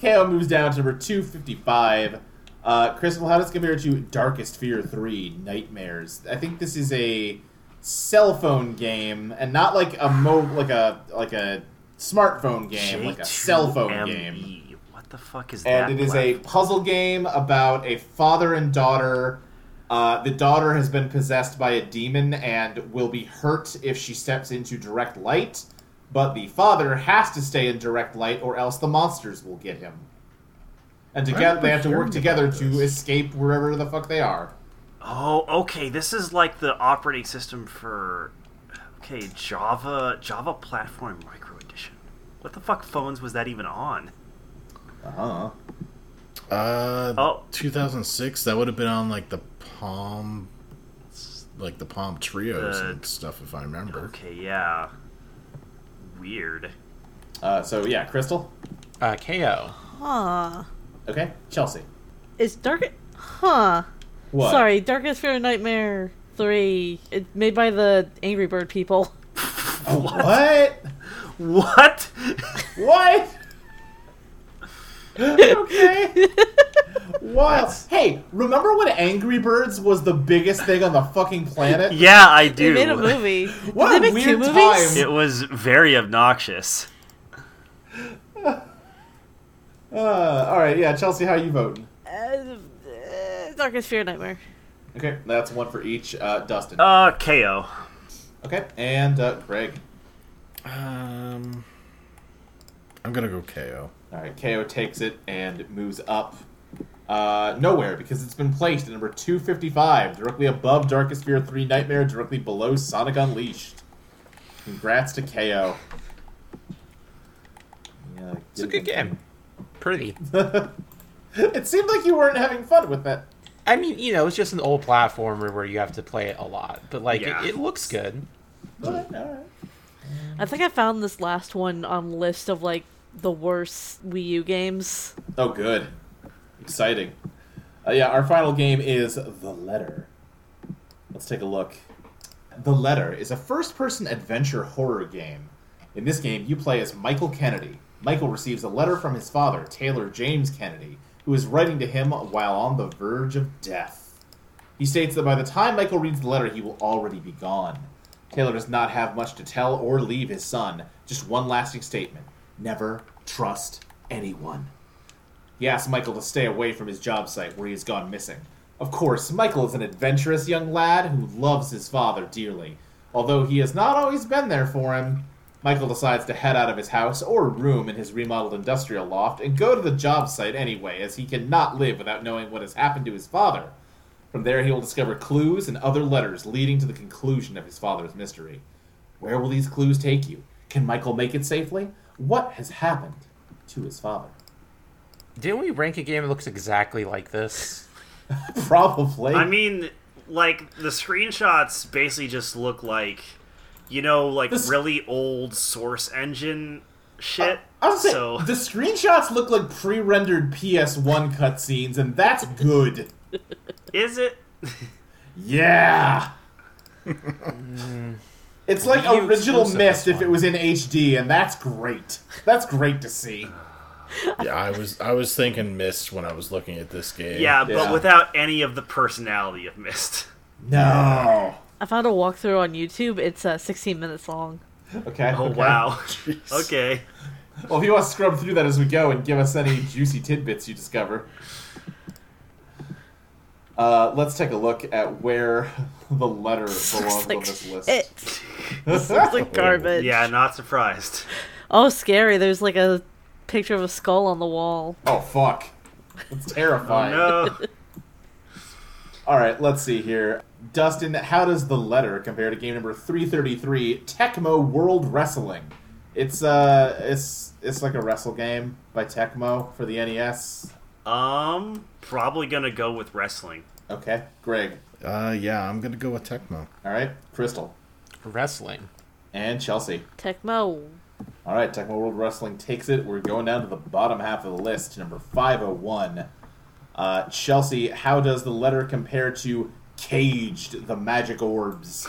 [SPEAKER 2] KO moves down to number two fifty five. Uh, Crystal, how does this compare to Darkest Fear three Nightmares? I think this is a cell phone game and not like a mo like a like a smartphone game, like a cell phone
[SPEAKER 6] E
[SPEAKER 2] game.
[SPEAKER 7] J2ME. E. What the fuck is that?
[SPEAKER 2] and it is a
[SPEAKER 7] platform?
[SPEAKER 2] puzzle game about a father and daughter. Uh, the daughter has been possessed by a demon and will be hurt if she steps into direct light, but the father has to stay in direct light or else the monsters will get him. And together
[SPEAKER 4] remember
[SPEAKER 2] they have to work
[SPEAKER 4] hearing about
[SPEAKER 2] together to
[SPEAKER 4] this.
[SPEAKER 2] escape wherever the fuck they are.
[SPEAKER 7] Oh, okay. This is like the operating system for okay Java Java Platform Micro Edition. What the fuck phones was that even on?
[SPEAKER 2] Uh-huh.
[SPEAKER 4] Uh,
[SPEAKER 7] Oh.
[SPEAKER 4] 2006. That would have been on like the Palm, like the Palm Trios
[SPEAKER 6] Uh,
[SPEAKER 4] and stuff, if I remember.
[SPEAKER 7] Okay, yeah. Weird. [LAUGHS]
[SPEAKER 2] Uh, so yeah, Crystal.
[SPEAKER 5] Uh, KO.
[SPEAKER 3] Huh.
[SPEAKER 2] Okay, Chelsea.
[SPEAKER 3] Is Dark. Huh.
[SPEAKER 2] What?
[SPEAKER 3] Sorry, Darkest Fear and Nightmare 3. It's made by the Angry Bird people. [LAUGHS]
[SPEAKER 2] Oh, what?
[SPEAKER 7] What? [LAUGHS]
[SPEAKER 2] What? [LAUGHS] okay. Wild. Hey, remember when Angry Birds was the biggest thing on the fucking [LAUGHS] planet?
[SPEAKER 7] yeah, I do.
[SPEAKER 3] They made
[SPEAKER 2] [LAUGHS]
[SPEAKER 3] a movie. Did
[SPEAKER 2] What
[SPEAKER 3] they
[SPEAKER 2] a
[SPEAKER 3] make two
[SPEAKER 2] weird
[SPEAKER 3] movies?
[SPEAKER 2] time.
[SPEAKER 7] It was very obnoxious.
[SPEAKER 2] Uh, all right, yeah, Chelsea, how you voting?
[SPEAKER 3] Uh, uh, Darkest Fear and Nightmare.
[SPEAKER 2] Okay, that's one for each. Uh, Dustin.
[SPEAKER 7] Uh, KO.
[SPEAKER 2] Okay, and uh, Craig.
[SPEAKER 4] Um, I'm gonna go KO.
[SPEAKER 2] All right, KO takes it and moves up. Uh, nowhere because it's been placed at number 255, directly above Darkest Fear 3 Nightmare, directly below Sonic Unleashed. Congrats to KO. Yeah,
[SPEAKER 5] It's a good game.
[SPEAKER 2] [LAUGHS]
[SPEAKER 5] Pretty.
[SPEAKER 2] it seemed like you weren't having fun with it.
[SPEAKER 5] I mean, you know, it's just an old platformer where you have to play it a lot, but like,
[SPEAKER 7] Yeah.
[SPEAKER 5] it, it looks good.
[SPEAKER 2] Alright, alright.
[SPEAKER 3] I think I found this last one on list of like the worst Wii U games.
[SPEAKER 2] Oh, good. Exciting. Uh, yeah, our final game is The Letter. Let's take a look. The Letter is a first person adventure horror game. In this game, you play as Michael Kennedy. Michael receives a letter from his father, Taylor James Kennedy, who is writing to him while on the verge of death. He states that by the time Michael reads the letter, he will already be gone. Taylor does not have much to tell or leave his son, just one lasting statement never trust anyone. He asks Michael to stay away from his job site where he has gone missing. Of course, Michael is an adventurous young lad who loves his father dearly. Although he has not always been there for him, Michael decides to head out of his house or room in his remodeled industrial loft and go to the job site anyway, as he cannot live without knowing what has happened to his father. From there, he will discover clues and other letters leading to the conclusion of his father's mystery. Where will these clues take you? Can Michael make it safely? What has happened to his father?
[SPEAKER 5] Didn't we rank a game that looks exactly like this?
[SPEAKER 2] Probably.
[SPEAKER 6] I mean, like the screenshots basically just look like, you know, like
[SPEAKER 2] This-
[SPEAKER 6] really old Source Engine
[SPEAKER 2] Uh,
[SPEAKER 6] shit.
[SPEAKER 2] I was saying,
[SPEAKER 6] so
[SPEAKER 2] the screenshots look like pre-rendered PS1 cutscenes, and that's good.
[SPEAKER 6] is it?
[SPEAKER 3] [LAUGHS]
[SPEAKER 2] Yeah. it's like
[SPEAKER 5] Wii U
[SPEAKER 2] original
[SPEAKER 5] exclusive,
[SPEAKER 2] Mist
[SPEAKER 5] this
[SPEAKER 2] if it
[SPEAKER 5] one.
[SPEAKER 2] was in HD, and that's great. That's great to see.
[SPEAKER 4] Yeah, I was I was thinking missed when I was looking at this game.
[SPEAKER 6] Yeah,
[SPEAKER 2] Yeah.
[SPEAKER 6] but without any of the personality of Mist.
[SPEAKER 2] No.
[SPEAKER 3] I found a walkthrough on YouTube. It's uh, 16 minutes long. [LAUGHS]
[SPEAKER 2] Okay.
[SPEAKER 6] Oh [LAUGHS]
[SPEAKER 2] okay.
[SPEAKER 6] wow. okay.
[SPEAKER 2] Well, if you want to scrub through that as we go and give us any juicy tidbits you discover, uh, let's take a look at where [LAUGHS] the letter belongs
[SPEAKER 3] [LAUGHS] It's
[SPEAKER 2] on
[SPEAKER 3] like,
[SPEAKER 2] this list.
[SPEAKER 3] it looks
[SPEAKER 2] [LAUGHS]
[SPEAKER 3] like garbage.
[SPEAKER 6] Yeah, not surprised.
[SPEAKER 3] Oh, scary. There's like a picture of a skull on the wall.
[SPEAKER 2] Oh fuck. That's terrifying.
[SPEAKER 6] Oh, No.
[SPEAKER 2] All right, let's see here. Dustin, how does the letter compare to game number 333, Tecmo World Wrestling? It's uh, it's it's like a wrestle game by Tecmo for the E NES.
[SPEAKER 6] Um, probably gonna go with wrestling.
[SPEAKER 2] Okay, Greg.
[SPEAKER 4] Uh, yeah, I'm gonna go with Tecmo.
[SPEAKER 2] All right, Crystal
[SPEAKER 5] Wrestling.
[SPEAKER 2] and Chelsea.
[SPEAKER 3] Tecmo.
[SPEAKER 2] All right, Tecmo World Wrestling takes it. We're going down to the bottom half of the list, number 501. Uh, Chelsea, how does the letter compare to Caged the Magic Orbs?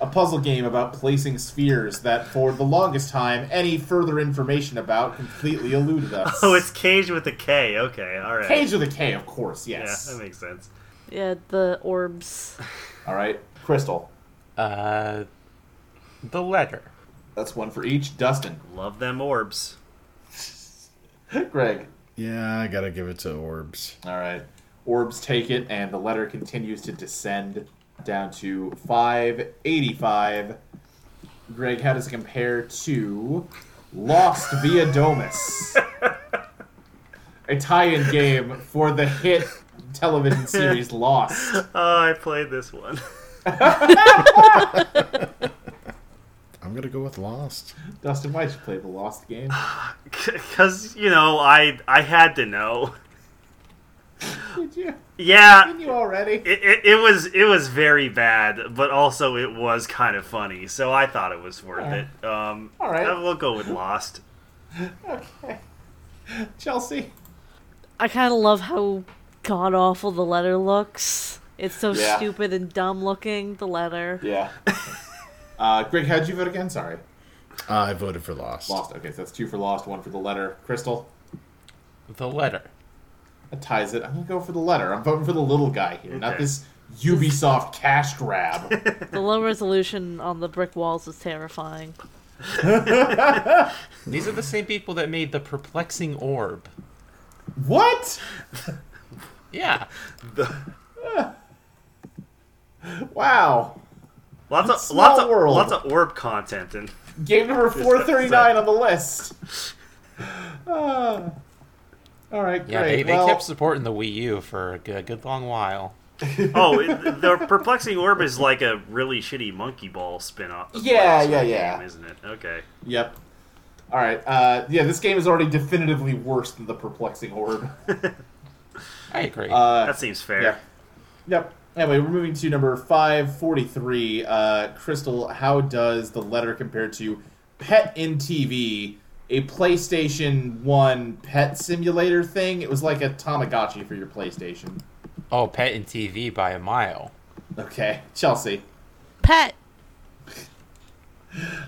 [SPEAKER 2] A puzzle game about placing spheres that, for the longest time, any further information about completely eluded us.
[SPEAKER 6] [LAUGHS] Oh, it's Cage with a K. Okay, all right.
[SPEAKER 2] Caged with a K, of course,
[SPEAKER 6] Yeah,
[SPEAKER 2] yes.
[SPEAKER 6] that makes sense.
[SPEAKER 3] Yeah, the orbs.
[SPEAKER 2] All right, Crystal.
[SPEAKER 5] Uh, the letter.
[SPEAKER 2] That's one for each. Dustin.
[SPEAKER 6] Love them orbs.
[SPEAKER 2] Greg.
[SPEAKER 4] Yeah, I gotta give it to Orbs.
[SPEAKER 2] All right. Orbs take it, and the letter continues to descend down to 585. Greg, how does it compare to Lost via Domus? A tie in game for the hit television series Lost.
[SPEAKER 6] Oh, I played this one. [LAUGHS]
[SPEAKER 4] I'm gonna go with Lost.
[SPEAKER 2] Dustin, why'd you play the Lost game?
[SPEAKER 6] Cause you know, I I had to know.
[SPEAKER 2] Did you?
[SPEAKER 6] Yeah,
[SPEAKER 2] Didn't you already?
[SPEAKER 6] it, it, it was it was very bad, but also it was kind of funny, so I thought it was worth
[SPEAKER 2] Alright.
[SPEAKER 6] it. Um,
[SPEAKER 2] Alright.
[SPEAKER 6] uh, we'll go with Lost.
[SPEAKER 2] Okay. Chelsea.
[SPEAKER 3] I kind of love how god awful the letter looks. It's so
[SPEAKER 2] Yeah.
[SPEAKER 3] stupid and dumb looking, the letter.
[SPEAKER 2] Yeah. Uh, Greg, how'd you vote again? Sorry.
[SPEAKER 4] Uh, I voted for Lost.
[SPEAKER 2] Lost. Okay, so that's two for Lost, one for the letter. Crystal?
[SPEAKER 5] The letter.
[SPEAKER 2] That ties it. I'm gonna go for the letter. I'm voting for the little guy here, not
[SPEAKER 6] Okay.
[SPEAKER 2] this Ubisoft cash grab. [LAUGHS]
[SPEAKER 3] The low resolution on the brick walls is terrifying.
[SPEAKER 5] These are the same people that made the perplexing orb.
[SPEAKER 2] what?
[SPEAKER 5] Yeah.
[SPEAKER 2] Wow.
[SPEAKER 6] Lots of
[SPEAKER 2] Small
[SPEAKER 6] lots of
[SPEAKER 2] world.
[SPEAKER 6] lots of orb content and
[SPEAKER 2] Game number 439 on the list. Uh, all right,
[SPEAKER 5] Yeah,
[SPEAKER 2] great.
[SPEAKER 5] they, they
[SPEAKER 2] well,
[SPEAKER 5] kept supporting the Wii U for a good, good long while.
[SPEAKER 6] oh, it, the perplexing orb is like a really shitty monkey ball spin-off.
[SPEAKER 2] Yeah, yeah,
[SPEAKER 6] spin-off
[SPEAKER 2] yeah.
[SPEAKER 6] game, isn't it? Okay.
[SPEAKER 2] Yep. All right. Uh, yeah, this game is already definitively worse than the perplexing orb.
[SPEAKER 5] I agree.
[SPEAKER 2] Uh,
[SPEAKER 6] That seems fair.
[SPEAKER 2] Yep. Yep. Anyway, we're moving to number 543. Uh, Crystal, how does the letter compare to Pet in TV, a PlayStation 1 pet simulator thing? It was like a Tamagotchi for your PlayStation.
[SPEAKER 5] oh, Pet and TV by a mile.
[SPEAKER 2] Okay, Chelsea.
[SPEAKER 3] Pet!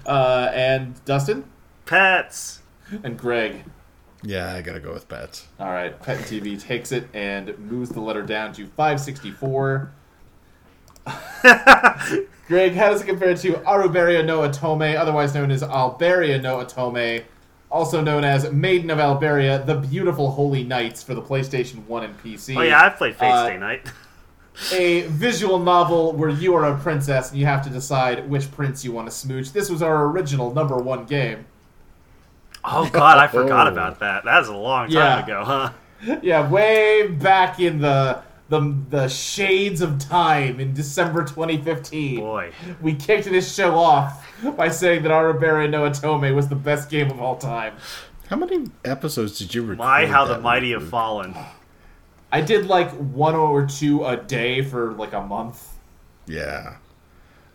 [SPEAKER 2] Uh, and Dustin?
[SPEAKER 6] Pets.
[SPEAKER 2] And Greg.
[SPEAKER 4] Yeah, I gotta go with Pets.
[SPEAKER 2] All right, Pet and TV takes it and moves the letter down to 564. [LAUGHS] Greg, how does it compare to Aruberia no Atome, otherwise known as Alberia no Atome, also known as Maiden of Alberia, the Beautiful Holy Knights for the PlayStation 1 and PC?
[SPEAKER 6] Oh yeah, I've played Fate's
[SPEAKER 2] Uh,
[SPEAKER 6] Day Night.
[SPEAKER 2] a visual novel where you are a princess and you have to decide which prince you want to smooch. This was our original number one game.
[SPEAKER 6] Oh god, I forgot
[SPEAKER 4] Oh.
[SPEAKER 6] about that. That was a long time
[SPEAKER 2] Yeah.
[SPEAKER 6] ago, huh?
[SPEAKER 2] Yeah, way back in the the the shades of time in December 2015.
[SPEAKER 6] Boy.
[SPEAKER 2] We kicked this show off by saying that Arabera no Atome was the best game of all time.
[SPEAKER 4] How many episodes did you record?
[SPEAKER 6] My how the
[SPEAKER 4] that
[SPEAKER 6] mighty
[SPEAKER 4] week,
[SPEAKER 6] have
[SPEAKER 4] Luke?
[SPEAKER 6] fallen.
[SPEAKER 2] I did like one or two a day for like a month.
[SPEAKER 4] Yeah.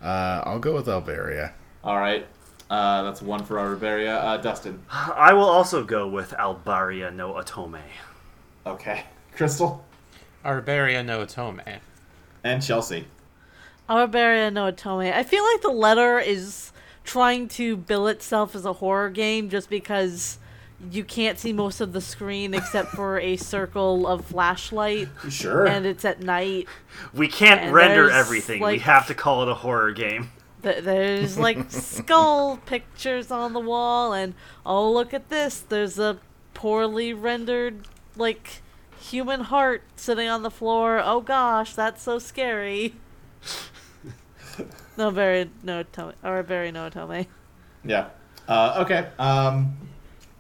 [SPEAKER 4] Uh, I'll go with Alberia.
[SPEAKER 2] All right. Uh, that's one for Arabera. Uh, Dustin.
[SPEAKER 6] I will also go with Albaria no Atome.
[SPEAKER 2] Okay. [LAUGHS] Crystal.
[SPEAKER 5] Arbaria no Atome.
[SPEAKER 2] And Chelsea.
[SPEAKER 3] Arabaria no Atome. I feel like the letter is trying to bill itself as a horror game just because you can't see most of the screen except for a circle of flashlight
[SPEAKER 2] Sure.
[SPEAKER 3] and it's at night.
[SPEAKER 6] We can't
[SPEAKER 3] And
[SPEAKER 6] render
[SPEAKER 3] there's,
[SPEAKER 6] everything. We
[SPEAKER 3] like-
[SPEAKER 6] have to call it a horror game.
[SPEAKER 3] Th- There's like skull pictures on the wall, and oh, look at this. There's a poorly rendered, like, human heart sitting on the floor. Oh gosh, that's
[SPEAKER 2] [LAUGHS]
[SPEAKER 3] so scary. no, very no tome, or very no tome.
[SPEAKER 2] yeah. Uh, okay. Um,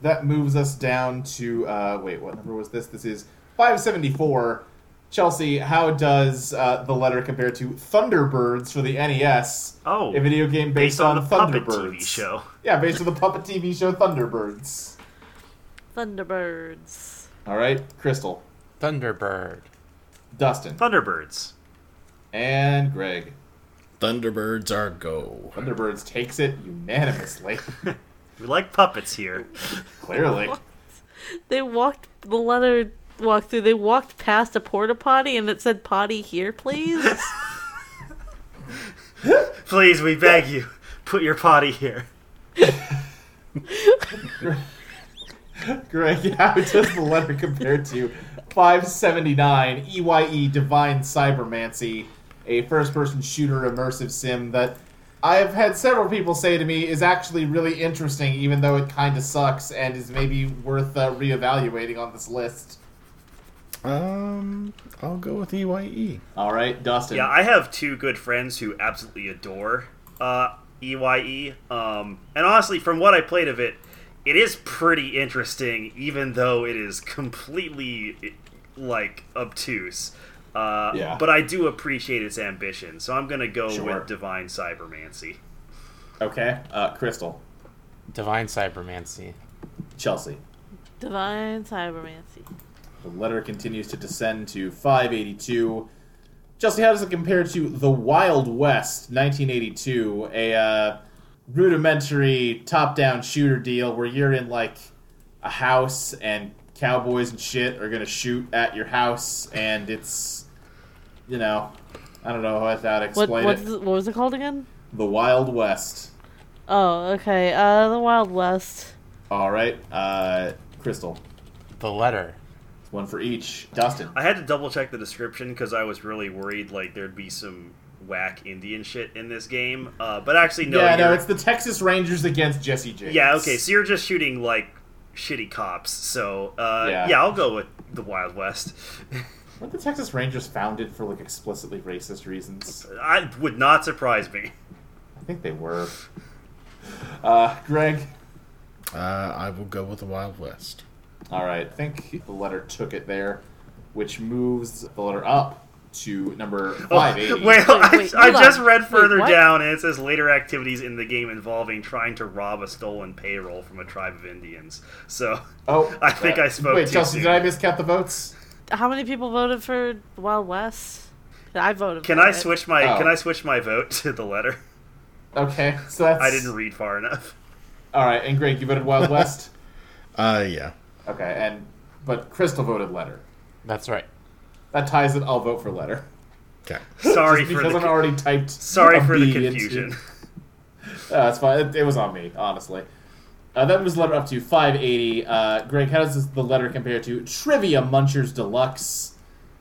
[SPEAKER 2] that moves us down to uh, wait. What number was this? This is 574. Chelsea, how does uh, the letter compare to Thunderbirds for the NES?
[SPEAKER 7] Oh,
[SPEAKER 2] a video game based,
[SPEAKER 7] based on the
[SPEAKER 2] Thunderbirds
[SPEAKER 7] puppet TV show.
[SPEAKER 2] Yeah, based on the puppet TV show Thunderbirds.
[SPEAKER 3] Thunderbirds.
[SPEAKER 2] All right, Crystal,
[SPEAKER 5] Thunderbird.
[SPEAKER 2] Dustin,
[SPEAKER 7] Thunderbirds.
[SPEAKER 2] and Greg.
[SPEAKER 4] Thunderbirds are go.
[SPEAKER 2] Thunderbirds takes it unanimously. [LAUGHS]
[SPEAKER 7] We like puppets here.
[SPEAKER 2] Clearly,
[SPEAKER 3] They walked the letter walked through. They walked past a porta potty and it said "potty here, please."
[SPEAKER 2] [LAUGHS]
[SPEAKER 7] Please, we beg you, put your potty here.
[SPEAKER 2] Greg, [LAUGHS] how does the letter compare to 579 EYE E Divine Cybermancy, a first-person shooter immersive sim that I have had several people say to me is actually really interesting, even though it kind of sucks and is maybe worth uh, reevaluating on this list.
[SPEAKER 4] Um, I'll go with E. EYE.
[SPEAKER 2] All right, Dustin.
[SPEAKER 6] Yeah, I have two good friends who absolutely adore uh, EYE. Um, and honestly, from what I played of it, it is pretty interesting, even though it is completely like obtuse. Uh,
[SPEAKER 2] Yeah.
[SPEAKER 6] But I do appreciate its ambition, so I'm gonna go
[SPEAKER 2] Sure.
[SPEAKER 6] with Divine Cybermancy.
[SPEAKER 2] okay, uh, Crystal,
[SPEAKER 5] Divine Cybermancy.
[SPEAKER 2] Chelsea.
[SPEAKER 3] Divine cybermancy.
[SPEAKER 2] The letter continues to descend to 582. Chelsea, how does it compare to The Wild West 1982, a uh, rudimentary top down shooter deal where you're in like a house and cowboys and shit are going to shoot at your house and it's, you know, I don't know how to
[SPEAKER 3] What
[SPEAKER 2] explain
[SPEAKER 3] what's,
[SPEAKER 2] it.
[SPEAKER 3] what was it called again?
[SPEAKER 2] The Wild West.
[SPEAKER 3] Oh, okay. Uh, the Wild West.
[SPEAKER 2] All right, uh, Crystal.
[SPEAKER 5] The letter.
[SPEAKER 2] One for each. Dustin.
[SPEAKER 6] I had to double check the description because I was really worried like there'd be some whack Indian shit in this game. Uh, but actually, no.
[SPEAKER 2] yeah, no,
[SPEAKER 6] you're-
[SPEAKER 2] it's the Texas Rangers against Jesse James.
[SPEAKER 6] Yeah, okay, so you're just shooting like shitty cops. So uh,
[SPEAKER 2] Yeah.
[SPEAKER 6] yeah. I'll go with the Wild West.
[SPEAKER 2] Weren't the Texas Rangers founded for like explicitly racist reasons?
[SPEAKER 6] I would not surprise me.
[SPEAKER 2] I think they
[SPEAKER 6] [LAUGHS]
[SPEAKER 2] were. Uh, Greg.
[SPEAKER 4] Uh, I will go with the Wild West.
[SPEAKER 2] All right, I think the letter took it there, which moves the letter up to number five
[SPEAKER 6] [LAUGHS]
[SPEAKER 2] eighty.
[SPEAKER 6] Oh, Wait, I,
[SPEAKER 3] wait,
[SPEAKER 6] I
[SPEAKER 3] hold on.
[SPEAKER 6] just read
[SPEAKER 3] Wait,
[SPEAKER 6] further
[SPEAKER 3] what?
[SPEAKER 6] down, and it says later activities in the game involving trying to rob a stolen payroll from a tribe of Indians. So
[SPEAKER 2] oh,
[SPEAKER 6] I think I spoke
[SPEAKER 2] Wait,
[SPEAKER 6] too
[SPEAKER 2] Chelsea, did
[SPEAKER 6] soon.
[SPEAKER 2] I miscount the votes?
[SPEAKER 3] How many people voted for the Wild West? I voted.
[SPEAKER 6] can
[SPEAKER 3] for
[SPEAKER 6] I
[SPEAKER 3] it.
[SPEAKER 6] switch my
[SPEAKER 2] Oh.
[SPEAKER 6] can I switch my vote to the letter? [LAUGHS]
[SPEAKER 2] Okay, so that's
[SPEAKER 6] I didn't read far enough.
[SPEAKER 2] All right, and Greg, you voted Wild West. [LAUGHS]
[SPEAKER 4] Uh, yeah.
[SPEAKER 2] okay, and but Crystal voted letter.
[SPEAKER 5] That's right.
[SPEAKER 2] That ties it. I'll vote for letter.
[SPEAKER 4] Okay.
[SPEAKER 2] [LAUGHS]
[SPEAKER 6] Sorry
[SPEAKER 2] Just [LAUGHS]
[SPEAKER 6] for
[SPEAKER 2] because
[SPEAKER 6] the
[SPEAKER 2] I'm already typed.
[SPEAKER 6] sorry
[SPEAKER 2] a
[SPEAKER 6] for the
[SPEAKER 2] B into-
[SPEAKER 6] confusion.
[SPEAKER 2] Uh, that's fine. It, it was on me, honestly. Uh, that was letter up to 580. Uh, Greg, how does this, the letter compare to Trivia Munchers Deluxe?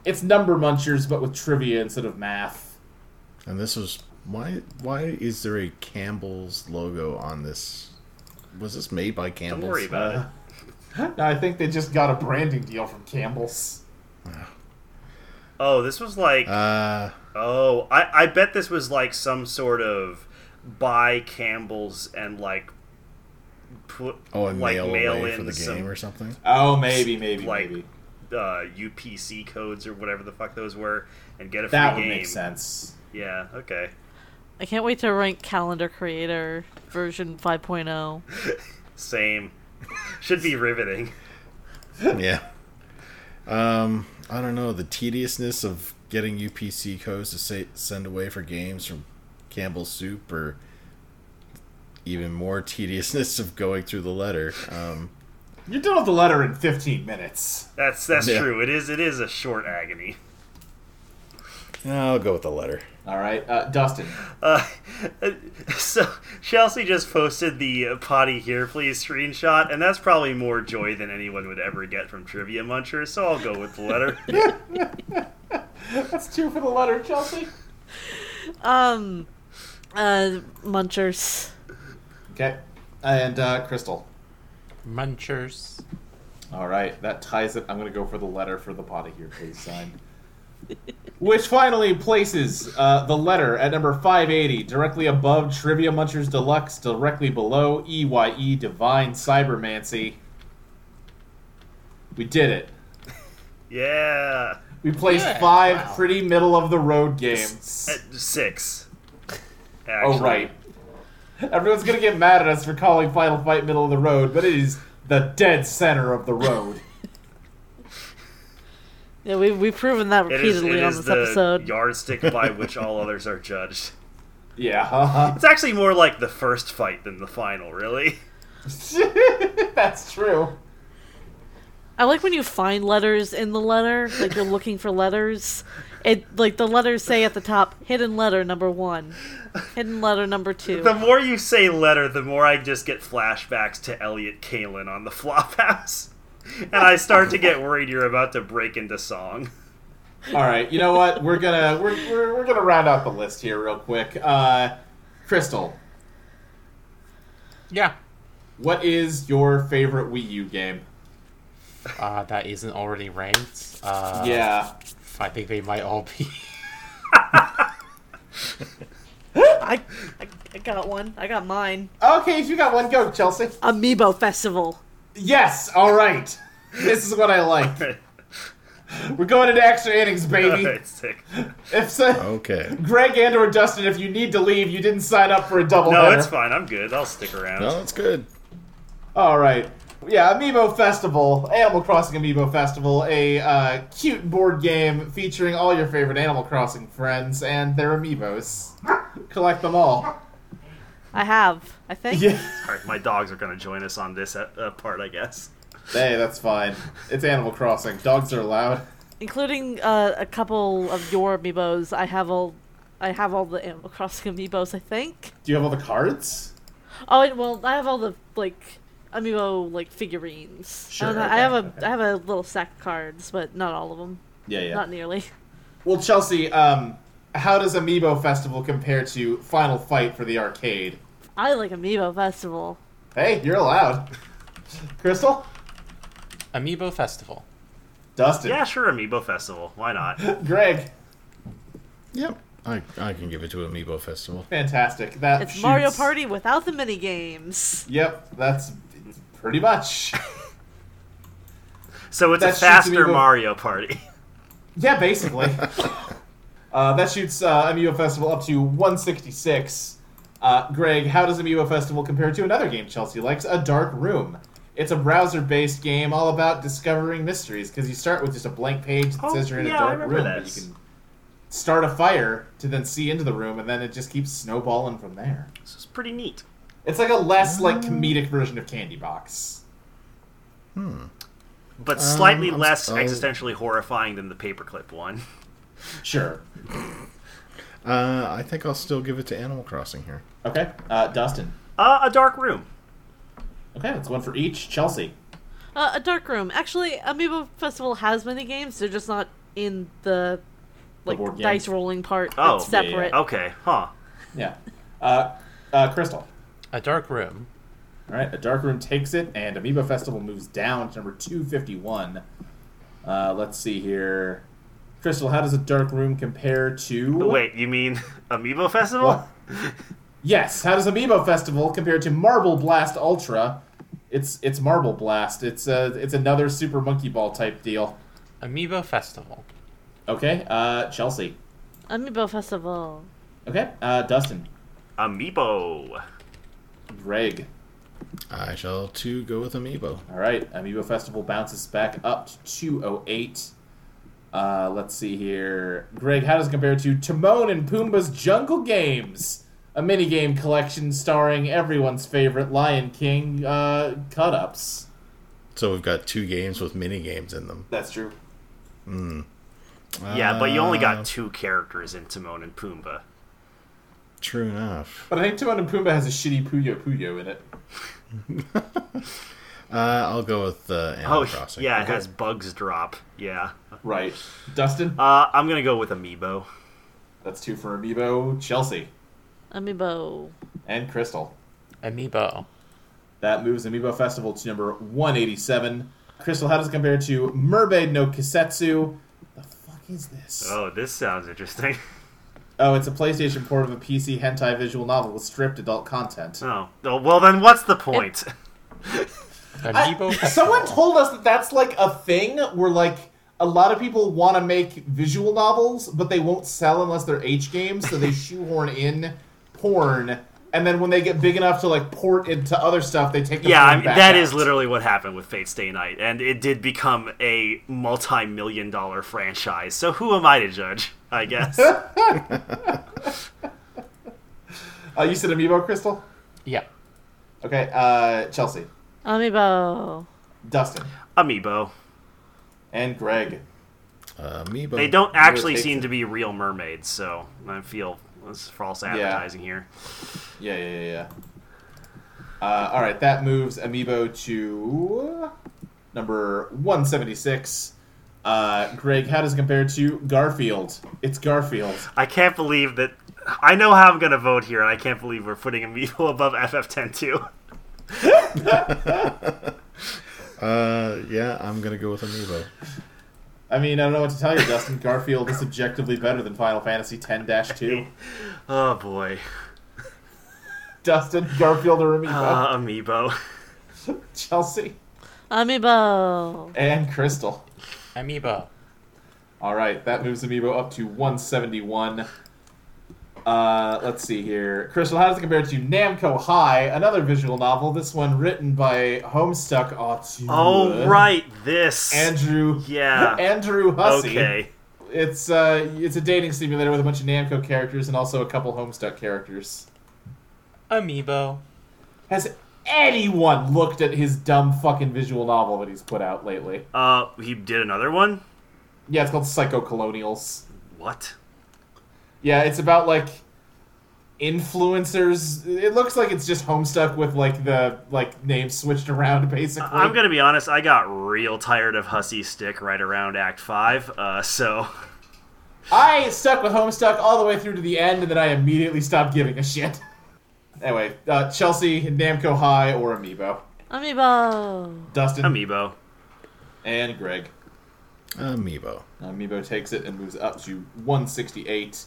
[SPEAKER 2] It's number munchers, but with trivia instead of math.
[SPEAKER 4] And this was why? Why is there a Campbell's logo on this? Was this made by Campbell's?
[SPEAKER 6] Don't worry about it.
[SPEAKER 2] No, Uh, [LAUGHS] I think they just got a branding deal from Campbell's.
[SPEAKER 6] Oh, this was like
[SPEAKER 4] Uh,
[SPEAKER 6] Oh, I, I bet this was like some sort of buy Campbell's and like put
[SPEAKER 4] oh, a
[SPEAKER 6] like
[SPEAKER 4] mail
[SPEAKER 6] mail
[SPEAKER 4] away
[SPEAKER 6] in
[SPEAKER 4] for the game
[SPEAKER 6] some
[SPEAKER 4] or something.
[SPEAKER 2] Oh, maybe, maybe,
[SPEAKER 6] Like,
[SPEAKER 2] maybe.
[SPEAKER 6] uh, UPC codes or whatever the fuck those were and get a free
[SPEAKER 2] That would
[SPEAKER 6] game.
[SPEAKER 2] make sense.
[SPEAKER 6] Yeah, okay.
[SPEAKER 3] I can't wait to rank Calendar Creator version oh. 5.0.
[SPEAKER 6] Same. [LAUGHS] Should be riveting.
[SPEAKER 4] yeah. Um, I don't know the tediousness of getting UPC codes to say, send away for games from Campbell's Soup, or even more tediousness of going through the letter. Um,
[SPEAKER 2] You're done with the letter in 15 minutes.
[SPEAKER 6] That's that's
[SPEAKER 4] Yeah.
[SPEAKER 6] true. It is it is a short agony.
[SPEAKER 4] I'll go with the letter.
[SPEAKER 2] All right, uh, Dustin.
[SPEAKER 6] Uh, [LAUGHS] so Chelsea just posted the uh, potty here please screenshot, and that's probably more joy than anyone would ever get from Trivia Munchers. So I'll go with the
[SPEAKER 4] [LAUGHS]
[SPEAKER 6] letter.
[SPEAKER 2] [LAUGHS] That's two for the letter, Chelsea.
[SPEAKER 3] Um, uh, Munchers.
[SPEAKER 2] Okay. And uh, Crystal.
[SPEAKER 5] Munchers.
[SPEAKER 2] All right, that ties it. I'm going to go for the letter for the potty here, please, sign. [LAUGHS] Which finally places uh, the letter at number 580, directly above Trivia Munchers Deluxe, directly below EYE Divine Cybermancy. We did it.
[SPEAKER 6] Yeah.
[SPEAKER 2] We placed
[SPEAKER 5] Yeah,
[SPEAKER 2] five
[SPEAKER 5] wow.
[SPEAKER 2] pretty middle of the road games.
[SPEAKER 6] S- Six.
[SPEAKER 2] Oh,
[SPEAKER 6] Actually.
[SPEAKER 2] right. Everyone's going to get mad at us for calling Final Fight middle of the road, but it is the dead center of the
[SPEAKER 5] [LAUGHS]
[SPEAKER 2] road.
[SPEAKER 3] Yeah, we we've proven that
[SPEAKER 6] It is,
[SPEAKER 3] repeatedly
[SPEAKER 6] it
[SPEAKER 3] on
[SPEAKER 6] is
[SPEAKER 3] this
[SPEAKER 6] the
[SPEAKER 3] episode.
[SPEAKER 6] yardstick
[SPEAKER 3] [LAUGHS]
[SPEAKER 6] by which all others are judged.
[SPEAKER 2] yeah. [LAUGHS]
[SPEAKER 6] It's actually more like the first fight than the final, really.
[SPEAKER 2] That's true.
[SPEAKER 3] I like when you find letters in the letter, like you're looking for letters. It like the letters say at the top, hidden letter number one, hidden letter number two.
[SPEAKER 6] The more you say letter, the more I just get flashbacks to Elliot Kalin on the [LAUGHS] Flophouse. And I start to get worried you're about to break into song. [LAUGHS]
[SPEAKER 2] All right, you know what? We're gonna we're, we're, we're gonna round out the list here real quick. Uh, Crystal,
[SPEAKER 5] Yeah.
[SPEAKER 2] what is your favorite Wii U game?
[SPEAKER 5] Uh, that isn't already ranked. Uh,
[SPEAKER 2] yeah,
[SPEAKER 5] I think they might all be. [LAUGHS]
[SPEAKER 3] I, I I got one. I got mine.
[SPEAKER 2] Uh, Okay, if you got one, go, Chelsea.
[SPEAKER 3] Amiibo Festival.
[SPEAKER 2] Yes, all right. This is what I like. We're going into extra innings, baby.
[SPEAKER 6] Alright, sick.
[SPEAKER 2] If
[SPEAKER 6] Oh.
[SPEAKER 2] so,
[SPEAKER 4] Okay.
[SPEAKER 2] Greg and or Dustin, if you need to leave, you didn't sign up for a double.
[SPEAKER 6] No, it's fine. I'm good. I'll stick around.
[SPEAKER 4] No, that's good.
[SPEAKER 2] All right. Yeah, Amiibo Festival, Animal Crossing Amiibo Festival, a uh, cute board game featuring all your favorite Animal Crossing friends and their amiibos. Collect them all.
[SPEAKER 3] I have. I think.
[SPEAKER 6] Alright, my dogs are going to join us on this uh, uh, part, I guess.
[SPEAKER 2] Hey, that's fine. It's Animal Crossing. Dogs are allowed.
[SPEAKER 3] including uh, a couple of your amiibos. I have all, I have all the Animal Crossing amiibos. I think.
[SPEAKER 2] Do you have all the cards?
[SPEAKER 3] Oh and, well, I have all the like amiibo like figurines. I don't
[SPEAKER 2] Sure,
[SPEAKER 3] know, I have a I
[SPEAKER 2] okay, okay.
[SPEAKER 3] have a little sack of cards, but not all of them.
[SPEAKER 2] Yeah, yeah.
[SPEAKER 3] Not nearly. [LAUGHS]
[SPEAKER 2] well, Chelsea, um, how does Amiibo Festival compare to Final Fight for the arcade?
[SPEAKER 3] I like Amiibo Festival.
[SPEAKER 2] Oh, Hey, you're allowed. Crystal?
[SPEAKER 5] Amiibo Festival.
[SPEAKER 2] Dustin?
[SPEAKER 6] Yeah, sure, Amiibo Festival. Why not?
[SPEAKER 2] Greg?
[SPEAKER 4] Yep. I, I can give it to Amiibo Festival.
[SPEAKER 2] Fantastic. That
[SPEAKER 3] It's Mario
[SPEAKER 2] shoots-
[SPEAKER 3] Party without the mini games.
[SPEAKER 2] Yep, that's pretty much.
[SPEAKER 6] So it's
[SPEAKER 2] That
[SPEAKER 6] a
[SPEAKER 2] shoots
[SPEAKER 6] faster
[SPEAKER 2] Amiibo-
[SPEAKER 6] Mario Party. [LAUGHS]
[SPEAKER 2] Yeah, basically. uh, that shoots uh, Amiibo Festival up to 166. Uh, Greg, how does Amiibo Festival compare to another game Chelsea likes, A Dark Room? It's a browser-based game all about discovering mysteries because you start with just a blank page that
[SPEAKER 6] Oh,
[SPEAKER 2] says you're in
[SPEAKER 6] yeah,
[SPEAKER 2] a
[SPEAKER 6] I
[SPEAKER 2] dark
[SPEAKER 6] remember
[SPEAKER 2] room.
[SPEAKER 6] that.
[SPEAKER 2] but You can start a fire to then see into the room, and then it just keeps snowballing from there.
[SPEAKER 6] This is pretty neat.
[SPEAKER 2] It's like a less
[SPEAKER 6] Mm.
[SPEAKER 2] like comedic version of Candy Box.
[SPEAKER 6] But slightly
[SPEAKER 4] Um, I'm
[SPEAKER 6] less
[SPEAKER 4] so-
[SPEAKER 6] existentially horrifying than the paperclip one.
[SPEAKER 2] Sure.
[SPEAKER 4] Uh, I think I'll still give it to Animal Crossing here.
[SPEAKER 2] Okay, uh, Dustin.
[SPEAKER 6] Uh, a dark room.
[SPEAKER 2] Okay, that's one for each. Chelsea.
[SPEAKER 3] Uh, a dark room. Actually, Amiibo Festival has mini games. They're just not in the like
[SPEAKER 2] board game.
[SPEAKER 3] dice rolling part.
[SPEAKER 6] Oh,
[SPEAKER 3] it's
[SPEAKER 2] yeah, yeah.
[SPEAKER 3] separate.
[SPEAKER 6] Okay, huh.
[SPEAKER 2] Yeah. Uh, uh, Crystal.
[SPEAKER 5] A dark room.
[SPEAKER 2] All right, a dark room takes it, and Amiibo Festival moves down to number two fifty one. Uh, let's see here, Crystal. How does a dark room compare to?
[SPEAKER 6] Wait, you mean [LAUGHS] Amiibo Festival?
[SPEAKER 2] What? [LAUGHS] yes. How does Amiibo Festival compare to Marble Blast Ultra? It's it's Marble Blast. It's uh it's another Super Monkey Ball type deal.
[SPEAKER 5] Amiibo Festival.
[SPEAKER 2] Okay. Uh, Chelsea. Oh.
[SPEAKER 3] Amiibo Festival.
[SPEAKER 2] Okay. Uh, Dustin.
[SPEAKER 6] Amiibo.
[SPEAKER 2] Greg.
[SPEAKER 4] I shall too go with Amiibo.
[SPEAKER 2] All right, Amiibo Festival bounces back up to 208. Uh, let's see here. Greg, how does it compare to Timon and Pumbaa's Jungle Games? A minigame collection starring everyone's favorite Lion King uh, cut ups.
[SPEAKER 4] So we've got two games with mini games in them.
[SPEAKER 2] That's true.
[SPEAKER 6] Yeah, but you only
[SPEAKER 4] Uh,
[SPEAKER 6] got two characters in Timon and Pumbaa.
[SPEAKER 4] True enough.
[SPEAKER 2] But I think Timon and Pumbaa has a shitty Puyo Puyo in it.
[SPEAKER 4] Uh, I'll go with uh, Animal
[SPEAKER 6] Oh,
[SPEAKER 4] Crossing.
[SPEAKER 6] yeah, it
[SPEAKER 2] Okay.
[SPEAKER 6] has Bugs Drop. Yeah.
[SPEAKER 2] Right. Dustin?
[SPEAKER 6] Uh, I'm gonna go with Amiibo.
[SPEAKER 2] That's two for Amiibo, Chelsea,
[SPEAKER 3] Amiibo.
[SPEAKER 2] and Crystal.
[SPEAKER 5] Amiibo.
[SPEAKER 2] That moves Amiibo Festival to number 187. Crystal, how does it compare to Mermaid no Kisetsu? The fuck is this?
[SPEAKER 6] Oh, this sounds interesting. [LAUGHS]
[SPEAKER 2] Oh, it's a PlayStation port of a PC hentai visual novel with stripped adult content.
[SPEAKER 6] Oh, oh well, then what's the point?
[SPEAKER 2] [LAUGHS]
[SPEAKER 5] Amiibo Festival.
[SPEAKER 2] Someone told us that that's like a thing where like a lot of people want to make visual novels, but they won't sell unless they're H games, so [LAUGHS] they shoehorn in porn. And then when they get big enough to like port into other stuff, they take the
[SPEAKER 6] Yeah,
[SPEAKER 2] porn
[SPEAKER 6] I mean,
[SPEAKER 2] back
[SPEAKER 6] that
[SPEAKER 2] out.
[SPEAKER 6] is literally what happened with Fate's Day Night, and it did become a multi-million dollar franchise. So who am I to judge? I guess.
[SPEAKER 2] [LAUGHS] Uh, you said Amiibo Crystal.
[SPEAKER 5] Yeah.
[SPEAKER 2] Okay, uh, Chelsea,
[SPEAKER 3] Amiibo.
[SPEAKER 2] Dustin,
[SPEAKER 6] Amiibo.
[SPEAKER 2] and Greg.
[SPEAKER 4] Uh, Amiibo.
[SPEAKER 6] They don't actually
[SPEAKER 2] takes
[SPEAKER 6] seem
[SPEAKER 2] it.
[SPEAKER 6] to be real mermaids, so I feel it's false advertising here.
[SPEAKER 2] Yeah, yeah, yeah. yeah. Uh, all right, that moves Amiibo to number 176. Uh, Greg, how does it compare to Garfield? It's Garfield.
[SPEAKER 6] I can't believe that. I know how I'm gonna vote here, and I can't believe we're putting Amiibo [LAUGHS] above FF10 too.
[SPEAKER 4] Uh, yeah, I'm gonna go with Amiibo.
[SPEAKER 2] I mean, I don't know what to tell you, Dustin. Garfield is objectively better than Final Fantasy X 2.
[SPEAKER 6] Oh boy,
[SPEAKER 2] Dustin, Garfield, or Amiibo? [LAUGHS]
[SPEAKER 6] uh, Amiibo.
[SPEAKER 2] Chelsea
[SPEAKER 3] Amiibo.
[SPEAKER 2] and Crystal.
[SPEAKER 5] Amiibo.
[SPEAKER 2] All right, that moves Amiibo up to 171. Uh, let's see here. Crystal, how does it compare to Namco High, another visual novel? This one written by Homestuck Auteur.
[SPEAKER 6] Oh right, this.
[SPEAKER 2] Andrew.
[SPEAKER 6] Yeah.
[SPEAKER 2] Andrew Hussey.
[SPEAKER 6] okay.
[SPEAKER 2] It's uh, it's a dating simulator with a bunch of Namco characters and also a couple Homestuck characters.
[SPEAKER 5] Amiibo.
[SPEAKER 2] Has anyone looked at his dumb fucking visual novel that he's put out lately?
[SPEAKER 6] Uh, he did another one.
[SPEAKER 2] Yeah, it's called Psycho Colonials.
[SPEAKER 6] What?
[SPEAKER 2] Yeah, it's about like influencers. It looks like it's just Homestuck with like the like names switched around basically.
[SPEAKER 6] I'm gonna be honest. I got real tired of Hussy Stick right around Act Five. Uh, so [LAUGHS]
[SPEAKER 2] I stuck with Homestuck all the way through to the end, and then I immediately stopped giving a shit. Anyway, uh, Chelsea, Namco High, or Amiibo,
[SPEAKER 3] Amiibo.
[SPEAKER 2] Dustin,
[SPEAKER 6] Amiibo.
[SPEAKER 2] and Greg.
[SPEAKER 4] Amiibo.
[SPEAKER 2] Amiibo takes it and moves up to 168.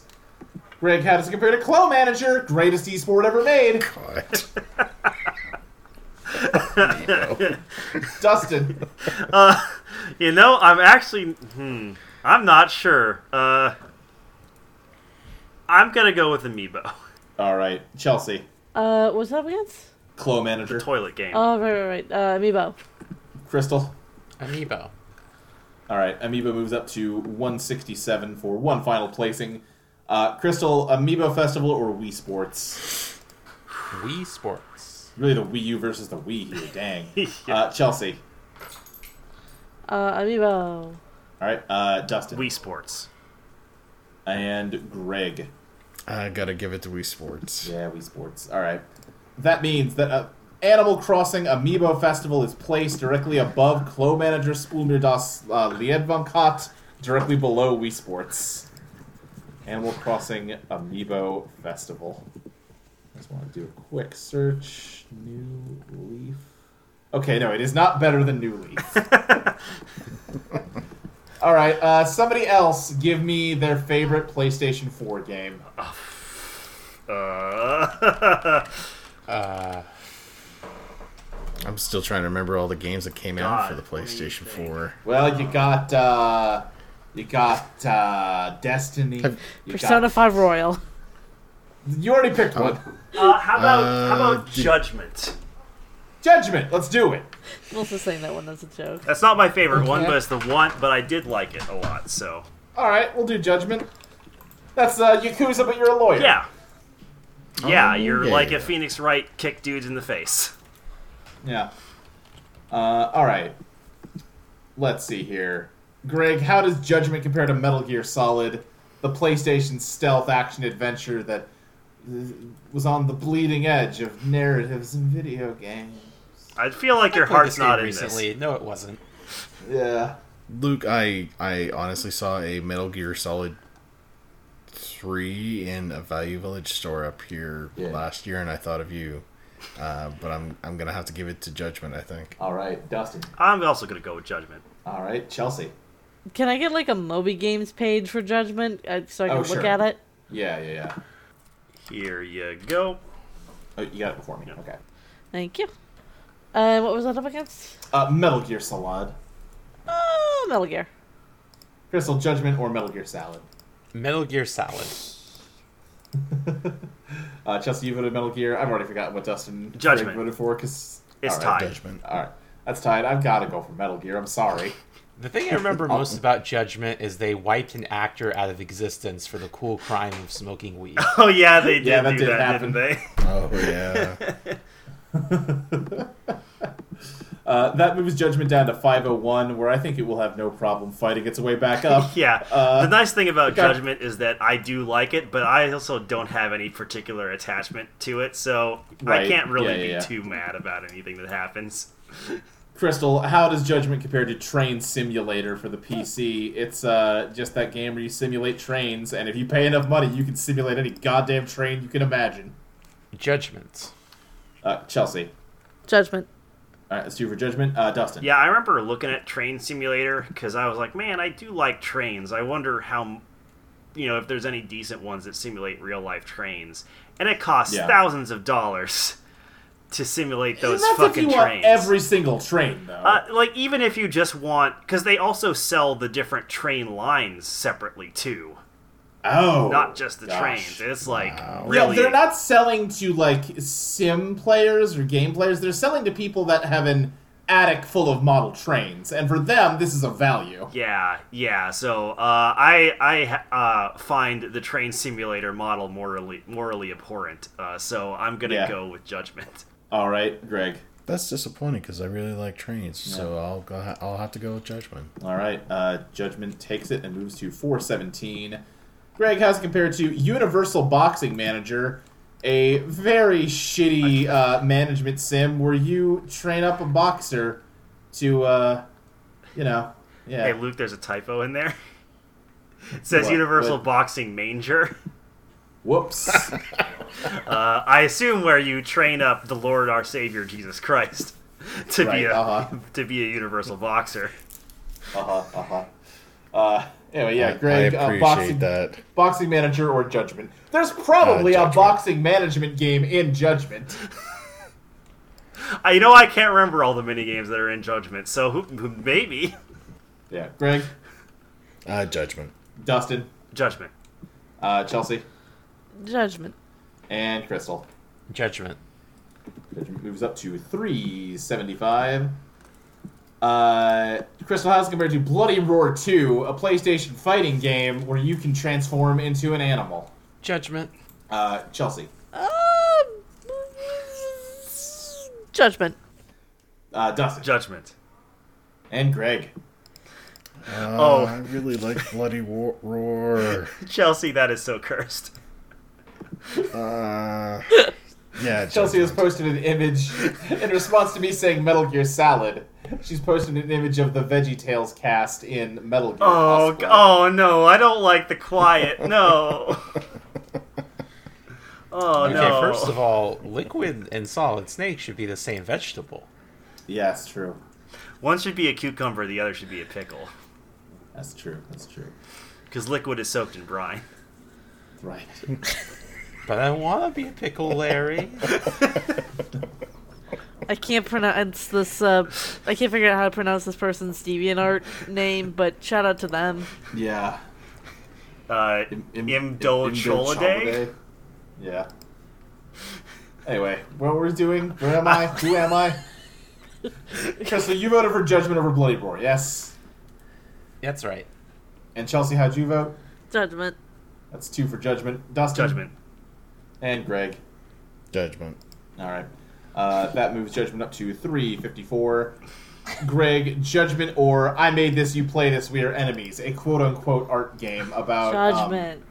[SPEAKER 2] Greg, how does it compare to Clo Manager? Greatest esport ever made.
[SPEAKER 4] God. Amiibo.
[SPEAKER 2] Dustin,
[SPEAKER 6] [LAUGHS] You know, I'm actually. Hmm. I'm not sure. Uh, I'm gonna go with Amiibo. [LAUGHS]
[SPEAKER 2] all right, Chelsea,
[SPEAKER 3] Uh, what's that against?
[SPEAKER 2] Clo
[SPEAKER 6] The
[SPEAKER 2] Manager,
[SPEAKER 6] toilet game.
[SPEAKER 3] Oh, right, right, right. Uh, Amiibo.
[SPEAKER 2] Crystal.
[SPEAKER 5] Amiibo.
[SPEAKER 2] All right, Amiibo moves up to 167 for one final placing. Uh, Crystal, Amiibo Festival or Wii Sports?
[SPEAKER 5] Wii Sports.
[SPEAKER 2] Really, the Wii U versus the Wii here. Dang.
[SPEAKER 6] [LAUGHS] Yeah.
[SPEAKER 2] uh, Chelsea.
[SPEAKER 3] Uh, Amiibo.
[SPEAKER 2] All right, uh, Dustin
[SPEAKER 6] Wii Sports.
[SPEAKER 2] and Greg.
[SPEAKER 4] [LAUGHS] I gotta give it to Wii Sports.
[SPEAKER 2] Yeah, Wii Sports. All right. That means that uh, Animal Crossing Amiibo Festival is placed directly above Clo Manager Spoolmir das uh, Liedvamkat, directly below Wii Sports. Animal Crossing Amiibo Festival. I just want to do a quick search. New Leaf. Okay, no, it is not better than New [LAUGHS] Leaf. All right, uh, somebody else give me their favorite PlayStation 4 game.
[SPEAKER 6] Uh,
[SPEAKER 5] Uh,
[SPEAKER 4] I'm still trying to remember all the games that came out for the
[SPEAKER 6] God, what do you
[SPEAKER 4] PlayStation
[SPEAKER 6] think?
[SPEAKER 4] 4.
[SPEAKER 2] Well, you got uh you got uh Destiny.
[SPEAKER 4] Have-
[SPEAKER 2] You
[SPEAKER 3] Persona
[SPEAKER 2] got-
[SPEAKER 3] 5 Royal. [LAUGHS]
[SPEAKER 2] You already picked one.
[SPEAKER 6] [LAUGHS] uh, how about how
[SPEAKER 4] Uh,
[SPEAKER 6] about
[SPEAKER 4] d-
[SPEAKER 6] Judgment?
[SPEAKER 2] Judgment. Let's do it.
[SPEAKER 3] I'm also saying that one as a joke.
[SPEAKER 6] That's not my favorite one,
[SPEAKER 2] Okay.
[SPEAKER 6] but it's the one. But I did like it a lot. So
[SPEAKER 2] All right, we'll do Judgment. That's uh Yakuza, but you're a lawyer.
[SPEAKER 6] yeah, yeah.
[SPEAKER 4] Oh,
[SPEAKER 6] you're
[SPEAKER 4] yeah,
[SPEAKER 6] like
[SPEAKER 4] yeah.
[SPEAKER 6] a Phoenix Wright kick dudes in the face.
[SPEAKER 2] Yeah. Uh, all right. Let's see here. Greg, how does Judgment compare to Metal Gear Solid, the PlayStation stealth action adventure that uh, was on the bleeding edge of narratives and video games?
[SPEAKER 6] I feel like your
[SPEAKER 5] played
[SPEAKER 6] heart's
[SPEAKER 5] this game
[SPEAKER 6] not in
[SPEAKER 5] recently.
[SPEAKER 6] this.
[SPEAKER 5] No, it wasn't.
[SPEAKER 2] Yeah.
[SPEAKER 4] Luke, I I honestly saw a Metal Gear Solid 3 in a Value Village store up here
[SPEAKER 2] Yeah.
[SPEAKER 4] last year, and I thought of you. Uh, but I'm I'm gonna have to give it to Judgment. I think.
[SPEAKER 2] All right, Dustin.
[SPEAKER 6] I'm also gonna go with Judgment.
[SPEAKER 2] All right, Chelsea.
[SPEAKER 3] Can I get like a Moby Games page for Judgment uh, so I can
[SPEAKER 2] Oh,
[SPEAKER 3] look
[SPEAKER 2] sure.
[SPEAKER 3] at it?
[SPEAKER 2] Yeah, yeah, yeah.
[SPEAKER 6] Here you go. [LAUGHS]
[SPEAKER 2] Oh, you got it before me. Okay.
[SPEAKER 3] Thank you. Uh, what was that up against?
[SPEAKER 2] Uh, Metal Gear Solid.
[SPEAKER 3] Oh, Metal Gear.
[SPEAKER 2] Crystal Judgment, or Metal Gear Salad. [LAUGHS]
[SPEAKER 5] Metal Gear Salad.
[SPEAKER 2] Uh, Chelsea, you voted Metal Gear. I've already forgotten what Dustin Craig
[SPEAKER 6] Judgment.
[SPEAKER 2] voted for because
[SPEAKER 6] It's
[SPEAKER 2] all right.
[SPEAKER 6] tied.
[SPEAKER 4] Judgment.
[SPEAKER 2] All right, that's tied. I've got to go for Metal Gear. I'm sorry.
[SPEAKER 5] The thing
[SPEAKER 6] [LAUGHS]
[SPEAKER 5] I remember most about Judgment is they wiped an actor out of existence for the cool crime of smoking
[SPEAKER 6] [LAUGHS]
[SPEAKER 5] weed.
[SPEAKER 6] Oh yeah, they did
[SPEAKER 2] Yeah, that
[SPEAKER 6] do
[SPEAKER 2] did
[SPEAKER 6] that,
[SPEAKER 2] happen.
[SPEAKER 6] didn't
[SPEAKER 4] Oh yeah.
[SPEAKER 2] Uh, that moves Judgment down to 501, where I think it will have no problem fighting its way back
[SPEAKER 6] [LAUGHS]
[SPEAKER 2] up.
[SPEAKER 6] they? [LAUGHS] yeah.
[SPEAKER 2] Uh,
[SPEAKER 6] the nice thing about
[SPEAKER 2] okay.
[SPEAKER 6] Judgment is that I do like it, but I also don't have any particular attachment to it, so I
[SPEAKER 2] Right.
[SPEAKER 6] can't
[SPEAKER 2] Yeah,
[SPEAKER 6] really
[SPEAKER 2] yeah,
[SPEAKER 6] be
[SPEAKER 2] yeah.
[SPEAKER 6] too mad about anything that happens.
[SPEAKER 2] Crystal, how does Judgment compare to Train Simulator for the PC? It's uh, just that game where you simulate trains, and if you pay enough money, you can simulate any goddamn train you can imagine.
[SPEAKER 5] Judgment.
[SPEAKER 2] Uh, Chelsea.
[SPEAKER 3] Judgment.
[SPEAKER 2] All right, let's do for Judgment. Uh, Dustin.
[SPEAKER 6] Yeah, I remember looking at Train Simulator because I was like, man, I do like trains. I wonder how, you know, if there's any decent ones that simulate real life trains. And it costs
[SPEAKER 2] Yeah.
[SPEAKER 6] thousands of dollars [LAUGHS] to simulate those
[SPEAKER 2] that's if
[SPEAKER 6] fucking
[SPEAKER 2] you want
[SPEAKER 6] trains.
[SPEAKER 2] every single train, though.
[SPEAKER 6] Uh, like even if you just want, because they also sell the different train lines separately too,
[SPEAKER 2] oh,
[SPEAKER 6] not just the
[SPEAKER 2] gosh.
[SPEAKER 6] trains. It's like
[SPEAKER 2] Yeah,
[SPEAKER 6] really,
[SPEAKER 2] they're not selling to like sim players or game players. They're selling to people that have an attic full of model trains, and for them, this is a value.
[SPEAKER 6] yeah, yeah. So uh, I I ha- uh, find the train simulator model morally morally abhorrent. Uh, so I'm gonna
[SPEAKER 2] Yeah.
[SPEAKER 6] go with judgment.
[SPEAKER 2] All right, Greg.
[SPEAKER 4] That's disappointing because I really like trains, so I'll go, I'll have to go with Judgment.
[SPEAKER 2] All right, uh, Judgment takes it and moves to 417. Greg, how's it compared to Universal Boxing Manager, a very shitty uh, management sim where you train up a boxer to, uh, you know, [LAUGHS] yeah.
[SPEAKER 6] Hey Luke, there's a typo in there. [LAUGHS] It says
[SPEAKER 2] What?
[SPEAKER 6] Universal
[SPEAKER 2] What?
[SPEAKER 6] Boxing Manger.
[SPEAKER 4] [LAUGHS]
[SPEAKER 2] Whoops. Uh-huh,
[SPEAKER 6] Uh, I assume where you train up the Lord our Savior Jesus Christ [LAUGHS] to
[SPEAKER 2] Right,
[SPEAKER 6] be a
[SPEAKER 2] uh-huh.
[SPEAKER 6] [LAUGHS] to be a universal boxer.
[SPEAKER 2] uh-huh, uh-huh. Uh, anyway, yeah,
[SPEAKER 4] I-
[SPEAKER 2] Greg,
[SPEAKER 4] I
[SPEAKER 2] uh,
[SPEAKER 4] appreciate
[SPEAKER 2] boxing,
[SPEAKER 4] that. Uh,
[SPEAKER 2] boxing manager or judgment. There's probably
[SPEAKER 4] Judgment.
[SPEAKER 2] a boxing management game in judgment.
[SPEAKER 6] I, you know, I can't remember all the mini games that are in Judgment, so who, who, maybe
[SPEAKER 2] Yeah, Greg,
[SPEAKER 4] Uh, judgment.
[SPEAKER 2] Dustin,
[SPEAKER 6] Judgment.
[SPEAKER 2] uh, Chelsea,
[SPEAKER 3] Judgment.
[SPEAKER 2] and Crystal.
[SPEAKER 5] Judgment.
[SPEAKER 2] Judgment moves up to 375. Uh, Crystal House compared to Bloody Roar 2, a PlayStation fighting game where you can transform into an animal.
[SPEAKER 5] Judgment.
[SPEAKER 2] Uh, Chelsea.
[SPEAKER 3] Um, judgment.
[SPEAKER 2] Uh, Dustin.
[SPEAKER 6] Judgment.
[SPEAKER 2] and Greg.
[SPEAKER 4] Uh,
[SPEAKER 6] Oh.
[SPEAKER 4] I really like Bloody War- Roar.
[SPEAKER 6] Chelsea, that is so cursed.
[SPEAKER 2] [LAUGHS]
[SPEAKER 4] Uh, yeah,
[SPEAKER 2] Chelsea has
[SPEAKER 4] Judgment.
[SPEAKER 2] posted an image [LAUGHS] in response to me saying Metal Gear Salad. She's posted an image of the Veggie Tales cast in Metal Gear.
[SPEAKER 6] Oh,
[SPEAKER 2] cosplay.
[SPEAKER 6] g- oh no, I don't like the quiet. No. Oh
[SPEAKER 5] Okay,
[SPEAKER 6] no.
[SPEAKER 5] first of all, liquid and solid snake should be the same vegetable.
[SPEAKER 2] Yeah, it's true.
[SPEAKER 6] one should be a cucumber, the other should be a pickle,
[SPEAKER 2] That's true. That's true.
[SPEAKER 6] because liquid is soaked in brine. [LAUGHS]
[SPEAKER 2] Right.
[SPEAKER 5] But I want to be a pickle,
[SPEAKER 6] [LAUGHS]
[SPEAKER 5] Larry.
[SPEAKER 3] I can't pronounce this. Uh, I can't figure out how to pronounce this person's DeviantArt name, but shout out to them.
[SPEAKER 2] Yeah.
[SPEAKER 6] Uh,
[SPEAKER 2] Im- im- im-
[SPEAKER 6] Imdolcholidae.
[SPEAKER 2] Imdolcholidae. Yeah. Anyway, what were we doing? Where am I? Who am
[SPEAKER 6] [LAUGHS]
[SPEAKER 2] I? Crystal, you voted for Judgment over Bloody Roar, yes?
[SPEAKER 5] That's right.
[SPEAKER 2] And Chelsea, how'd you vote?
[SPEAKER 3] Judgment.
[SPEAKER 2] That's two for Judgment. Dustin.
[SPEAKER 6] Judgment.
[SPEAKER 2] And Greg.
[SPEAKER 4] Judgment.
[SPEAKER 2] All right. Uh, that moves Judgment up to 354. Greg, Judgment or I Made This, You Play This, We Are Enemies, a quote unquote art game about um,
[SPEAKER 3] Judgment.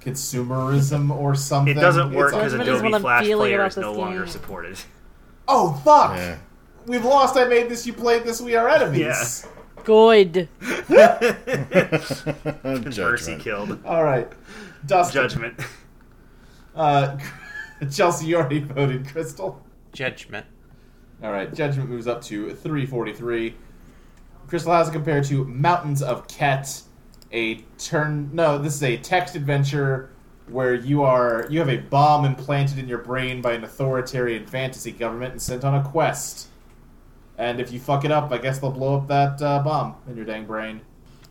[SPEAKER 2] consumerism or something.
[SPEAKER 6] It doesn't work
[SPEAKER 2] It's-
[SPEAKER 6] because
[SPEAKER 3] Judgment is what I'm
[SPEAKER 6] Adobe Flash
[SPEAKER 3] feeling
[SPEAKER 6] Player
[SPEAKER 3] about
[SPEAKER 6] is no
[SPEAKER 3] this
[SPEAKER 6] longer
[SPEAKER 3] game.
[SPEAKER 6] supported.
[SPEAKER 7] [LAUGHS]
[SPEAKER 2] Oh, fuck!
[SPEAKER 4] Yeah.
[SPEAKER 2] We've lost. I made this. You played this. We are enemies.
[SPEAKER 6] Yeah.
[SPEAKER 3] Good.
[SPEAKER 6] Mercy
[SPEAKER 4] [LAUGHS] Judgment.
[SPEAKER 6] killed.
[SPEAKER 2] All right. Dustin.
[SPEAKER 6] Judgment.
[SPEAKER 2] Uh, [LAUGHS] Chelsea, you already voted. Crystal.
[SPEAKER 5] Judgment.
[SPEAKER 2] All right. Judgment moves up to 343. Crystal has it compared to Mountains of Ket, a turn. No, this is a text adventure where you are you have a bomb implanted in your brain by an authoritarian fantasy government and sent on a quest. And if you fuck it up, I guess they'll blow up that uh, bomb in your dang brain.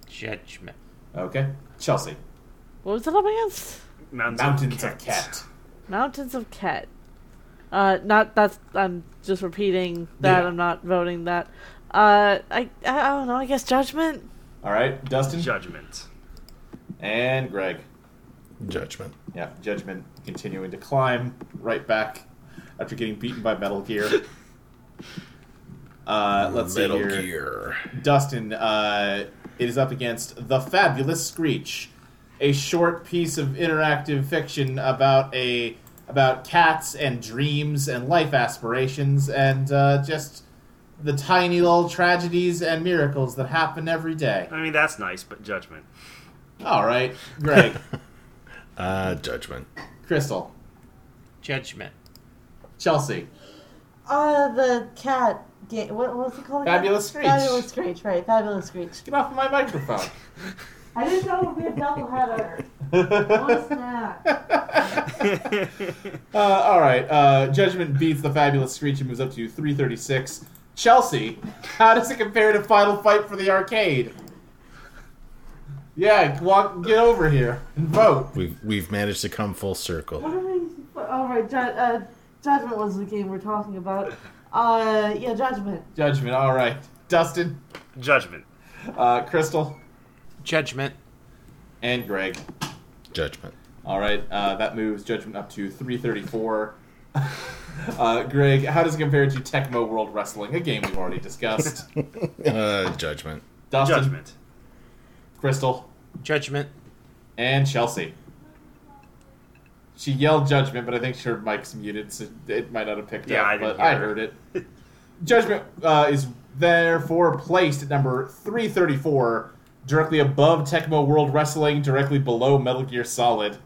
[SPEAKER 5] Judgment.
[SPEAKER 2] Okay. Chelsea.
[SPEAKER 3] What was it up against?
[SPEAKER 7] [LAUGHS] Mountains,
[SPEAKER 2] Mountains
[SPEAKER 7] of
[SPEAKER 2] of
[SPEAKER 7] Cats.
[SPEAKER 2] Cat.
[SPEAKER 3] Mountains of Cat. Uh, not that's. I'm just repeating that.
[SPEAKER 2] Yeah.
[SPEAKER 3] I'm not voting that. Uh, I I don't know. I guess Judgment.
[SPEAKER 2] All right. Dustin.
[SPEAKER 7] Judgment.
[SPEAKER 2] and Greg.
[SPEAKER 4] Judgment.
[SPEAKER 2] Yeah. Judgment continuing to climb right back after getting beaten by Metal Gear. Uh, let's
[SPEAKER 4] Metal
[SPEAKER 2] see here.
[SPEAKER 4] Gear.
[SPEAKER 2] Dustin, uh, it is up against The Fabulous Screech, a short piece of interactive fiction about a about cats and dreams and life aspirations and uh, just the tiny little tragedies and miracles that happen every day.
[SPEAKER 6] I mean, that's nice, but judgment. [LAUGHS]
[SPEAKER 2] All right, Greg,
[SPEAKER 4] Uh, Judgment.
[SPEAKER 2] Crystal,
[SPEAKER 5] Judgment.
[SPEAKER 2] Chelsea.
[SPEAKER 8] Uh, the cat game. What, what was it called? again?
[SPEAKER 2] Fabulous Screech.
[SPEAKER 8] Fabulous Screech, right. Fabulous Screech.
[SPEAKER 2] Get off my microphone.
[SPEAKER 8] I didn't know it would be a
[SPEAKER 2] [LAUGHS]
[SPEAKER 8] doubleheader. what a snack.
[SPEAKER 2] Uh, all right, uh, Judgment beats the Fabulous Screech and moves up to 336. Chelsea, how does it compare to Final Fight for the arcade? Yeah, walk, get over here and vote.
[SPEAKER 4] We've we've managed to come full circle.
[SPEAKER 8] What are we... All right, ju- uh, Judgment was the game we're talking about. Uh, yeah, Judgment.
[SPEAKER 2] Judgment, all right. Dustin,
[SPEAKER 6] Judgment.
[SPEAKER 2] uh, Crystal,
[SPEAKER 5] Judgment.
[SPEAKER 2] and Greg.
[SPEAKER 4] Judgment.
[SPEAKER 2] All right, uh, that moves Judgment up to 334. [LAUGHS] uh, Greg, how does it compare to Tecmo World Wrestling, a game we've already discussed?
[SPEAKER 4] Uh, judgment.
[SPEAKER 2] Dustin,
[SPEAKER 6] Judgment.
[SPEAKER 2] Crystal,
[SPEAKER 5] Judgment.
[SPEAKER 2] and Chelsea. She yelled judgment, but I think her mic's muted, so it might not have picked
[SPEAKER 6] Yeah,
[SPEAKER 2] up.
[SPEAKER 6] I didn't
[SPEAKER 2] but I
[SPEAKER 6] hear
[SPEAKER 2] heard it. judgment uh, is therefore placed at number 334, directly above Tecmo World Wrestling, directly below Metal Gear Solid.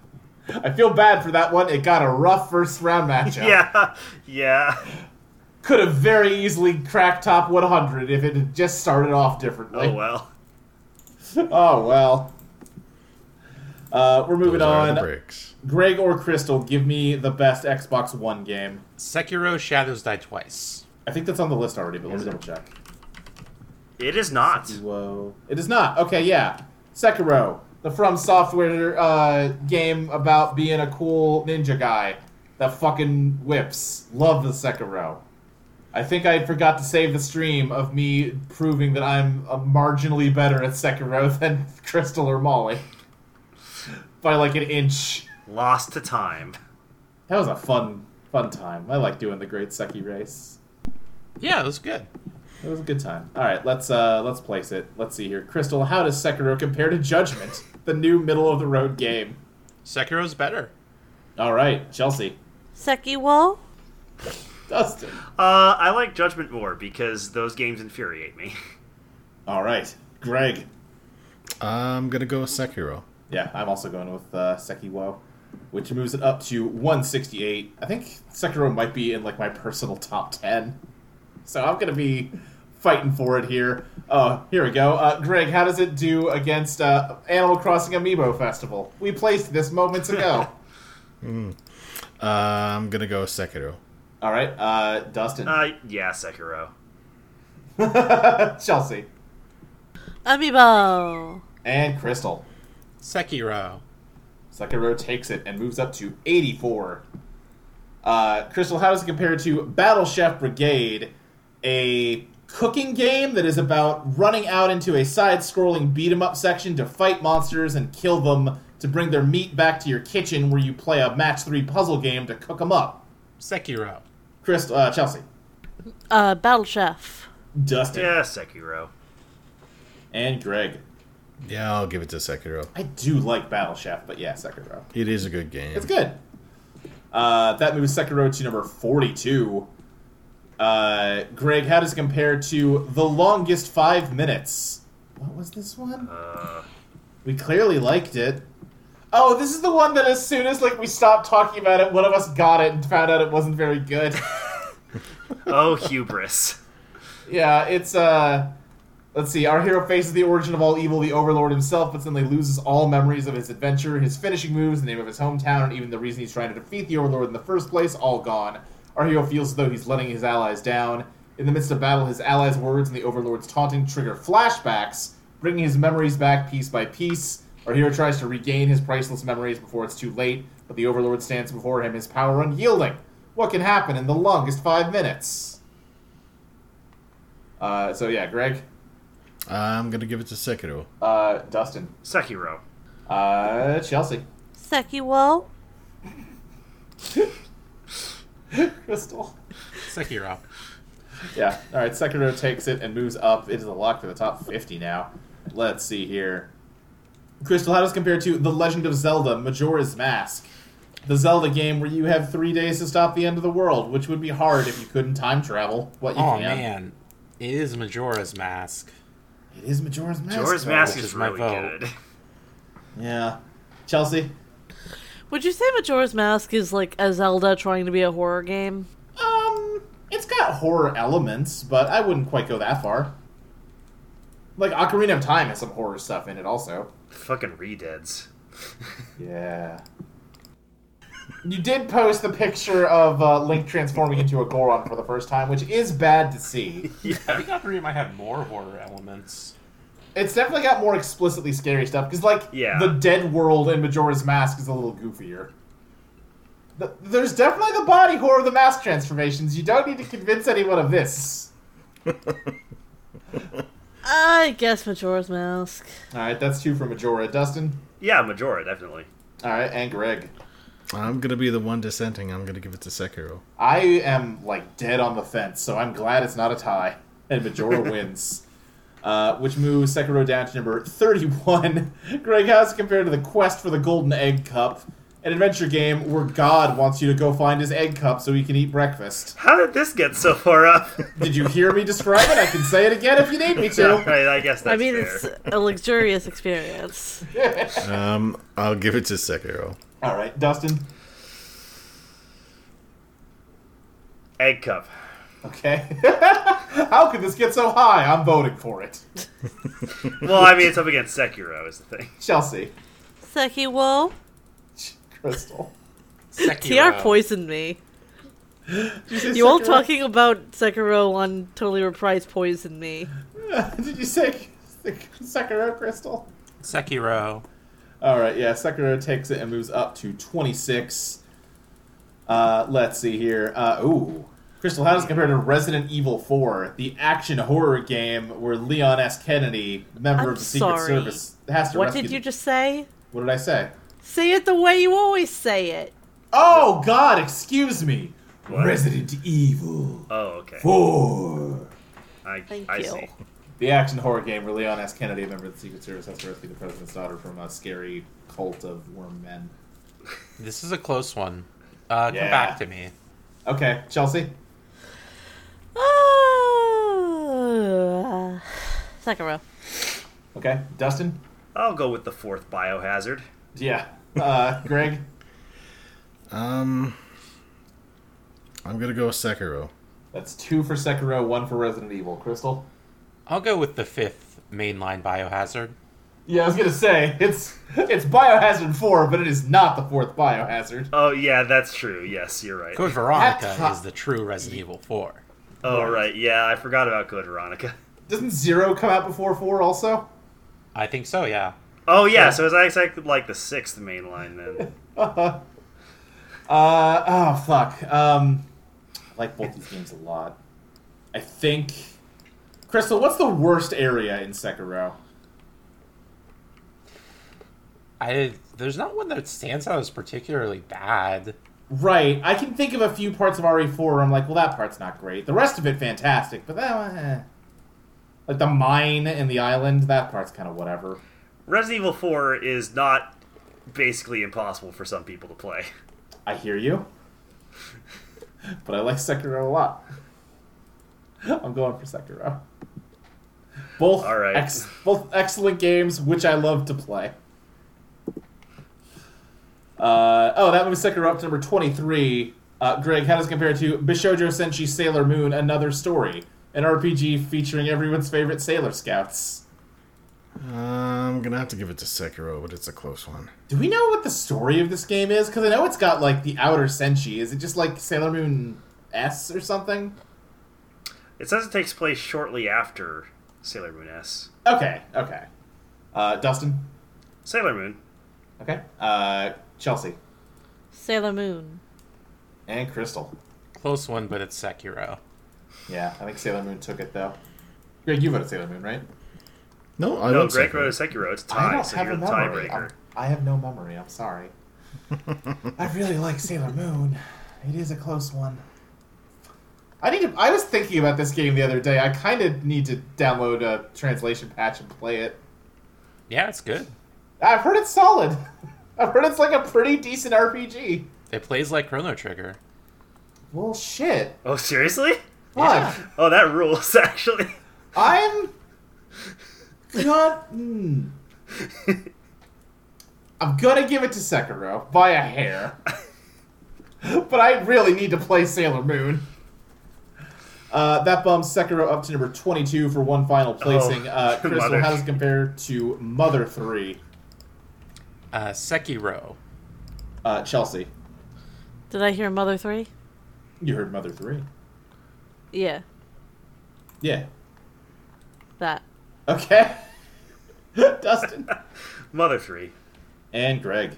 [SPEAKER 2] I feel bad for that one. It got a rough first round matchup.
[SPEAKER 6] [LAUGHS] Yeah, yeah.
[SPEAKER 2] Could have very easily cracked top 100 if it had just started off differently.
[SPEAKER 6] Oh well.
[SPEAKER 2] [LAUGHS] Oh, well. Uh, we're moving
[SPEAKER 4] Those are
[SPEAKER 2] on.
[SPEAKER 4] the bricks.
[SPEAKER 2] Greg or Crystal, give me the best Xbox One game.
[SPEAKER 5] Sekiro Shadows Die Twice.
[SPEAKER 2] I think that's on the list already, but let me double check.
[SPEAKER 6] It is not.
[SPEAKER 2] Whoa. It is not. Okay, yeah. Sekiro, the From Software uh, game about being a cool ninja guy that fucking whips. Love the Sekiro. I think I forgot to save the stream of me proving that I'm uh, marginally better at Sekiro [LAUGHS] than Crystal or Molly by like an inch.
[SPEAKER 6] Lost to time.
[SPEAKER 2] That was a fun, fun time. I like doing the Great Seki Race.
[SPEAKER 5] Yeah, it was good.
[SPEAKER 2] It was a good time. All right, let's uh let's place it. Let's see here. Crystal, how does Sekiro compare to Judgment, the new middle of the road game?
[SPEAKER 5] Sekiro's better.
[SPEAKER 2] All right, Chelsea,
[SPEAKER 3] Seki Wall.
[SPEAKER 2] Dustin.
[SPEAKER 6] Uh, I like Judgment more because those games infuriate me. [LAUGHS]
[SPEAKER 2] All right, Greg.
[SPEAKER 4] I'm gonna go with Sekiro.
[SPEAKER 2] Yeah, I'm also going with uh, Sekiwo, which moves it up to 168. I think Sekiro might be in like my personal top 10, so I'm gonna be fighting for it here. Oh, here we go. Uh, Greg, how does it do against uh, Animal Crossing Amiibo Festival? We placed this moments ago.
[SPEAKER 4] Uh, I'm gonna go with Sekiro.
[SPEAKER 2] All right, uh, Dustin.
[SPEAKER 6] Uh, yeah, Sekiro.
[SPEAKER 2] [LAUGHS] Chelsea
[SPEAKER 3] Amiibo.
[SPEAKER 2] and Crystal.
[SPEAKER 5] Sekiro.
[SPEAKER 2] Sekiro takes it and moves up to 84. Uh, Crystal, how does it compare to Battle Chef Brigade, a cooking game that is about running out into a side-scrolling beat 'em up section to fight monsters and kill them to bring their meat back to your kitchen, where you play a match three puzzle game to cook them up?
[SPEAKER 5] Sekiro.
[SPEAKER 2] Crystal, uh, Chelsea,
[SPEAKER 3] Uh, Battle Chef.
[SPEAKER 2] Dustin,
[SPEAKER 6] Yeah, Sekiro.
[SPEAKER 2] and Greg.
[SPEAKER 4] Yeah, I'll give it to Sekiro.
[SPEAKER 2] I do like Battle Chef, but yeah, Sekiro.
[SPEAKER 4] It is a good game.
[SPEAKER 2] It's good. Uh, that moves Sekiro to number 42. Uh, Greg, how does it compare to The Longest Five Minutes? What was this one? we clearly liked it. Oh, this is the one that as soon as like we stopped talking about it, one of us got it and found out it wasn't very good.
[SPEAKER 5] [LAUGHS]
[SPEAKER 6] Oh, hubris.
[SPEAKER 2] yeah, it's uh let's see, our hero faces the origin of all evil, the overlord himself, but suddenly loses all memories of his adventure, his finishing moves, the name of his hometown, and even the reason he's trying to defeat the overlord in the first place, all gone. Our hero feels as though he's letting his allies down. In the midst of battle, his allies' words and the overlord's taunting trigger flashbacks, bringing his memories back piece by piece. Our hero tries to regain his priceless memories before it's too late, but the Overlord stands before him, his power unyielding. What can happen in the longest five minutes? Uh, so yeah, Greg,
[SPEAKER 4] I'm gonna give it to Sekiro.
[SPEAKER 2] uh, Dustin,
[SPEAKER 6] Sekiro.
[SPEAKER 2] uh, Chelsea,
[SPEAKER 3] Sekiwo.
[SPEAKER 2] [LAUGHS] Crystal.
[SPEAKER 5] Sekiro.
[SPEAKER 2] Yeah. All right. Sekiro takes it and moves up into the lock for the top 50 now. Let's see here. Crystal, how does it compare to The Legend of Zelda Majora's Mask? The Zelda game where you have three days to stop the end of the world, which would be hard if you couldn't time travel. What you
[SPEAKER 5] [LAUGHS] Oh
[SPEAKER 2] can.
[SPEAKER 5] man, it is Majora's Mask.
[SPEAKER 2] It is Majora's Mask.
[SPEAKER 6] Majora's
[SPEAKER 2] though.
[SPEAKER 6] Mask
[SPEAKER 5] which
[SPEAKER 6] is
[SPEAKER 5] is my
[SPEAKER 6] really
[SPEAKER 5] vote.
[SPEAKER 6] good. [LAUGHS]
[SPEAKER 2] Yeah. Chelsea?
[SPEAKER 3] Would you say Majora's Mask is like a Zelda trying to be a horror game?
[SPEAKER 2] Um, it's got horror elements, but I wouldn't quite go that far. Like, Ocarina of Time has some horror stuff in it also.
[SPEAKER 5] [LAUGHS]
[SPEAKER 6] Fucking redeads.
[SPEAKER 2] Yeah. You did post the picture of uh, Link transforming into a Goron for the first time, which is bad to see.
[SPEAKER 5] I think Ocarina might have more horror elements.
[SPEAKER 2] It's definitely got more explicitly scary stuff because, like,
[SPEAKER 6] Yeah.
[SPEAKER 2] the dead world in Majora's Mask is a little goofier. Th- There's definitely the body horror of the mask transformations. You don't need to convince anyone of this.
[SPEAKER 3] I guess Majora's Mask.
[SPEAKER 2] All right, that's two for Majora, Dustin.
[SPEAKER 6] Yeah, Majora definitely.
[SPEAKER 2] All right, and Greg.
[SPEAKER 4] I'm gonna be the one dissenting. I'm gonna give it to Sekiro.
[SPEAKER 2] I am like dead on the fence, so I'm glad it's not a tie and Majora wins, uh, which moves Sekiro down to number 31. [LAUGHS] Greg, how's it compared to the quest for the Golden Egg Cup, an adventure game where God wants you to go find his egg cup so he can eat breakfast?
[SPEAKER 6] How did this get so far up?
[SPEAKER 2] Did you hear me describe it? I can say it again if you need me
[SPEAKER 6] yeah,
[SPEAKER 2] to.
[SPEAKER 6] right, [LAUGHS] I guess that's
[SPEAKER 3] I mean,
[SPEAKER 6] fair.
[SPEAKER 3] it's a luxurious
[SPEAKER 6] [LAUGHS]
[SPEAKER 3] experience.
[SPEAKER 4] Um, I'll give it to Sekiro.
[SPEAKER 2] All right, Dustin.
[SPEAKER 6] Egg cup.
[SPEAKER 2] Okay. [LAUGHS] How could this get so high? I'm voting for it.
[SPEAKER 6] Well, I mean, it's up against Sekiro is the thing.
[SPEAKER 2] Chelsea.
[SPEAKER 3] Sekiwo.
[SPEAKER 2] Crystal.
[SPEAKER 3] TR
[SPEAKER 5] Sekiro.
[SPEAKER 3] poisoned me.
[SPEAKER 2] Did you say
[SPEAKER 3] You all
[SPEAKER 2] Sekiro?
[SPEAKER 3] talking about Sekiro on Totally Reprised poisoned me.
[SPEAKER 2] [LAUGHS] Did you say Sekiro, Crystal?
[SPEAKER 5] Sekiro.
[SPEAKER 2] All right, yeah, Sekiro takes it and moves up to 26. Uh, let's see here. Uh, ooh. Crystal, how does it compare to Resident Evil 4, the action horror game where Leon S. Kennedy, member
[SPEAKER 3] I'm
[SPEAKER 2] of the Secret
[SPEAKER 3] sorry.
[SPEAKER 2] Service, has to
[SPEAKER 3] What
[SPEAKER 2] rescue...
[SPEAKER 3] did you just say?
[SPEAKER 2] What did I say?
[SPEAKER 3] Say it the way you always say it.
[SPEAKER 2] Oh, God, excuse me.
[SPEAKER 6] What?
[SPEAKER 2] Resident Evil
[SPEAKER 6] Oh, okay.
[SPEAKER 2] 4.
[SPEAKER 6] I,
[SPEAKER 3] Thank
[SPEAKER 6] I
[SPEAKER 3] you.
[SPEAKER 6] see.
[SPEAKER 2] The action horror game where Leon S. Kennedy, a member of the Secret Service, has to rescue the president's daughter from a scary cult of worm men.
[SPEAKER 5] This is a close one. Uh,
[SPEAKER 2] Yeah.
[SPEAKER 5] Come back to me.
[SPEAKER 2] Okay, Chelsea?
[SPEAKER 3] [SIGHS] Ah, Sekiro.
[SPEAKER 2] Okay, Dustin?
[SPEAKER 6] I'll go with the fourth biohazard.
[SPEAKER 2] Yeah. Uh, Greg?
[SPEAKER 4] Um, I'm gonna go with Sekiro.
[SPEAKER 2] That's two for Sekiro, one for Resident Evil. Crystal?
[SPEAKER 5] I'll go with the fifth mainline biohazard.
[SPEAKER 2] Yeah, I was gonna say, it's it's Biohazard 4, but it is not the fourth Biohazard.
[SPEAKER 6] Oh, yeah, that's true. Yes, you're right.
[SPEAKER 5] Code
[SPEAKER 2] That's
[SPEAKER 5] Veronica
[SPEAKER 2] hot.
[SPEAKER 5] is the true Resident Evil 4.
[SPEAKER 6] Oh, right. Yeah, I forgot about Code Veronica.
[SPEAKER 2] Doesn't Zero come out before 4 also? [LAUGHS]
[SPEAKER 5] I think so, yeah.
[SPEAKER 6] Oh, yeah, so it's actually like the sixth main line
[SPEAKER 2] [LAUGHS]
[SPEAKER 6] then.
[SPEAKER 2] uh, oh, fuck. Um, I like both these games a lot. I think. Crystal, what's the worst area in Sekiro?
[SPEAKER 5] I there's not one that stands out as particularly bad.
[SPEAKER 2] Right, I can think of a few parts of RE4 where I'm like, well, that part's not great. The rest of it, fantastic, but that one, eh. Like the mine and the island, that part's kind of whatever.
[SPEAKER 6] Resident Evil 4 is not basically impossible for some people to play.
[SPEAKER 2] I hear you. but I like Sekiro a lot. I'm going for Sekiro. Both,
[SPEAKER 6] All right.
[SPEAKER 2] ex- both excellent games, which I love to play. Uh, oh, that moves Sekiro up to number 23. Uh, Greg, how does it compare to Bishojo Senshi Sailor Moon Another Story? An RPG featuring everyone's favorite Sailor Scouts.
[SPEAKER 4] I'm gonna have to give it to Sekiro, but it's a close one.
[SPEAKER 2] Do we know what the story of this game is? Because I know it's got, like, the outer Senshi. Is it just, like, Sailor Moon S or something?
[SPEAKER 6] It says it takes place shortly after Sailor Moon S.
[SPEAKER 2] Okay, okay. Uh, Dustin?
[SPEAKER 6] Sailor Moon.
[SPEAKER 2] Okay. Uh, Chelsea?
[SPEAKER 3] Sailor Moon.
[SPEAKER 2] And Crystal.
[SPEAKER 5] Close one, but it's Sekiro.
[SPEAKER 2] Yeah, I think Sailor Moon took it, though. Greg, you voted Sailor Moon, right?
[SPEAKER 4] No, I
[SPEAKER 6] no,
[SPEAKER 4] don't
[SPEAKER 6] Greg
[SPEAKER 4] say-
[SPEAKER 6] wrote a Sekiro. It's a
[SPEAKER 2] I
[SPEAKER 6] tie,
[SPEAKER 2] don't
[SPEAKER 6] so
[SPEAKER 2] have
[SPEAKER 6] you're
[SPEAKER 2] a
[SPEAKER 6] the
[SPEAKER 2] memory.
[SPEAKER 6] tiebreaker.
[SPEAKER 2] I'm- I have no memory. I'm [LAUGHS] sorry. I really like Sailor Moon. It is a close one. I need to. I was thinking about this game the other day. I kind of need to download a translation patch and play it.
[SPEAKER 5] Yeah, it's good.
[SPEAKER 2] I've heard it's solid. [LAUGHS] I've heard it's like a pretty decent RPG.
[SPEAKER 5] It plays like Chrono Trigger.
[SPEAKER 2] Well, shit.
[SPEAKER 6] Oh, seriously?
[SPEAKER 2] Fuck.
[SPEAKER 6] Oh, that rules, [LAUGHS] actually.
[SPEAKER 2] I'm not. mm. I'm gonna give it to Sekiro by a hair, [LAUGHS] but I really need to play Sailor Moon. Uh, that bumps Sekiro up to number 22 for one final placing. [LAUGHS]
[SPEAKER 6] Oh,
[SPEAKER 2] uh, Crystal,
[SPEAKER 6] Mother.
[SPEAKER 2] how does it compare to Mother 3?
[SPEAKER 5] Uh, Sekiro.
[SPEAKER 2] Uh, Chelsea,
[SPEAKER 3] Did I hear Mother 3?
[SPEAKER 2] you heard Mother 3.
[SPEAKER 3] Yeah,
[SPEAKER 2] Yeah.
[SPEAKER 3] that.
[SPEAKER 2] Okay. [LAUGHS] Dustin.
[SPEAKER 6] Mother 3.
[SPEAKER 2] And Greg.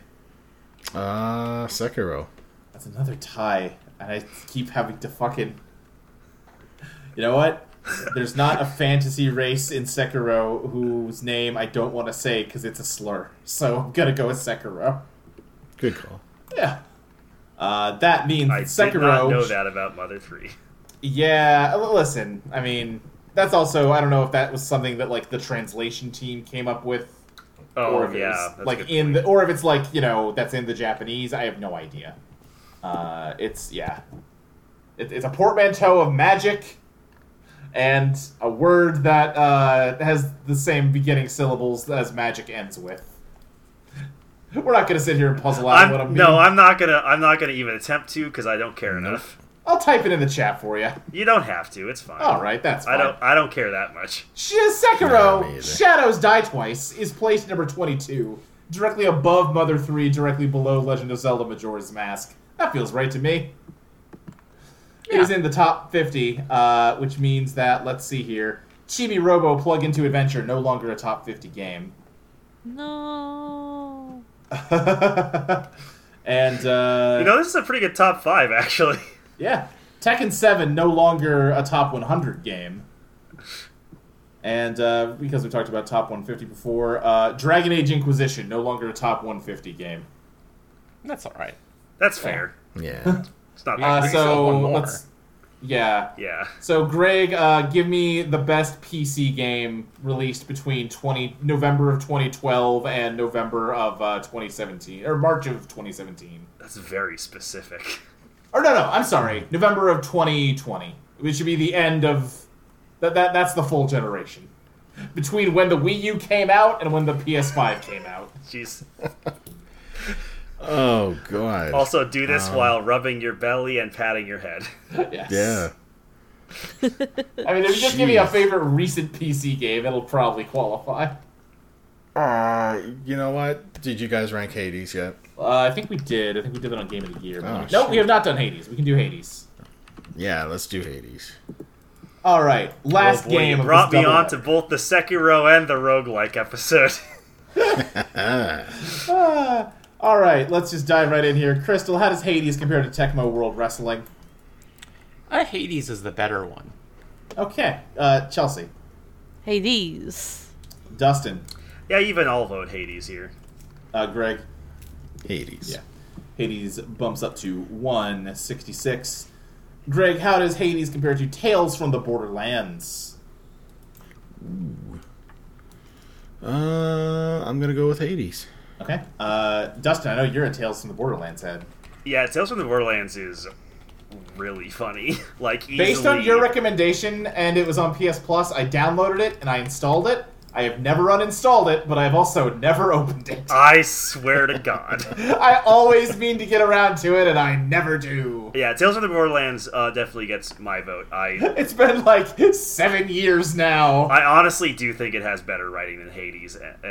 [SPEAKER 4] Uh, Sekiro.
[SPEAKER 2] That's another tie, and I keep having to fucking. You know what? There's not a fantasy race in Sekiro whose name I don't want to say because it's a slur. So I'm gonna go with Sekiro.
[SPEAKER 4] Good call.
[SPEAKER 2] Yeah. Uh, that means
[SPEAKER 6] I
[SPEAKER 2] Sekiro.
[SPEAKER 6] did not know that about Mother 3.
[SPEAKER 2] Yeah. l- Listen, I mean, that's also I don't know if that was something that like the translation team came up with,
[SPEAKER 6] Oh,
[SPEAKER 2] or if it
[SPEAKER 6] yeah.
[SPEAKER 2] was,
[SPEAKER 6] that's a
[SPEAKER 2] like
[SPEAKER 6] good
[SPEAKER 2] in the,
[SPEAKER 6] point.
[SPEAKER 2] or if it's like you know that's in the Japanese. I have no idea. Uh, it's yeah, it, it's a portmanteau of magic and a word that uh, has the same beginning syllables as magic ends with. We're not gonna sit here and puzzle out
[SPEAKER 6] I'm,
[SPEAKER 2] what I'm.
[SPEAKER 6] no, I'm not gonna. I'm not gonna even attempt to because I don't care enough.
[SPEAKER 2] I'll type it in the chat for you.
[SPEAKER 6] You don't have to. It's fine.
[SPEAKER 2] All right, that's. Fine.
[SPEAKER 6] I don't. I don't care that much.
[SPEAKER 2] Sh- Sekiro,
[SPEAKER 4] Nah, me either.
[SPEAKER 2] Shadows Die Twice, is placed number 22, directly above Mother 3, directly below Legend of Zelda Majora's Mask. That feels right to me. It is in the top 50, uh, which means that, let's see here, Chibi Robo Plug Into Adventure, no longer a top 50 game. [LAUGHS]
[SPEAKER 3] No.
[SPEAKER 2] and, uh,
[SPEAKER 6] You know, this is a pretty good top five, actually. [LAUGHS]
[SPEAKER 2] yeah, Tekken 7, no longer a top 100 game. And uh, because we talked about top 150 before, uh, Dragon Age Inquisition, no longer a top 150 game.
[SPEAKER 5] That's all right.
[SPEAKER 6] That's fair.
[SPEAKER 4] Yeah.
[SPEAKER 6] It's not.
[SPEAKER 5] Yeah.
[SPEAKER 2] Uh,
[SPEAKER 5] we still have one
[SPEAKER 2] so
[SPEAKER 5] more.
[SPEAKER 2] let's, yeah.
[SPEAKER 6] yeah.
[SPEAKER 2] So Greg, uh, give me the best PC game released between 20 November of 2012 and November of uh, 2017 or March of 2017.
[SPEAKER 6] That's very specific. [LAUGHS]
[SPEAKER 2] Or no, no, I'm sorry, November of 2020, which should be the end of that. that that's the full generation between when the Wii U came out and when the PS5 came out.
[SPEAKER 6] Jeez.
[SPEAKER 4] Oh god.
[SPEAKER 6] Also, do this
[SPEAKER 2] um,
[SPEAKER 6] while rubbing your belly and patting your head.
[SPEAKER 2] Yes.
[SPEAKER 4] yeah.
[SPEAKER 2] I mean, if you just give me a
[SPEAKER 4] Jeez.
[SPEAKER 2] favorite recent PC game, it'll probably qualify.
[SPEAKER 4] Uh, you know what? Did you guys rank Hades yet?
[SPEAKER 2] Uh, I think we did. I think we did it on Game of the Year.
[SPEAKER 4] Oh,
[SPEAKER 2] no,
[SPEAKER 4] shoot.
[SPEAKER 2] we have not done Hades. We can do Hades.
[SPEAKER 4] Yeah, let's do Hades.
[SPEAKER 2] All right, last
[SPEAKER 6] oh boy,
[SPEAKER 2] game.
[SPEAKER 6] you
[SPEAKER 2] of
[SPEAKER 6] brought
[SPEAKER 2] this
[SPEAKER 6] me
[SPEAKER 2] double
[SPEAKER 6] on to both the Sekiro and the roguelike episode. [LAUGHS]
[SPEAKER 2] Ah, all right, let's just dive right in here. Crystal, how does Hades compare to Tecmo World Wrestling?
[SPEAKER 5] Uh, Hades is the better one.
[SPEAKER 2] Okay, uh, Chelsea,
[SPEAKER 3] Hades.
[SPEAKER 2] Dustin,
[SPEAKER 6] yeah, even I'll vote Hades here.
[SPEAKER 2] uh, Greg.
[SPEAKER 4] Hades.
[SPEAKER 2] Yeah. Hades bumps up to 166. Greg, how does Hades compare to Tales from the Borderlands?
[SPEAKER 4] Uh, I'm gonna go with Hades.
[SPEAKER 2] Okay, uh, Dustin, I know you're a Tales from the Borderlands head.
[SPEAKER 6] Yeah, Tales from the Borderlands is really funny. [LAUGHS] like easily.
[SPEAKER 2] Based on your recommendation, and it was on PS Plus, I downloaded it and I installed it. I have never uninstalled it, but I've also never [LAUGHS] opened it.
[SPEAKER 6] I swear to God.
[SPEAKER 2] [LAUGHS] I always mean to get around to it, and I never do.
[SPEAKER 6] yeah, Tales from the Borderlands uh, definitely gets my vote. I
[SPEAKER 2] It's been like seven years now.
[SPEAKER 6] I honestly do think it has better writing than Hades, and,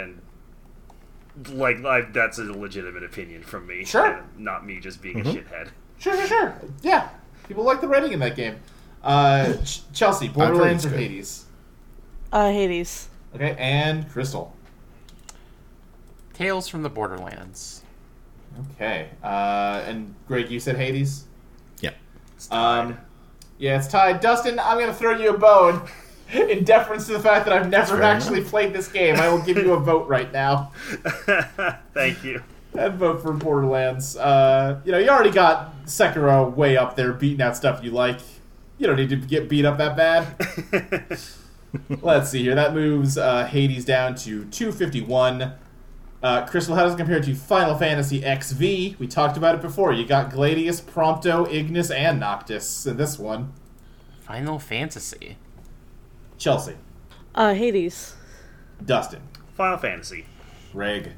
[SPEAKER 6] and like I, that's a legitimate opinion from me.
[SPEAKER 2] Sure.
[SPEAKER 6] and not me just being a shithead.
[SPEAKER 2] Sure, sure, sure. Yeah, people like the writing in that game. Uh, Ch- Chelsea,
[SPEAKER 4] heard
[SPEAKER 2] Borderlands
[SPEAKER 4] it's
[SPEAKER 2] or
[SPEAKER 4] good.
[SPEAKER 2] Hades?
[SPEAKER 3] Uh, Hades.
[SPEAKER 2] Okay, and Crystal.
[SPEAKER 5] Tales from the Borderlands.
[SPEAKER 2] Okay, uh, and Greg, you said Hades.
[SPEAKER 4] Yeah.
[SPEAKER 2] Um, yeah, it's tied. Dustin, I'm gonna throw you a bone. [LAUGHS] In deference to the fact that I've never
[SPEAKER 4] fair enough.
[SPEAKER 2] actually played this game, I will give you
[SPEAKER 4] [LAUGHS]
[SPEAKER 2] a vote right now.
[SPEAKER 6] [LAUGHS] Thank you.
[SPEAKER 2] I'd vote for Borderlands. Uh, you know, you already got Sekiro way up there, beating out stuff you like. You don't need to get beat up that bad. Let's see here. That moves uh, Hades down to 251. Uh, Crystal, how does it compare to Final Fantasy XV? We talked about it before. You got Gladius, Prompto, Ignis, and Noctis in this one.
[SPEAKER 5] Final Fantasy.
[SPEAKER 2] Chelsea,
[SPEAKER 3] Uh, Hades.
[SPEAKER 2] Dustin,
[SPEAKER 6] Final Fantasy.
[SPEAKER 2] Greg.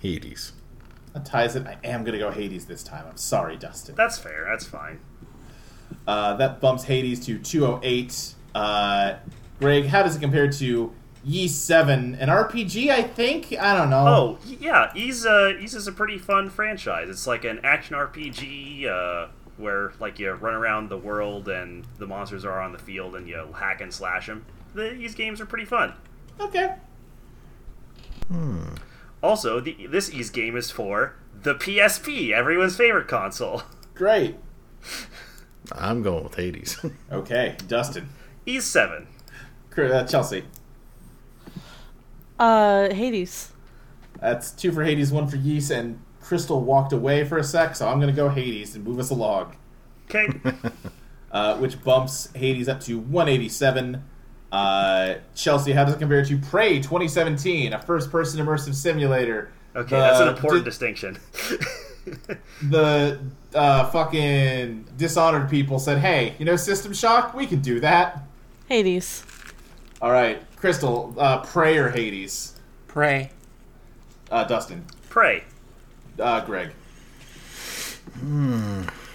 [SPEAKER 4] Hades.
[SPEAKER 2] That ties it. I am going to go Hades this time. I'm sorry, Dustin.
[SPEAKER 6] That's fair. That's fine.
[SPEAKER 2] Uh, that bumps Hades to 208. Uh, Greg, how does it compare to Ye 7? An RPG, I think? I don't know.
[SPEAKER 6] Oh, y- yeah, Ease, uh, Ease is a pretty fun franchise. It's like an action RPG uh, where like you run around the world and the monsters are on the field and you hack and slash them. The Ease games are pretty fun.
[SPEAKER 2] Okay.
[SPEAKER 6] Also, the, this Ease game is for the PSP, everyone's favorite console. [LAUGHS]
[SPEAKER 2] Great.
[SPEAKER 4] I'm going with Hades. [LAUGHS]
[SPEAKER 2] Okay, Dustin.
[SPEAKER 6] Ease 7.
[SPEAKER 2] Cr- Uh, Chelsea.
[SPEAKER 3] Uh, Hades.
[SPEAKER 2] That's two for Hades, one for Yeast, and Crystal walked away for a sec, so I'm going to go Hades and move us along.
[SPEAKER 4] [LAUGHS]
[SPEAKER 6] Okay.
[SPEAKER 2] Uh, which bumps Hades up to 187. Uh, Chelsea, how does it compare to Prey 2017, a first person immersive simulator?
[SPEAKER 6] Okay, that's
[SPEAKER 4] Uh,
[SPEAKER 6] an
[SPEAKER 2] The-
[SPEAKER 6] important
[SPEAKER 2] di-
[SPEAKER 6] distinction. [LAUGHS]
[SPEAKER 2] the uh, fucking dishonored people said, "Hey, you know, System Shock, we can do that."
[SPEAKER 3] Hades.
[SPEAKER 2] All right, Crystal, uh, prayer Hades,
[SPEAKER 5] Prey.
[SPEAKER 2] uh, Dustin,
[SPEAKER 6] Prey.
[SPEAKER 2] uh, Greg.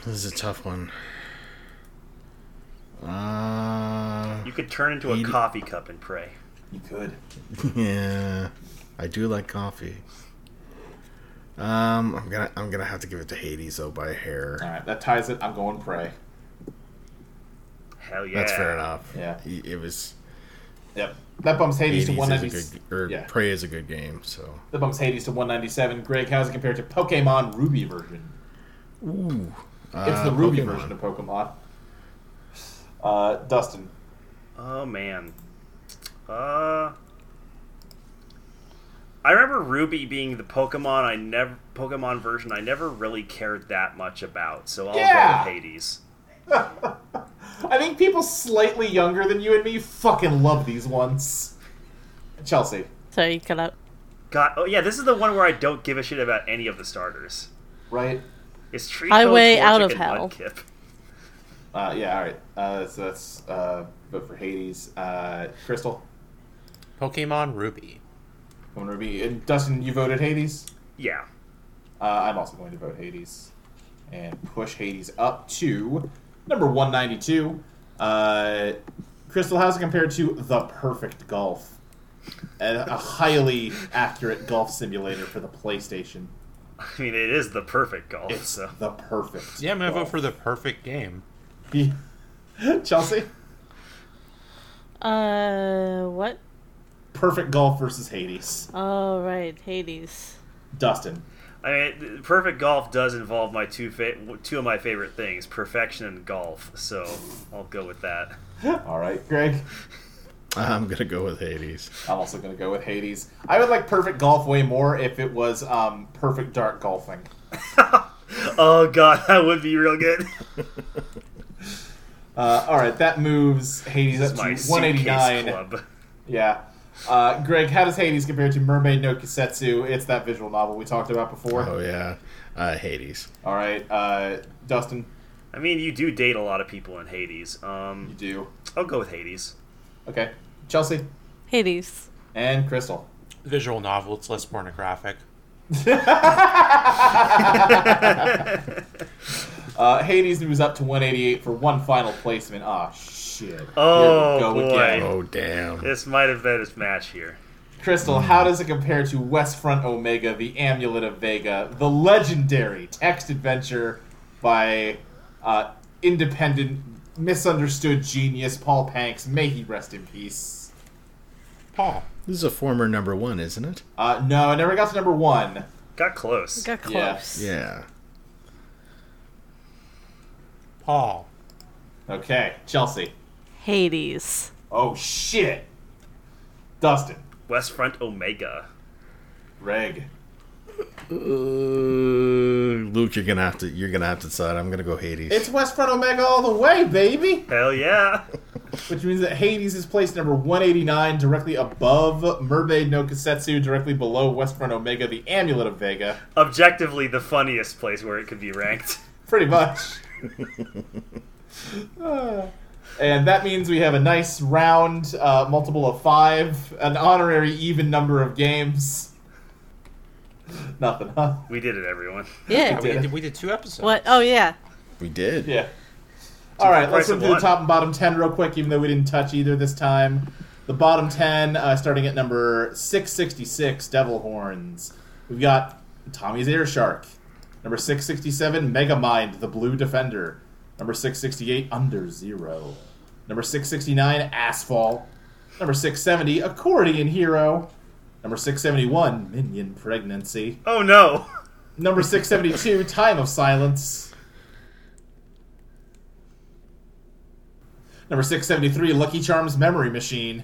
[SPEAKER 4] this is a tough one. Uh,
[SPEAKER 6] You could turn into a
[SPEAKER 4] Eat-
[SPEAKER 6] coffee cup and pray.
[SPEAKER 2] You could.
[SPEAKER 4] [LAUGHS] yeah, I do like coffee. Um, I'm gonna I'm gonna have to give it to Hades though by a hair.
[SPEAKER 2] All right, that ties it. I'm going Prey.
[SPEAKER 6] Hell yeah.
[SPEAKER 4] That's fair enough.
[SPEAKER 2] Yeah.
[SPEAKER 4] He- it was
[SPEAKER 2] Yep. That bumps Hades,
[SPEAKER 4] Hades
[SPEAKER 2] to
[SPEAKER 4] is a
[SPEAKER 2] 197.
[SPEAKER 4] good or
[SPEAKER 2] yeah.
[SPEAKER 4] Prey is a good game. So
[SPEAKER 2] That bumps Hades to 197. Greg, how's it compared to Pokemon Ruby version?
[SPEAKER 4] ooh,
[SPEAKER 2] It's the Ruby version
[SPEAKER 4] [LAUGHS]
[SPEAKER 2] of Pokemon. Uh, Dustin, [LAUGHS]
[SPEAKER 6] Oh man. Uh I remember Ruby being the Pokemon I never Pokemon version I never really cared that much about, so I'll
[SPEAKER 2] Yeah.
[SPEAKER 6] go with Hades.
[SPEAKER 2] I think people slightly younger than you and me fucking love these ones. Chelsea,
[SPEAKER 3] Sorry, you cut out.
[SPEAKER 6] God oh yeah, this is the one where I don't give a shit about any of the starters.
[SPEAKER 2] right?
[SPEAKER 6] It's Trico,
[SPEAKER 3] Highway out
[SPEAKER 6] Torchic,
[SPEAKER 3] of
[SPEAKER 6] and
[SPEAKER 3] hell.
[SPEAKER 6] Mudkip. [LAUGHS]
[SPEAKER 2] Uh, yeah, all right. Uh, so that's uh, vote for Hades. Uh, Crystal,
[SPEAKER 5] Pokemon Ruby.
[SPEAKER 2] I'm going be. And Dustin, you voted Hades.
[SPEAKER 6] Yeah.
[SPEAKER 2] Uh, I'm also going to vote Hades and push Hades up to number 192. Uh, Crystal, how's it compared to The Perfect Golf? A, a highly accurate golf simulator for the PlayStation.
[SPEAKER 6] I mean it is the perfect golf,
[SPEAKER 2] It's
[SPEAKER 6] so
[SPEAKER 2] the perfect.
[SPEAKER 5] Yeah, I'm gonna vote
[SPEAKER 2] golf.
[SPEAKER 5] for the perfect game.
[SPEAKER 2] [LAUGHS] Chelsea,
[SPEAKER 3] Uh, what?
[SPEAKER 2] perfect golf versus Hades.
[SPEAKER 3] All right, Hades.
[SPEAKER 2] Dustin,
[SPEAKER 6] I mean, th- perfect golf does involve my two fa- two of my favorite things, perfection and golf. So I'll go with that. [LAUGHS]
[SPEAKER 2] all right, Greg.
[SPEAKER 4] I'm gonna go with Hades.
[SPEAKER 2] I'm also going to go with Hades. I would like Perfect Golf way more if it was um, Perfect Dark Golfing.
[SPEAKER 6] Oh god, that would be real good. [LAUGHS]
[SPEAKER 2] Uh, all right, that moves Hades
[SPEAKER 6] This
[SPEAKER 2] up
[SPEAKER 6] is
[SPEAKER 2] to
[SPEAKER 6] my suitcase
[SPEAKER 2] 189.
[SPEAKER 6] club. [LAUGHS]
[SPEAKER 2] Yeah. Uh, Greg, how does Hades compare to Mermaid no Kisetsu? It's that visual novel we talked about before.
[SPEAKER 4] Oh yeah, uh, Hades.
[SPEAKER 2] All right, uh, Dustin,
[SPEAKER 6] I mean, you do date a lot of people in Hades.
[SPEAKER 2] you
[SPEAKER 6] Um,
[SPEAKER 2] do.
[SPEAKER 6] I'll go
[SPEAKER 2] [LAUGHS]
[SPEAKER 6] with Hades.
[SPEAKER 2] Okay. Chelsea
[SPEAKER 3] Hades.
[SPEAKER 2] and Crystal.
[SPEAKER 5] Visual novel, it's less pornographic.
[SPEAKER 2] Uh, Hades moves up to 188 for one final placement. Ah, shit.
[SPEAKER 6] Oh,
[SPEAKER 2] Here we
[SPEAKER 6] boy.
[SPEAKER 4] Oh damn.
[SPEAKER 6] This might have been his match here.
[SPEAKER 2] Crystal, how does it compare to Westfront Omega, the Amulet of Vega, the legendary text adventure by uh, independent, misunderstood genius Paul Panks? May he rest in peace.
[SPEAKER 5] Paul.
[SPEAKER 4] This is a former number one, isn't it?
[SPEAKER 2] Uh, no, I never got to number one.
[SPEAKER 6] Got close.
[SPEAKER 3] Got
[SPEAKER 2] Yeah.
[SPEAKER 3] close.
[SPEAKER 4] Yeah.
[SPEAKER 5] Paul.
[SPEAKER 2] Okay, Chelsea. [LAUGHS]
[SPEAKER 3] Hades.
[SPEAKER 2] Oh shit. Dustin.
[SPEAKER 6] West Front Omega.
[SPEAKER 2] Reg.
[SPEAKER 4] Uh, Luke, you're gonna have to you're gonna have to decide. I'm gonna go Hades.
[SPEAKER 2] It's West Front Omega all the way, baby!
[SPEAKER 6] Hell yeah.
[SPEAKER 2] Which means that Hades is placed number 189, directly above Mermaid no Kisetsu, directly below West Front Omega, the Amulet of Vega.
[SPEAKER 6] Objectively, the funniest place where it could be ranked.
[SPEAKER 2] Pretty much. Uh, and that means we have a nice round uh, multiple of five, an honorary even number of games. Nothing, huh?
[SPEAKER 6] We did it, everyone.
[SPEAKER 3] Yeah.
[SPEAKER 5] We did, we did two episodes.
[SPEAKER 3] What? Oh yeah.
[SPEAKER 4] we did.
[SPEAKER 2] [LAUGHS] Yeah. All right, let's
[SPEAKER 6] price
[SPEAKER 2] run
[SPEAKER 6] of
[SPEAKER 2] through the
[SPEAKER 6] one.
[SPEAKER 2] top and bottom 10 real quick, even though we didn't touch either this time. The bottom 10, uh, starting at number 666, Devil Horns. We've got Tommy's Air Shark. Number 667, Megamind, the Blue Defender. Number 668, Under Zero. Number 669, Asphalt. Number 670, Accordion Hero. Number 671, Minion Pregnancy.
[SPEAKER 6] Oh no.
[SPEAKER 2] Number 672, Time of Silence. Number 673, Lucky Charms Memory Machine.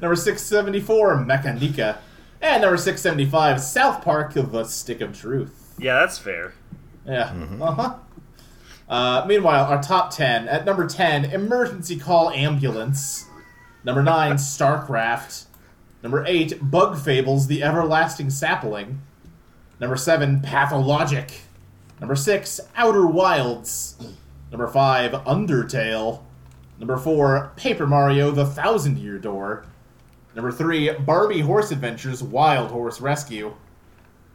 [SPEAKER 2] Number 674, Mechanica. And number 675, South Park, The Stick of Truth.
[SPEAKER 6] Yeah, that's fair.
[SPEAKER 2] Yeah. Uh-huh. Uh, meanwhile, our top 10. At number 10, Emergency Call Ambulance. Number 9, StarCraft. Number 8, Bug Fables, The Everlasting Sapling. Number 7, Pathologic. Number 6, Outer Wilds. Number 5, Undertale. Number 4, Paper Mario, The Thousand Year Door. Number 3, Barbie Horse Adventures, Wild Horse Rescue.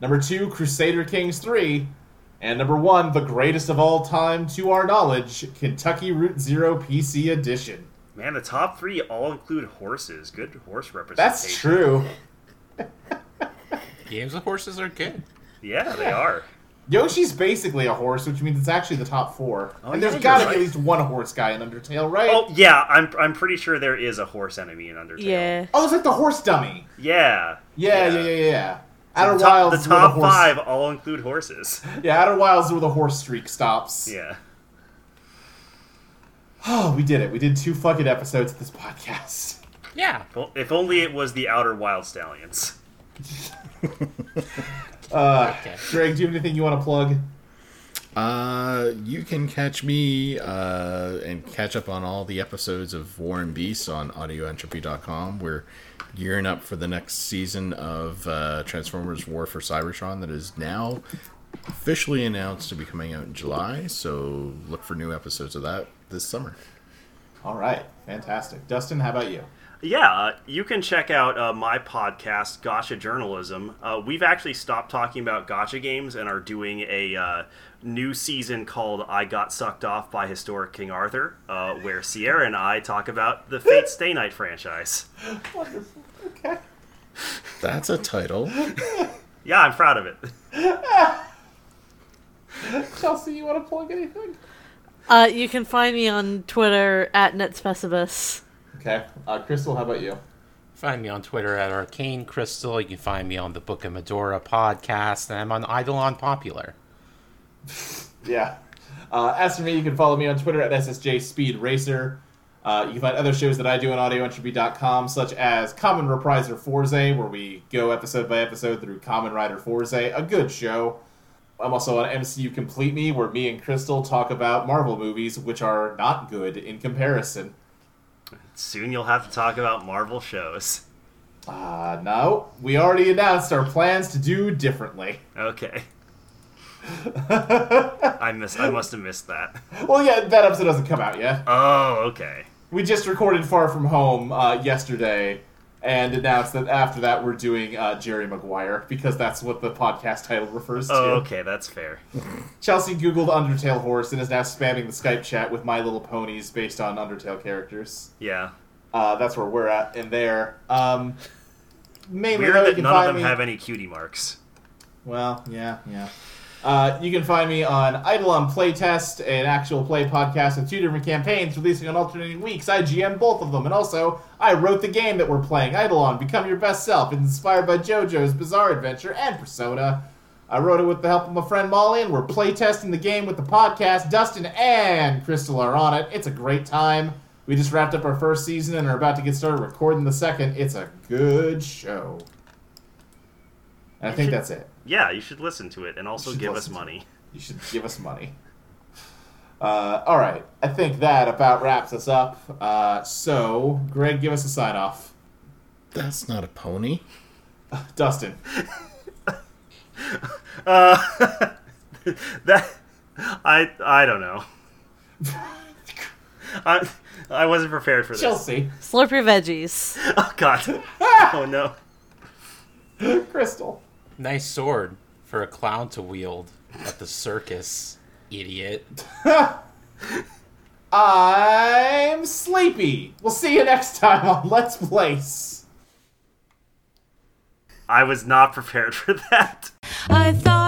[SPEAKER 2] Number 2, Crusader Kings 3. And number 1, the greatest of all time to our knowledge, Kentucky Route Zero PC Edition.
[SPEAKER 6] Man, the top three all include horses. Good horse representation.
[SPEAKER 2] That's true.
[SPEAKER 5] Games with horses are good.
[SPEAKER 6] Yeah, they are.
[SPEAKER 2] Yoshi's basically a horse, which means it's actually the top four.
[SPEAKER 6] Oh,
[SPEAKER 2] and
[SPEAKER 6] yeah,
[SPEAKER 2] there's
[SPEAKER 6] you're
[SPEAKER 2] gotta
[SPEAKER 6] right.
[SPEAKER 2] be at least one horse guy in Undertale, right?
[SPEAKER 6] Oh yeah, I'm I'm pretty sure there is a horse enemy in Undertale.
[SPEAKER 3] Yeah.
[SPEAKER 2] Oh, it's like the horse dummy.
[SPEAKER 6] Yeah.
[SPEAKER 2] Yeah, yeah, yeah, yeah. yeah. Outer
[SPEAKER 6] The top,
[SPEAKER 2] Wilds
[SPEAKER 6] the
[SPEAKER 2] is where the
[SPEAKER 6] top
[SPEAKER 2] horse.
[SPEAKER 6] five all
[SPEAKER 2] [LAUGHS]
[SPEAKER 6] include horses.
[SPEAKER 2] Yeah, Outer Wilds is where the horse streak stops.
[SPEAKER 6] Yeah.
[SPEAKER 2] Oh, we did it. We did two fucking episodes of this podcast. [LAUGHS]
[SPEAKER 5] Yeah.
[SPEAKER 6] Well, if only it was the Outer Wild Stallions.
[SPEAKER 2] Uh,
[SPEAKER 5] Okay.
[SPEAKER 2] Greg, do you have anything you want to plug?
[SPEAKER 4] Uh, you can catch me uh, and catch up on all the episodes of War and Beast on audioentropy.com. We're gearing up for the next season of uh, Transformers War for Cybertron that is now officially announced to be coming out in July. So look for new episodes of that this summer.
[SPEAKER 2] All right, fantastic. Dustin, how about you?
[SPEAKER 7] Yeah, uh, you can check out uh, my podcast, Gotcha Journalism. Uh, we've actually stopped talking about gotcha games and are doing a uh, new season called I Got Sucked Off by Historic King Arthur, uh, where Sierra and I talk about the Fates Day Night franchise.
[SPEAKER 2] Wonderful. Okay.
[SPEAKER 4] That's a title.
[SPEAKER 7] Yeah, I'm proud of it. [LAUGHS]
[SPEAKER 2] Chelsea, you want to plug anything?
[SPEAKER 3] Uh, you can find me on Twitter at netspecibus.
[SPEAKER 2] Okay. Uh, Crystal, how about you?
[SPEAKER 5] Find me on Twitter at Arcane Crystal. You can find me on the Book of Medora podcast, and I'm on Eidolon Popular.
[SPEAKER 2] Yeah. Uh, as for me, you can follow me on Twitter at SSJ Speed Racer. Uh, you can find other shows that I do on audioentropy.com, such as Common Repriser Forze, where we go episode by episode through Common Rider Forze, a good show. I'm also on MCU Complete Me, where me and Crystal talk about Marvel movies, which are not good in comparison.
[SPEAKER 7] Soon you'll have to talk about Marvel shows.
[SPEAKER 2] Uh, no, we already announced our plans to do differently. [LAUGHS]
[SPEAKER 7] Okay. I miss. I must have missed that.
[SPEAKER 2] Well, yeah, that episode doesn't come out yet.
[SPEAKER 7] Oh, okay.
[SPEAKER 2] we just recorded Far From Home uh, yesterday and announced that after that we're doing uh, Jerry Maguire because that's what the podcast title refers to.
[SPEAKER 7] [LAUGHS] Oh, okay. That's fair.
[SPEAKER 2] Chelsea Googled Undertale Horse and is now spamming the Skype chat with My Little Ponies based on Undertale characters.
[SPEAKER 7] Yeah.
[SPEAKER 2] Uh, that's where we're at in there. Um, mainly,
[SPEAKER 7] Weird
[SPEAKER 2] though, you
[SPEAKER 7] that
[SPEAKER 2] can
[SPEAKER 7] none of
[SPEAKER 2] find
[SPEAKER 7] them
[SPEAKER 2] me.
[SPEAKER 7] have any cutie marks.
[SPEAKER 2] Well, yeah, yeah. Uh, you can find me on Eidolon Playtest, an actual play podcast with two different campaigns releasing on alternating weeks. I GM both of them, and also I wrote the game that we're playing, Eidolon Become Your Best Self, inspired by JoJo's Bizarre Adventure and Persona. I wrote it with the help of my friend Molly, and we're playtesting the game with the podcast. Dustin and Crystal are on it. It's a great time. We just wrapped up our first season and are about to get started recording the second. It's a good show. And I think
[SPEAKER 6] should-
[SPEAKER 2] that's it.
[SPEAKER 7] Yeah, you should listen to it and also
[SPEAKER 2] should
[SPEAKER 7] give us
[SPEAKER 2] listen to it.
[SPEAKER 7] money.
[SPEAKER 2] You should give us money. Uh, all right, I think that about wraps us up. Uh, so, Greg, give us a sign off.
[SPEAKER 4] That's not a pony.
[SPEAKER 2] Dustin,
[SPEAKER 7] Uh, [LAUGHS] that I I don't
[SPEAKER 2] [LAUGHS]
[SPEAKER 7] know. I I wasn't prepared for this.
[SPEAKER 2] Chelsea,
[SPEAKER 3] Slurp your veggies.
[SPEAKER 7] Oh [LAUGHS] God.
[SPEAKER 2] Ah!
[SPEAKER 7] Oh no.
[SPEAKER 2] Crystal,
[SPEAKER 5] Nice sword for a clown to wield at the circus, idiot.
[SPEAKER 2] I'm sleepy. We'll see you next time on Let's Place.
[SPEAKER 7] I was not prepared [LAUGHS] for that.
[SPEAKER 1] I thought.